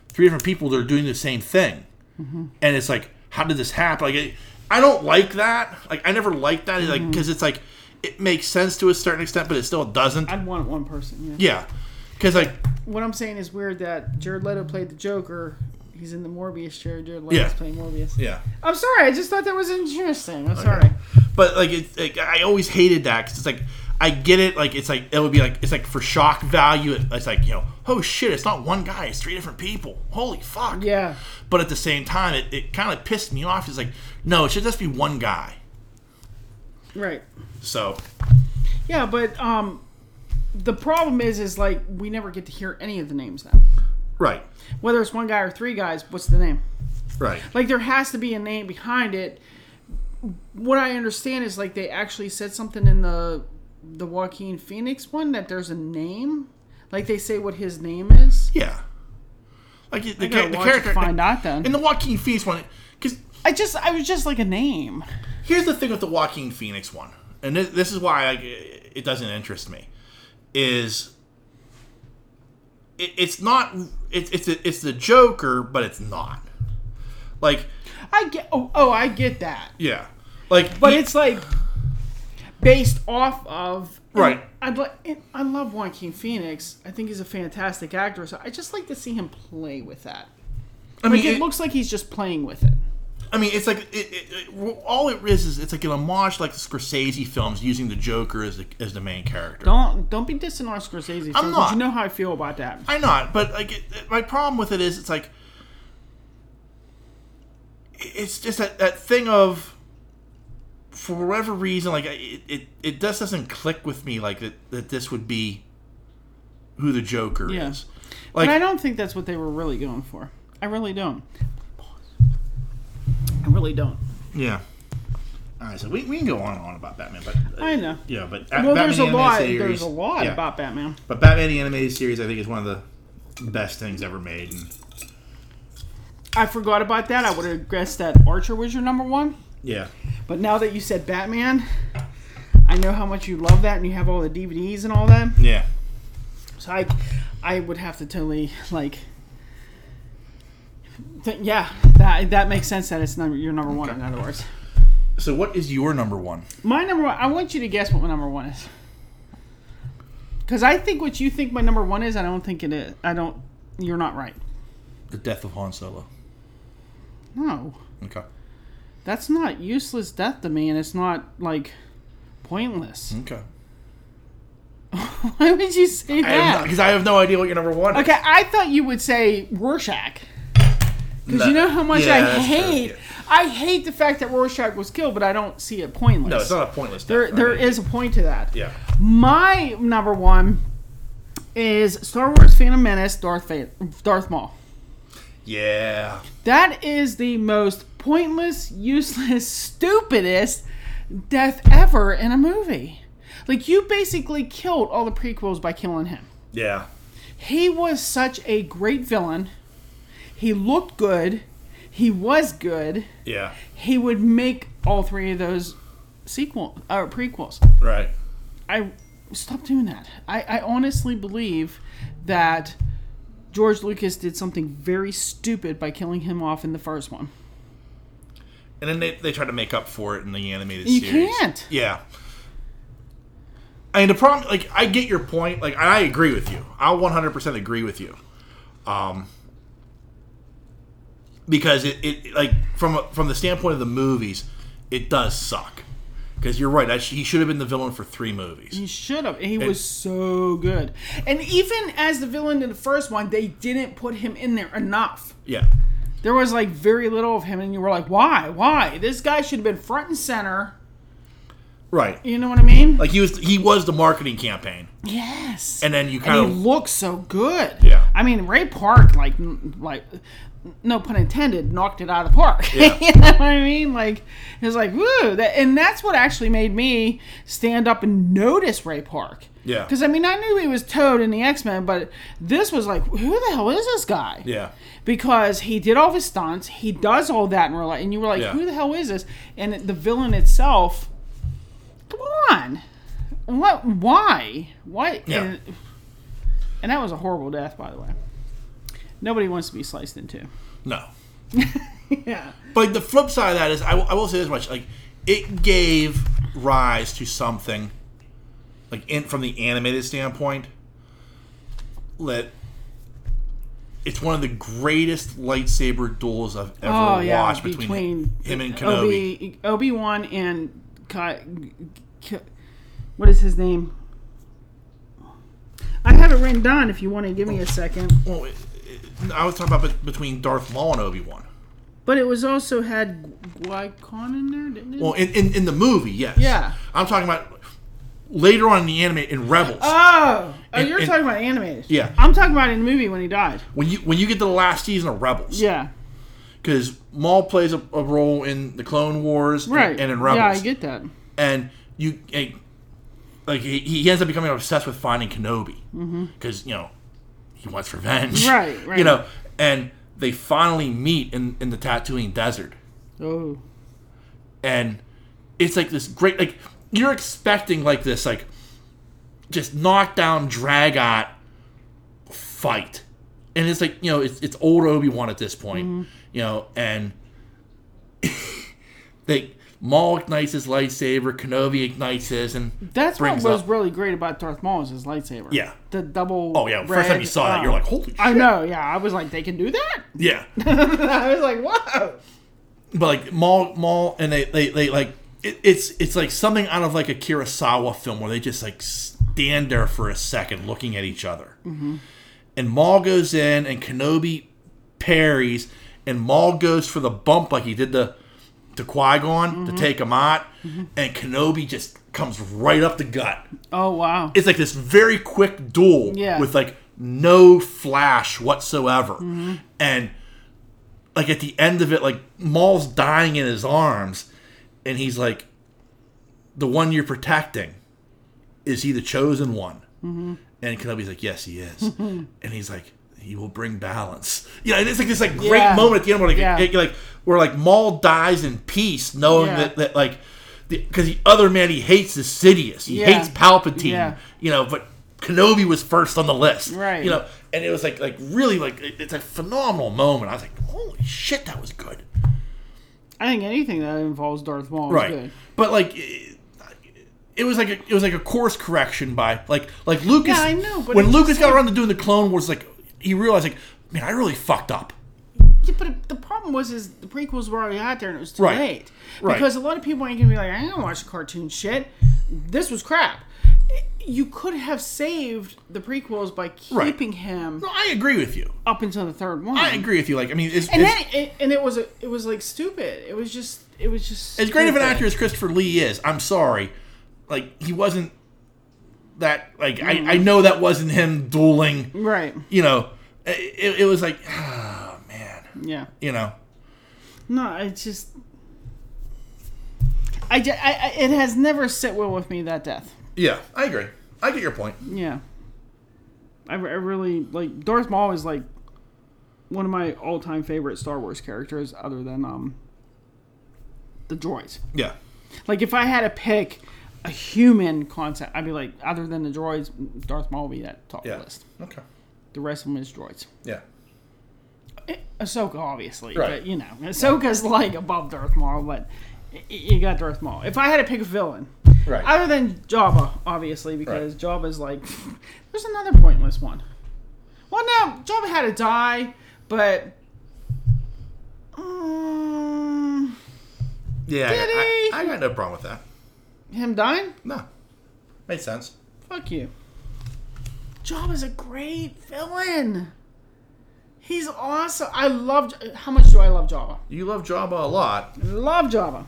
three different people that are doing the same thing, Mm-hmm. and it's like, how did this happen? Like, it, I don't like that. Like, I never liked that. Like, Mm-hmm. because it's like, it makes sense to a certain extent, but it still doesn't. I'd want one person. Yeah. yeah, because like, What I'm saying is weird that Jared Leto played the Joker. He's in the Morbius chair. Jared Leto's Yeah. playing Morbius. yeah, I'm sorry. I just thought that was interesting. I'm sorry. but like, it's like I always hated that because it's like. I get it, like it's like it would be like it's like for shock value. It, it's like you know, oh shit, it's not one guy, it's three different people. Holy fuck! Yeah. But at the same time, it, it kind of pissed me off. It's like, no, it should just be one guy. Right. So, Yeah, but um, the problem is, is like we never get to hear any of the names now. right, Whether it's one guy or three guys, what's the name? right, Like there has to be a name behind it. What I understand is like they actually said something in the the Joaquin Phoenix one that there's a name. Like they say what his name is. yeah. Like the, the, I gotta cha- the watch and character find out in then. the Joaquin Phoenix one, because I just I was just like a name. here's the thing with the Joaquin Phoenix one, and this, this is why I, it doesn't interest me, is it, it's not it's it's it's the Joker, but it's not. Like, I get oh, oh I get that. yeah, like But he- it's like based off of Right. I'd like I love Joaquin Phoenix. I think he's a fantastic actor. So I just like to see him play with that. I Like it, it- looks like he's just playing with it. I mean, it's like it, it, it, all it is is it's like an homage, to, like the Scorsese films, using the Joker as the, as the main character. Don't don't be dissing on Scorsese. I'm films, not. You know how I feel about that. I'm not, but like it, it- my problem with it is it's like it's just that, that thing of for whatever reason, like it, it it just doesn't click with me, like that that this would be who the Joker Yeah. is. But I Like, don't think that's what they were really going for. I really don't. I really don't. yeah. I said we, we can go on and on about Batman, but uh, I know. yeah, but Well, there's a Batman lot. animated There's a lot yeah. about Batman. But Batman the animated series, I think, is one of the best things ever made. And I forgot about that. I would have guessed that Archer was your number one. yeah, But now that you said Batman, I know how much you love that, and you have all the DVDs and all that. yeah, So I, I would have to totally like. Th- yeah, that that makes sense. That it's number your number one. In other words, So, what is your number one? my number one. I want you to guess what my number one is. Because I think what you think my number one is, I don't think it is. I don't. You're not right. The death of Han Solo. No, Okay. that's not useless death to me, and it's not like pointless. Okay. Why would you say that? Because I have no idea what your number one is. Okay, I thought you would say Rorschach. Because you know how much Yeah, I that's true, hate. yeah. I hate the fact that Rorschach was killed, but I don't see it pointless. No, it's not a pointless. Death. There, there I mean, is a point to that. Yeah. My number one is Star Wars: Phantom Menace, Darth Va- Darth Maul. Yeah. That is the most pointless, useless, stupidest death ever in a movie. Like you basically killed all the prequels by killing him. Yeah. He was such a great villain. He looked good. He was good. Yeah. He would make all three of those sequel or prequels. Right. I stop doing that. I, I honestly believe that George Lucas did something very stupid by killing him off in the first one. And then they, they try to make up for it in the animated You series. can't. Yeah. I mean, the problem, like, I get your point. Like, I agree with you. I 100% agree with you. Um, because it, it like, from a, from the standpoint of the movies, it does suck. Because you're right. I, sh- he should have been the villain for three movies. He should have. He was so good. And even as the villain in the first one, they didn't put him in there enough. Yeah. there was like very little of him, and you were like, why? Why? This guy should have been front and center. Right. You know what I mean? Like, he was, he was the marketing campaign. yes. And then you And kind he of. looks so good. Yeah. I mean, Ray Park, like, n- like, no pun intended, knocked it out of the park. Yeah. you know what I mean? Like, it was like, woo. That, and that's what actually made me stand up and notice Ray Park. Yeah. Because, I mean, I knew he was Toad in the X Men, but this was like, who the hell is this guy? yeah. because he did all of his stunts, he does all that in real life, and you were like, Yeah. "Who the hell is this?" And the villain itself, come on, what? Why? Why? Yeah. And, and that was a horrible death, by the way. Nobody wants to be sliced in two. No. Yeah, But the flip side of that is, I will, I will say this much: like, it gave rise to something, like in, from the animated standpoint, that it's one of the greatest lightsaber duels I've ever Oh, yeah, watched between, him and Kenobi. Obi Obi Wan and Ka- K- what is his name? I have it written down. If you want to give me a second. Well, it- it- I was talking about bet- between Darth Maul and Obi Wan. But it was also had Guicon in there, didn't it? Well, in, in in the movie, yes. Yeah. I'm talking about later on in the anime in Rebels. oh, oh, and- you're and- talking about animated. Yeah. I'm talking about in the movie when he died. when you when you get to the last season of Rebels, Yeah, because Maul plays a, a role in the Clone Wars and- right. and, in Rebels, Yeah, I get that. and you and, like he, he ends up becoming obsessed with finding Kenobi because you know he wants revenge, Mm-hmm. Right, right. You know, and they finally meet in in the Tatooine desert, Oh, and it's like this great like you're expecting like this like just knockdown drag out fight and it's like you know it's, it's old obi-wan at this point you know and they Maul ignites his lightsaber kenobi ignites his and that's what Brings was up- really great about Darth Maul is his lightsaber. Yeah. the double. oh yeah the first time you red- saw that you're wow. like holy shit I know. Yeah, I was like, they can do that. yeah I was like, whoa. but like Maul Maul and they they, they like it, it's it's like something out of like a Kurosawa film where they just like stand there for a second looking at each other. And Maul goes in and Kenobi parries and Maul goes for the bump like he did the to Qui Gon to take him out and Kenobi just comes right up the gut. Oh wow. It's like this very quick duel Yeah. with like no flash whatsoever. Mm-hmm. And like at the end of it, like Maul's dying in his arms, and he's like, the one you're protecting, is he the chosen one? Mm-hmm. And Kenobi's like, yes, he is. and he's like, he will bring balance. You know, and it's like this like great Yeah. moment at the end where like, Yeah. it- like where like Maul dies in peace, knowing Yeah. that, that like because the, other man he hates is Sidious, he Yeah. hates Palpatine. Yeah. You know, but Kenobi was first on the list. Right. You know, and it was like like really like it- it's a phenomenal moment. I was like, holy shit, that was good. I think anything that involves Darth Maul Right. is good. But like. It, it was like a, it was like a course correction by like like Lucas. Yeah, I know, but when it's Lucas just got like- around to doing the Clone Wars, like he realized, like man, I really fucked up. Yeah, but the problem was is the prequels were already out there and it was too Right. late. Right. Because a lot of people ain't gonna be like, I don't watch cartoon shit. This was crap. You could have saved the prequels by keeping Right. him No, I agree with you. up until the third one. I agree with you. Like I mean, it's, Mm-hmm. And it's, then it, and it was a, it was like stupid. It was just it was just as great of an stupid. actor as Christopher Lee is, I'm sorry, like he wasn't that. Like I, I know that wasn't him dueling. Mm-hmm. Right. You know, it, it was like, ah, man. Yeah. You know, No, it's just I, ju- I, I it has never sit well with me that death. yeah, I agree. I get your point. Yeah. I, re- I really like Darth Maul is like one of my all-time favorite Star Wars characters other than um the droids. Yeah, Like if I had to pick a human concept, I'd be like other than the droids, Darth Maul would be at top of yeah. the list. Okay. The rest of them is droids. Yeah. Eh, Ahsoka obviously, Right. but you know, Ahsoka's like above Darth Maul, but y- y- you got Darth Maul. If I had to pick a villain, Right. other than Jabba, obviously, because Jabba's like, there's another pointless one. Well, no, Jabba had to die, but. Um, yeah. I- Did I, he? I got no problem with that. him dying? No, made sense. Fuck you. Jabba's a great villain. He's awesome. I love. J- How much do I love Jabba? You love Jabba a lot. Love Java.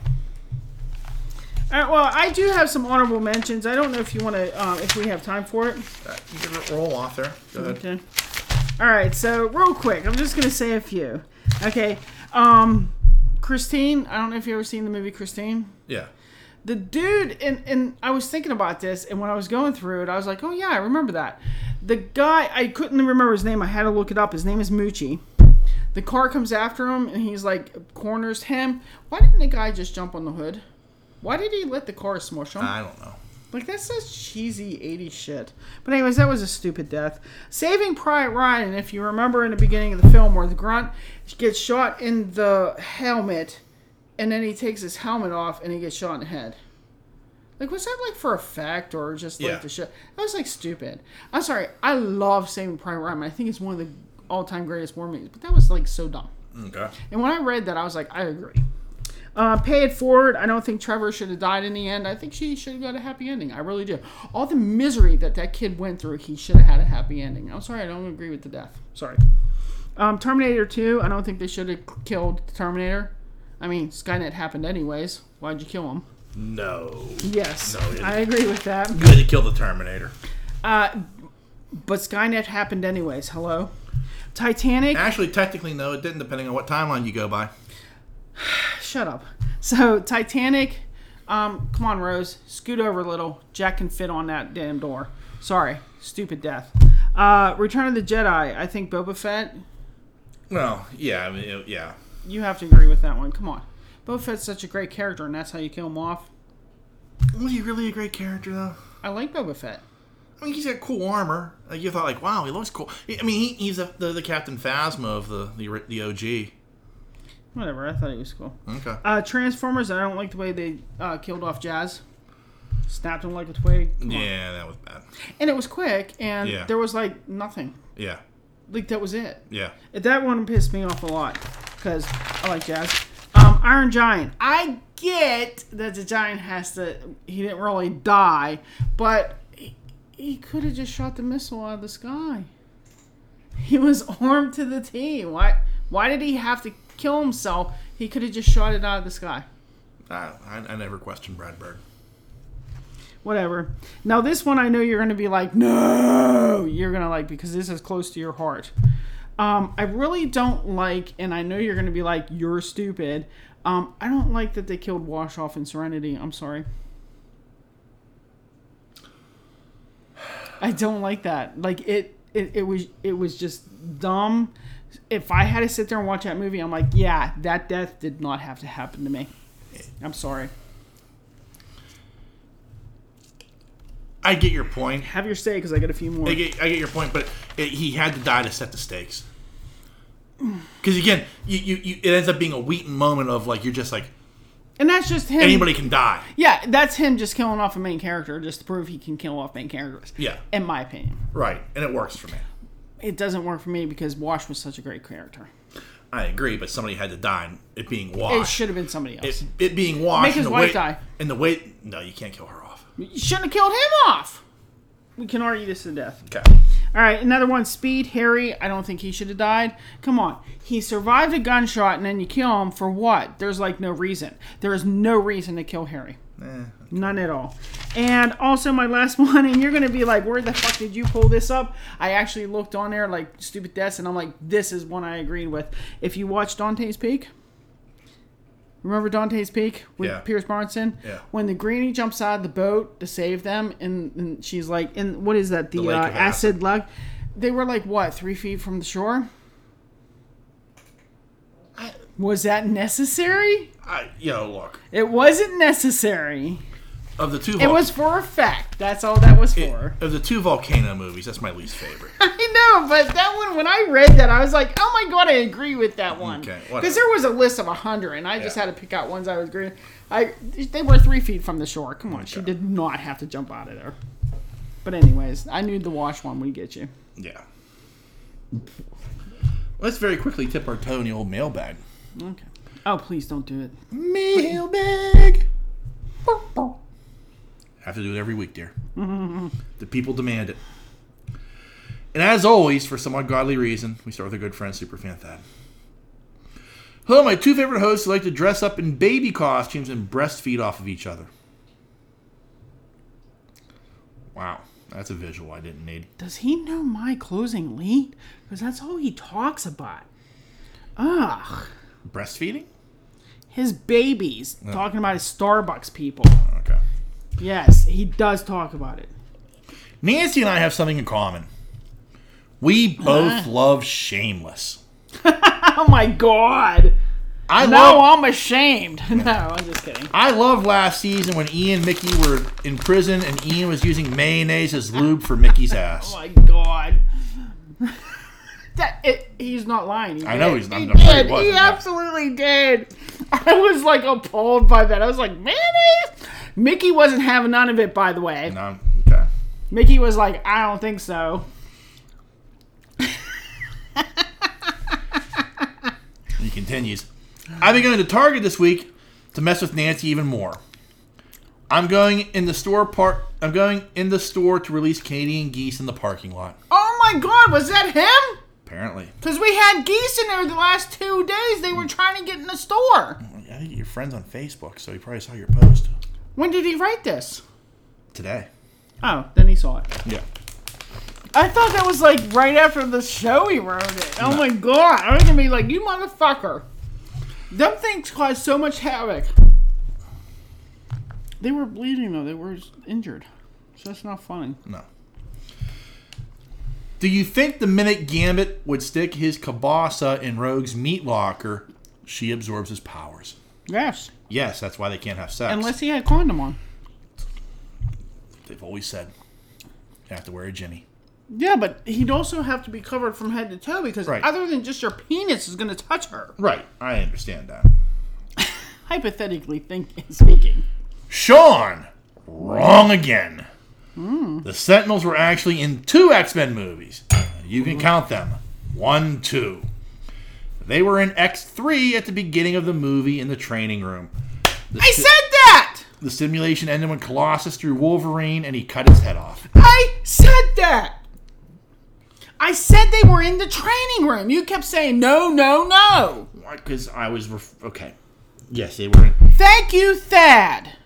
All right, well, I do have some honorable mentions. I don't know if you want to, um, if we have time for it. Uh, You can roll off there. Go ahead. Okay. All right, so real quick, I'm just gonna say a few. Okay, um, Christine. I don't know if you ever seen the movie Christine. Yeah. The dude, and and I was thinking about this, and when I was going through it, I was like, oh yeah, I remember that. The guy, I couldn't remember his name. I had to look it up. His name is Moochie. The car comes after him, and he's like corners him. Why didn't the guy just jump on the hood? Why did he let the car smush him? I don't know. Like that's such cheesy 80s shit. But anyways, that was a stupid death. Saving Private Ryan, if you remember in the beginning of the film where the grunt gets shot in the helmet and then he takes his helmet off and he gets shot in the head. Like was that like for effect or just like Yeah. the shit? That was like stupid. I'm sorry, I love Saving Private Ryan. I think it's one of the all time greatest war movies, but that was like so dumb. Okay. And when I read that, I was like, I agree. Uh, pay it forward. I don't think Trevor should have died in the end. I think she should have got a happy ending. I really do. All the misery that that kid went through, he should have had a happy ending. I'm sorry, I don't agree with the death. Sorry. Um, Terminator 2, I don't think they should have killed the Terminator. I mean, Skynet happened anyways. Why'd you kill him? No. Yes, No, it- I agree with that. You had to kill the Terminator. Uh, but Skynet happened anyways. Hello? Titanic. Actually, technically, no, it didn't, depending on what timeline you go by. Shut up. So Titanic, um, come on, Rose, scoot over a little. Jack can fit on that damn door. Sorry, stupid death. Uh, Return of the Jedi. I think Boba Fett. Well, yeah, I mean, it- yeah. You have to agree with that one. Come on, Boba Fett's such a great character, and that's how you kill him off. Was he really a great character though? I like Boba Fett. I mean, he's got cool armor. Like you thought, like, wow, he looks cool. I mean, he, he's the, the, the Captain Phasma of the the, ori- the OG. Whatever. I thought he was cool. Okay. Uh, Transformers. I don't like the way they uh, killed off Jazz. Snapped him like a twig. Come on. yeah, that was bad. And it was quick, and Yeah. there was like nothing. Yeah, Like that was it. yeah. That one pissed me off a lot because I like jazz. Um, Iron Giant. I get that the giant has to. He didn't really die, but he, he could have just shot the missile out of the sky. He was armed to the T. Why? Why did he have to kill himself? He could have just shot it out of the sky. I, I, I never questioned Brad Bird. Whatever. Now this one, I know you're gonna be like, no, you're gonna like because this is close to your heart. Um, I really don't like, and I know you're going to be like, you're stupid. Um, I don't like that they killed Washoff and Serenity. I'm sorry. I don't like that. Like it, it, it was it was just dumb. If I had to sit there and watch that movie, I'm like, yeah, that death did not have to happen to me. I'm sorry. I get your point. Have your say because I got a few more. I get, I get your point, but it, he had to die to set the stakes. Because again, you, you, you it ends up being a Wheaton moment of like you're just like And that's just him. anybody can die. Yeah, that's him just killing off a main character just to prove he can kill off main characters. Yeah. In my opinion, Right, and it works for me. it doesn't work for me because Wash was such a great character. I agree, but somebody had to die. And it being It washed, should have been somebody else. it, it being washed. Make and his the wife way, die. And the way no, you can't kill her off. you shouldn't have killed him off. We can argue this to death. Okay, All right, another one. Speed Harry. I don't think he should have died. Come on, he survived a gunshot, and then you kill him for what? There's like no reason. There is no reason to kill Harry. Eh, None at all. And also my last one, and you're gonna be like, where the fuck did you pull this up? I actually looked on there like stupid deaths, and I'm like, this is one I agreed with. If you watch Dante's Peak, remember Dante's Peak with Yeah. Pierce Bronson? Yeah. When the greenie jumps out of the boat to save them, and, and she's like, and what is that? The, lake uh, of acid. acid lug. They were like what, three feet from the shore? Was that necessary? I you know look It wasn't necessary. of the two. It vul- was for effect. That's all that was it- for. of the two volcano movies. That's my least favorite. I know, but that one, when I read that, I was like, oh my god, I agree with that one. Okay, Because whatever. there was a list of a hundred, and I just Yeah. had to pick out ones I was agreeing. I they were three feet from the shore. Come on, she did not have to jump out of there. But anyways, I knew the wash one would get you. yeah. Let's very quickly tip our toe in the old mailbag. Okay. Oh, please don't do it. Mailbag. Have to do it every week, dear. the people demand it. And as always, for some ungodly reason, we start with our good friend Superfan Thad. Hello, my two favorite hosts who like to dress up in baby costumes and breastfeed off of each other. Wow, that's a visual I didn't need. Does he know my closing lead? Because that's all he talks about. Ugh. Breastfeeding? His babies talking about his Starbucks people. Okay. Yes, he does talk about it. Nancy and I have something in common. We both love Shameless. Oh my god. I love No, I'm ashamed. No, I'm just kidding. I loved last season when Ian and Mickey were in prison and Ian was using mayonnaise as lube for Mickey's ass. Oh my god. that it, he's not lying. He I know did. he's not- He I'm sure he did. wasn't, He yeah. absolutely did. I was like appalled by that. I was like, mayonnaise. Mickey wasn't having none of it, by the way. No, okay. Mickey was like, I don't think so. He continues. I've been going to Target this week to mess with Nancy even more. I'm going in the store part. I'm going in the store to release Canadian geese in the parking lot. Oh my god, was that him? Apparently, Because we had geese in there the last two days. They were trying to get in the store. I think your friend's on Facebook, so he probably saw your post When did he write this? today. Oh, then he saw it. Yeah. I thought that was like right after the show he wrote it. Oh my god. I was gonna be like, you motherfucker. Them things caused so much havoc. They were bleeding though, they were injured. So that's not funny. No. Do you think the minute Gambit would stick his kielbasa in Rogue's meat locker, she absorbs his powers? Yes. Yes, that's why they can't have sex. Unless he had condom on. They've always said you have to wear a Jimmy. Yeah, but he'd also have to be covered from head to toe because Right. other than just your penis is gonna touch her. Right, I understand that. Hypothetically thinking speaking. Sean, wrong again. The Sentinels were actually in two X Men movies. You can count them one, two. They were in X3 at the beginning of the movie in the training room. The I si- said that! The simulation ended when Colossus threw Wolverine and he cut his head off. I said that. I said they were in the training room. You kept saying no, no, no. Because I was ref- okay. Yes, they were. Thank you, Thad.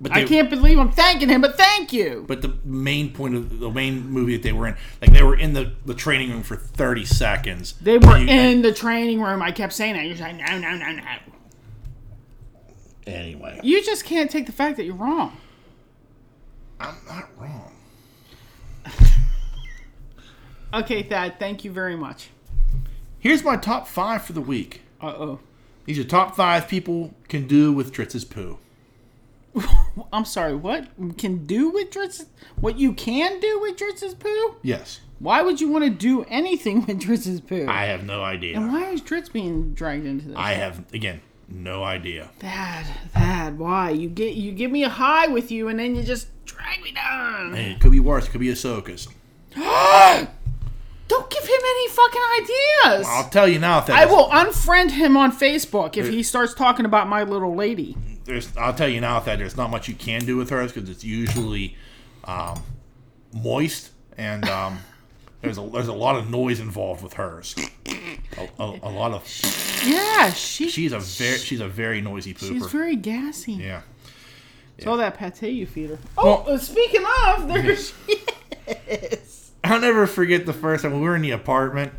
But I can't believe I'm thanking him, but thank you. But the main point of the main movie that they were in, like they were in the, the training room for thirty seconds. They were You- in the training room. I kept saying that. You're saying no, no, no, no. anyway. You just can't take the fact that you're wrong. I'm not wrong. Okay, Thad, thank you very much. Here's my top five for the week. Uh oh. These are top five people can do with Dritz's poo. I'm sorry, what? Can do with Dritz? What you can do with Dritz's poo? Yes. Why would you want to do anything with Dritz's poo? I have no idea. and why is Dritz being dragged into this? I have, again, no idea. Thad, Thad, why? You get you give me a high with you and then you just drag me down. Hey, it could be worse. It could be Ahsoka's. Don't give him any fucking ideas. I'll tell you now, Thad. I will unfriend him on Facebook if he starts talking about my little lady. There's, I'll tell you now, Thad, there's not much you can do with hers because it's usually um, moist and um, there's, a, there's a lot of noise involved with hers. A, a, a lot of. Yeah, she, She's a very she's a very noisy pooper. she's very gassy. yeah. It's all that pate you feed her. Oh, Well- uh, speaking of, there she is. I'll never forget the first time we were in the apartment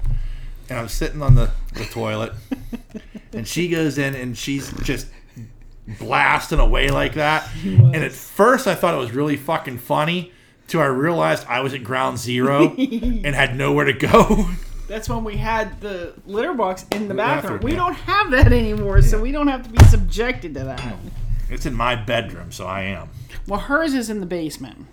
and I'm sitting on the, the toilet and she goes in and she's just blasting away like that. And at first I thought it was really fucking funny till I realized I was at ground zero and had nowhere to go. That's when we had the litter box in the bathroom. bathroom, we yeah. don't have that anymore, so we don't have to be subjected to that. it's in my bedroom, so I am. Well, hers is in the basement.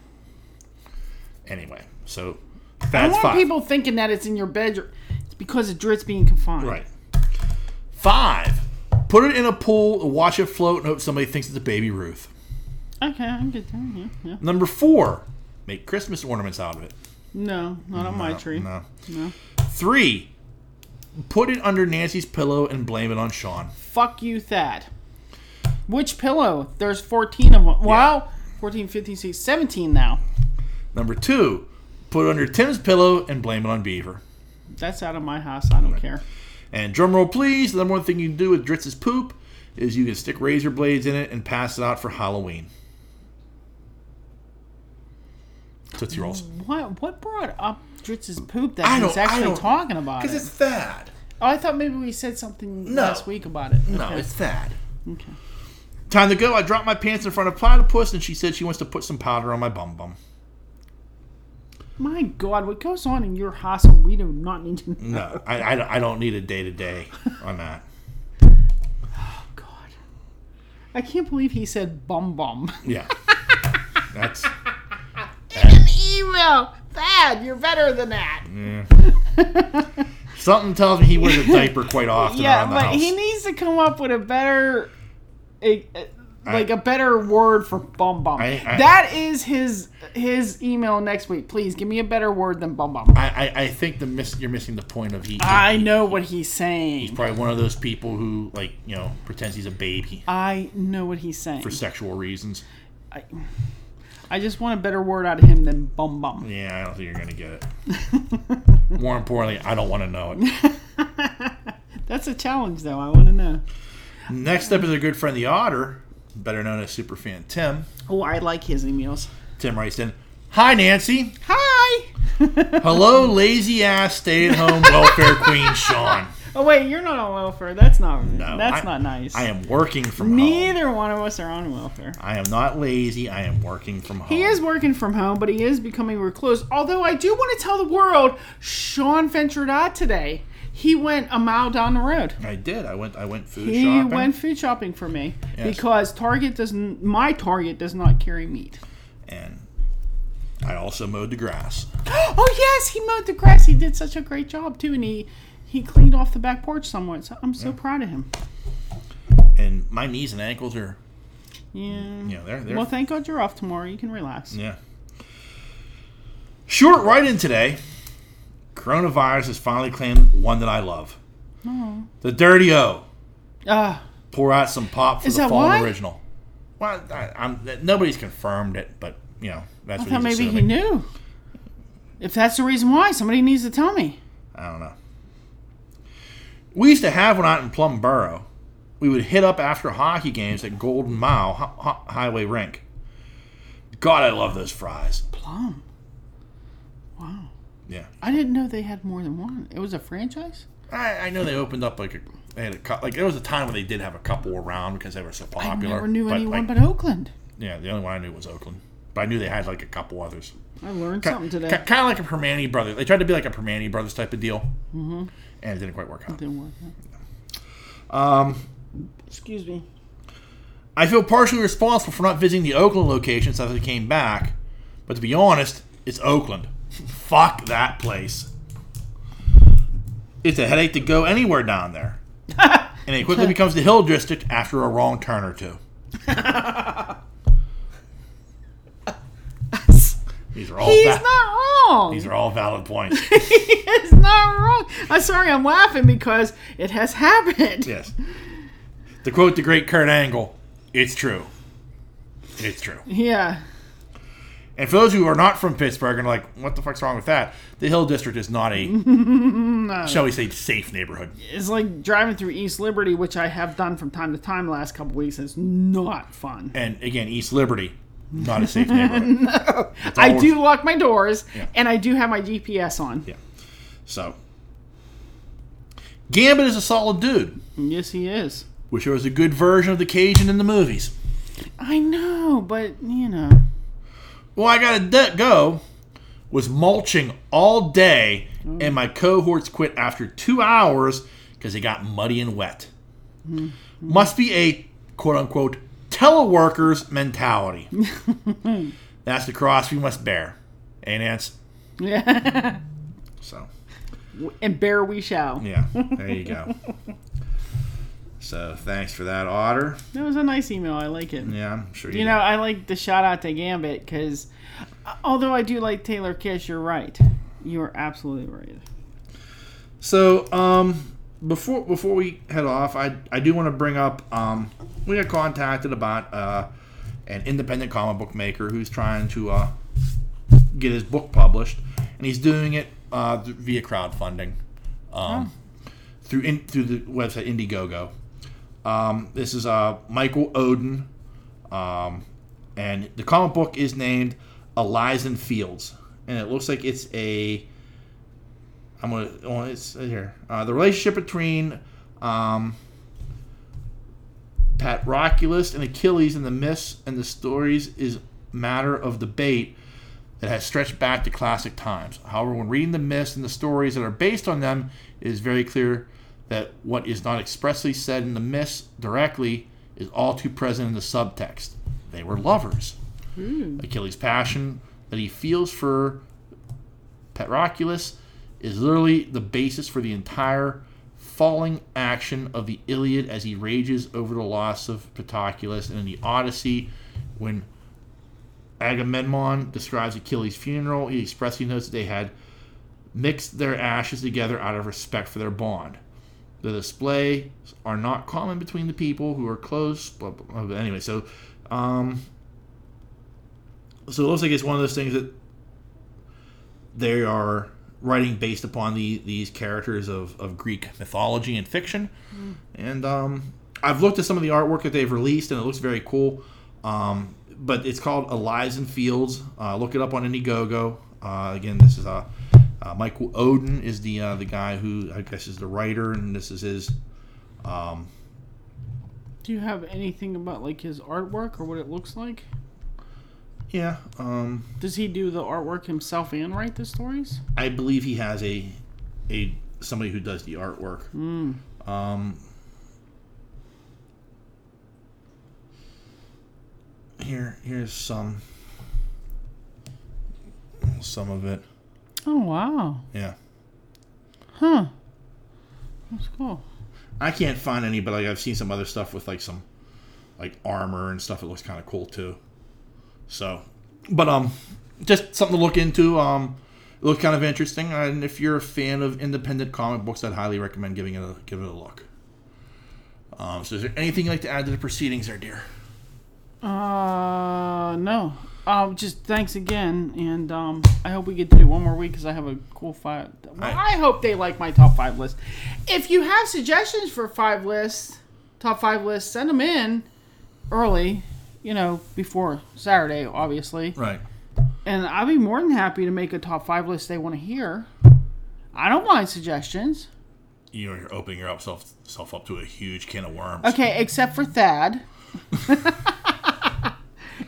Anyway, so I that's want five. people thinking that it's in your bedroom. It's because of Dritz being confined. Right. Five. Put it in a pool, watch it float, and hope somebody thinks it's a baby Ruth. Okay, I'm good. Yeah, yeah. Number four, make Christmas ornaments out of it. No, not on my tree. No. No. Three, put it under Nancy's pillow and blame it on Sean. Fuck you, Thad. Which pillow? There's 14 of them. Wow. 14, 15, 16, 17 now. Number two, put it under Tim's pillow and blame it on Beaver. That's out of my house. I don't care. And drumroll, please. The number one thing you can do with Dritz's poop is you can stick razor blades in it and pass it out for Halloween. Tootsie rolls. What what brought up Dritz's poop that I he don't- was I actually don't- talking about? It? Because it's Thad. Oh, I thought maybe we said something No. last week about it. No, Okay. it's Thad. Okay. Time to go. I dropped my pants in front of Platypus, and she said she wants to put some powder on my bum bum. My God, what goes on in your house? We do not need to. No, I, I, I don't need a day to day on that. God, I can't believe he said bum bum. Yeah. That's. An email, Thad, you're better than that. Something tells me he wears a diaper quite often Yeah, around the but house. he needs to come up with a better, a, a- like a better word for bum bum. I- I- that is his his email next week. Please give me a better word than bum bum. I, I, I think the miss, you're missing the point of he. I know what he's saying. he's probably one of those people who, like, you know, pretends he's a baby I know what he's saying. for sexual reasons. I, I just want a better word out of him than bum bum. Yeah, I don't think you're going to get it. More importantly, I don't want to know it. That's a challenge, though. I want to know. Next up is a good friend, the otter, better known as Superfan Tim. Oh, I like his emails. Tim writes in, Hi, Nancy. Hi. Hello, lazy ass stay at home welfare queen Sean. Oh wait, you're not on welfare. That's not. No, that's I- not nice. I am working from home. Neither one of us are on welfare. I am not lazy. I am working from home. He is working from home, but he is becoming recluse. Although I do want to tell the world, Sean ventured out today. He went a mile down the road. I did. I went. I went food He shopping. went food shopping for me Yes. because Target doesn't. My Target does not carry meat. and I also mowed the grass. Oh yes, he mowed the grass. He did such a great job too, and he he cleaned off the back porch somewhat. So I'm so proud of him. And my knees and ankles are, Yeah. you know, they're they're Well, thank God you're off tomorrow. You can relax. yeah. Short write in today. Coronavirus has finally claimed one that I love. Oh. The Dirty O. Ah, Pour out some pop for Is the that fall why? original. Well, I, I'm, nobody's confirmed it, but you know that's I what thought he's maybe he assuming. knew. If that's the reason why, somebody needs to tell me. I don't know. We used to have one out in Plum Borough. We would hit up after hockey games at Golden Mile Hi- Hi- Highway Rink. God, I love those fries. Plum. Wow. Yeah, I didn't know they had more than one. It was a franchise. I, I know they opened up like a, they had a cou- like there was a time when they did have a couple around because they were so I popular. never knew anyone like, but Oakland. yeah, the only one I knew was Oakland, but I knew they had like a couple others. I learned something today. Kind of like a Permani brother. They tried to be like a Permani brothers type of deal, mm-hmm. and it didn't quite work out. Didn't work. Um, Excuse me. I feel partially responsible for not visiting the Oakland location since I came back, but to be honest, it's Oakland. Fuck that place. It's a headache to go anywhere down there. and it quickly becomes the Hill District after a wrong turn or two. These are all He's va- not wrong. these are all valid points. he is not wrong. I'm sorry, I'm laughing because it has happened. yes. To quote the great Kurt Angle, it's true. It's true. Yeah. And for those who are not from Pittsburgh and are like, what the fuck's wrong with that? The Hill District is not a, shall we say, safe neighborhood. It's like driving through East Liberty, which I have done from time to time the last couple weeks. and It's not fun. And again, East Liberty, not a safe neighborhood. It's I all- do lock my doors Yeah. and I do have my GPS on. Yeah. So, Gambit is a solid dude. Yes, he is. Wish there was a good version of the Cajun in the movies. I know, but you know. Well, I gotta de- go. Was mulching all day, Mm. and my cohorts quit after two hours because it got muddy and wet. Mm-hmm. Must be a quote unquote teleworkers mentality. That's the cross we must bear. Ain't ants? Yeah. So, and bear we shall. yeah, there you go. so, thanks for that, Otter. That was a nice email. I like it. Yeah, I'm sure You know, I like the shout out to Gambit because although I do like Taylor Kish, you're right. You're absolutely right. So, um, before before we head off, I I do want to bring up um, we got contacted about uh, an independent comic book maker who's trying to uh, get his book published, and he's doing it uh, th- via crowdfunding, um, through in, through the website Indiegogo. Um, this is uh, Michael Odin, um, and the comic book is named Eliza Fields, and it looks like it's a I'm gonna. Oh, it's here. Uh, the relationship between um, Patroclus and Achilles in the myths and the stories is matter of debate that has stretched back to classic times. However, when reading the myths and the stories that are based on them, it is very clear that what is not expressly said in the myths directly is all too present in the subtext. They were lovers. Achilles' passion that he feels for Patroclus is literally the basis for the entire falling action of the Iliad as he rages over the loss of Patroclus, and in the Odyssey, when Agamemnon describes Achilles' funeral, he expressly notes that they had mixed their ashes together out of respect for their bond. The displays are not common between the people who are close. Blah, blah, blah. But anyway, so um, so it looks like it's one of those things that they are writing based upon the these characters of, of Greek mythology and fiction. And um, I've looked at some of the artwork that they've released, and it looks very cool. Um, but it's called Elias and Fields. Uh, look it up on Indiegogo. Uh, again, this is uh, uh, Michael Odin is the uh, the guy who I guess is the writer, and this is his. Um, Do you have anything about like his artwork or what it looks like? yeah, um, Does he do the artwork himself and write the stories? I believe he has a a somebody who does the artwork. Um, here here's some some of it. Oh wow, Yeah, huh? That's cool. I can't find any, but like I've seen some other stuff with like some like armor and stuff. It looks kind of cool too. So, but um, just something to look into. Um, it looked kind of interesting, and if you're a fan of independent comic books, I'd highly recommend giving it a give it a look. Um, so is there anything you'd like to add to the proceedings, there, dear? Uh, no. Um, just thanks again, and um, I hope we get to do one more week because I have a cool five. Well, I- I hope they like my top five list. If you have suggestions for five lists, top five lists, send them in early. You know, before Saturday, obviously. Right. And I'd be more than happy to make a top five list they want to hear. I don't mind suggestions. You're, you're opening yourself self up to a huge can of worms. Okay, except for Thad.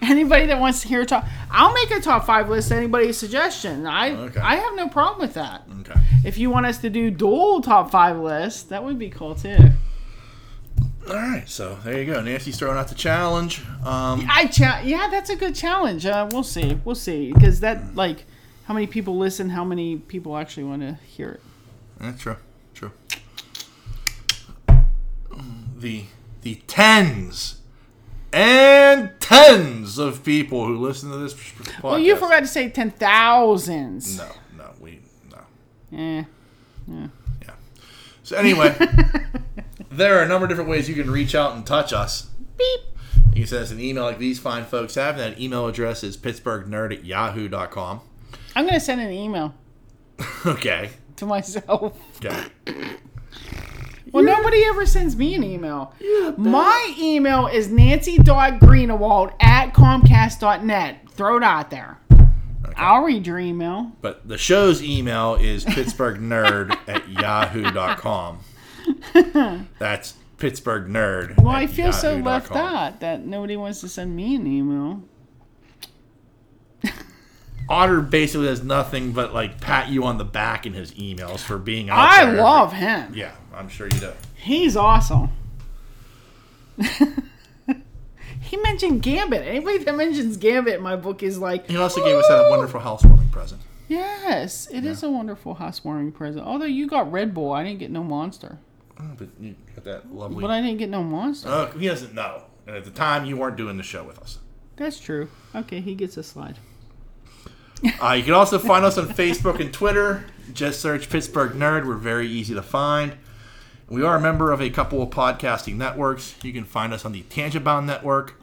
anybody that wants to hear top, I'll make a top five list. Anybody's suggestion, I Okay. I have no problem with that. Okay. If you want us to do dual top five lists, that would be cool too. All right. So there you go. Nancy's throwing out the challenge. Um, I cha- yeah, that's a good challenge. Uh, we'll see, we'll see, because that like, how many people listen? How many people actually want to hear it? That's Eh, true. True. The the tens and tens of people who listen to this podcast. Well, Oh, you forgot to say ten thousands. No, no, we no. Eh. Yeah. So anyway, there are a number of different ways you can reach out and touch us. Beep. You can send us an email like these fine folks have. That email address is pittsburghnerd at yahoo.com. I'm gonna send an email Okay. to myself. Yeah. Well, nobody ever sends me an email. My email is nancy.greenewald at comcast.net. Throw it out there. I'll read your email. But the show's email is pittsburghnerd at yahoo.com. That's pittsburghnerd. Well, I feel so left out that nobody wants to send me an email. Otter basically does nothing but like pat you on the back in his emails for being out I there. love him. Yeah, I'm sure you do. He's awesome. he mentioned Gambit. Anybody that mentions Gambit in my book is like, He also gave us that wonderful housewarming present. Yes, it is a wonderful housewarming present. Although you got Red Bull, I didn't get no Monster. Oh, but you got that lovely. But I didn't get no Monster. Oh, he doesn't know. And at the time, you weren't doing the show with us. That's true. Okay, he gets a slide. Uh, you can also find us on Facebook and Twitter. Just search Pittsburgh Nerd. We're very easy to find. We are a member of a couple of podcasting networks. You can find us on the Tangent Bound Network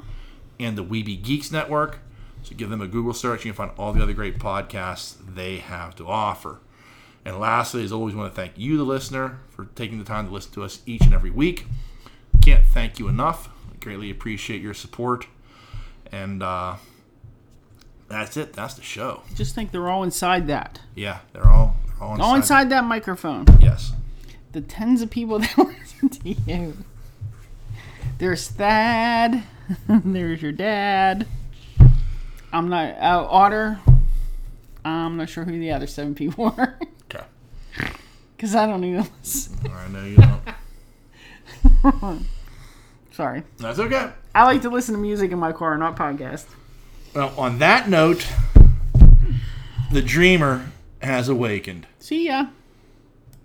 and the Weeby Geeks Network. So give them a Google search. You can find all the other great podcasts they have to offer. And lastly, as always, want to thank you, the listener, for taking the time to listen to us each and every week. Can't thank you enough. I greatly appreciate your support. And uh, that's it. That's the show. Just think they're all inside that. Yeah, they're all they're all inside. All inside that microphone. Yes. The tens of people that listen to you. There's Thad. There's your dad. I'm not uh, Otter. I'm not sure who the other seven people are Okay. because I don't even listen. I know you don't. Sorry. That's okay. I like to listen to music in my car, not podcasts. Well, on that note, the dreamer has awakened. See ya.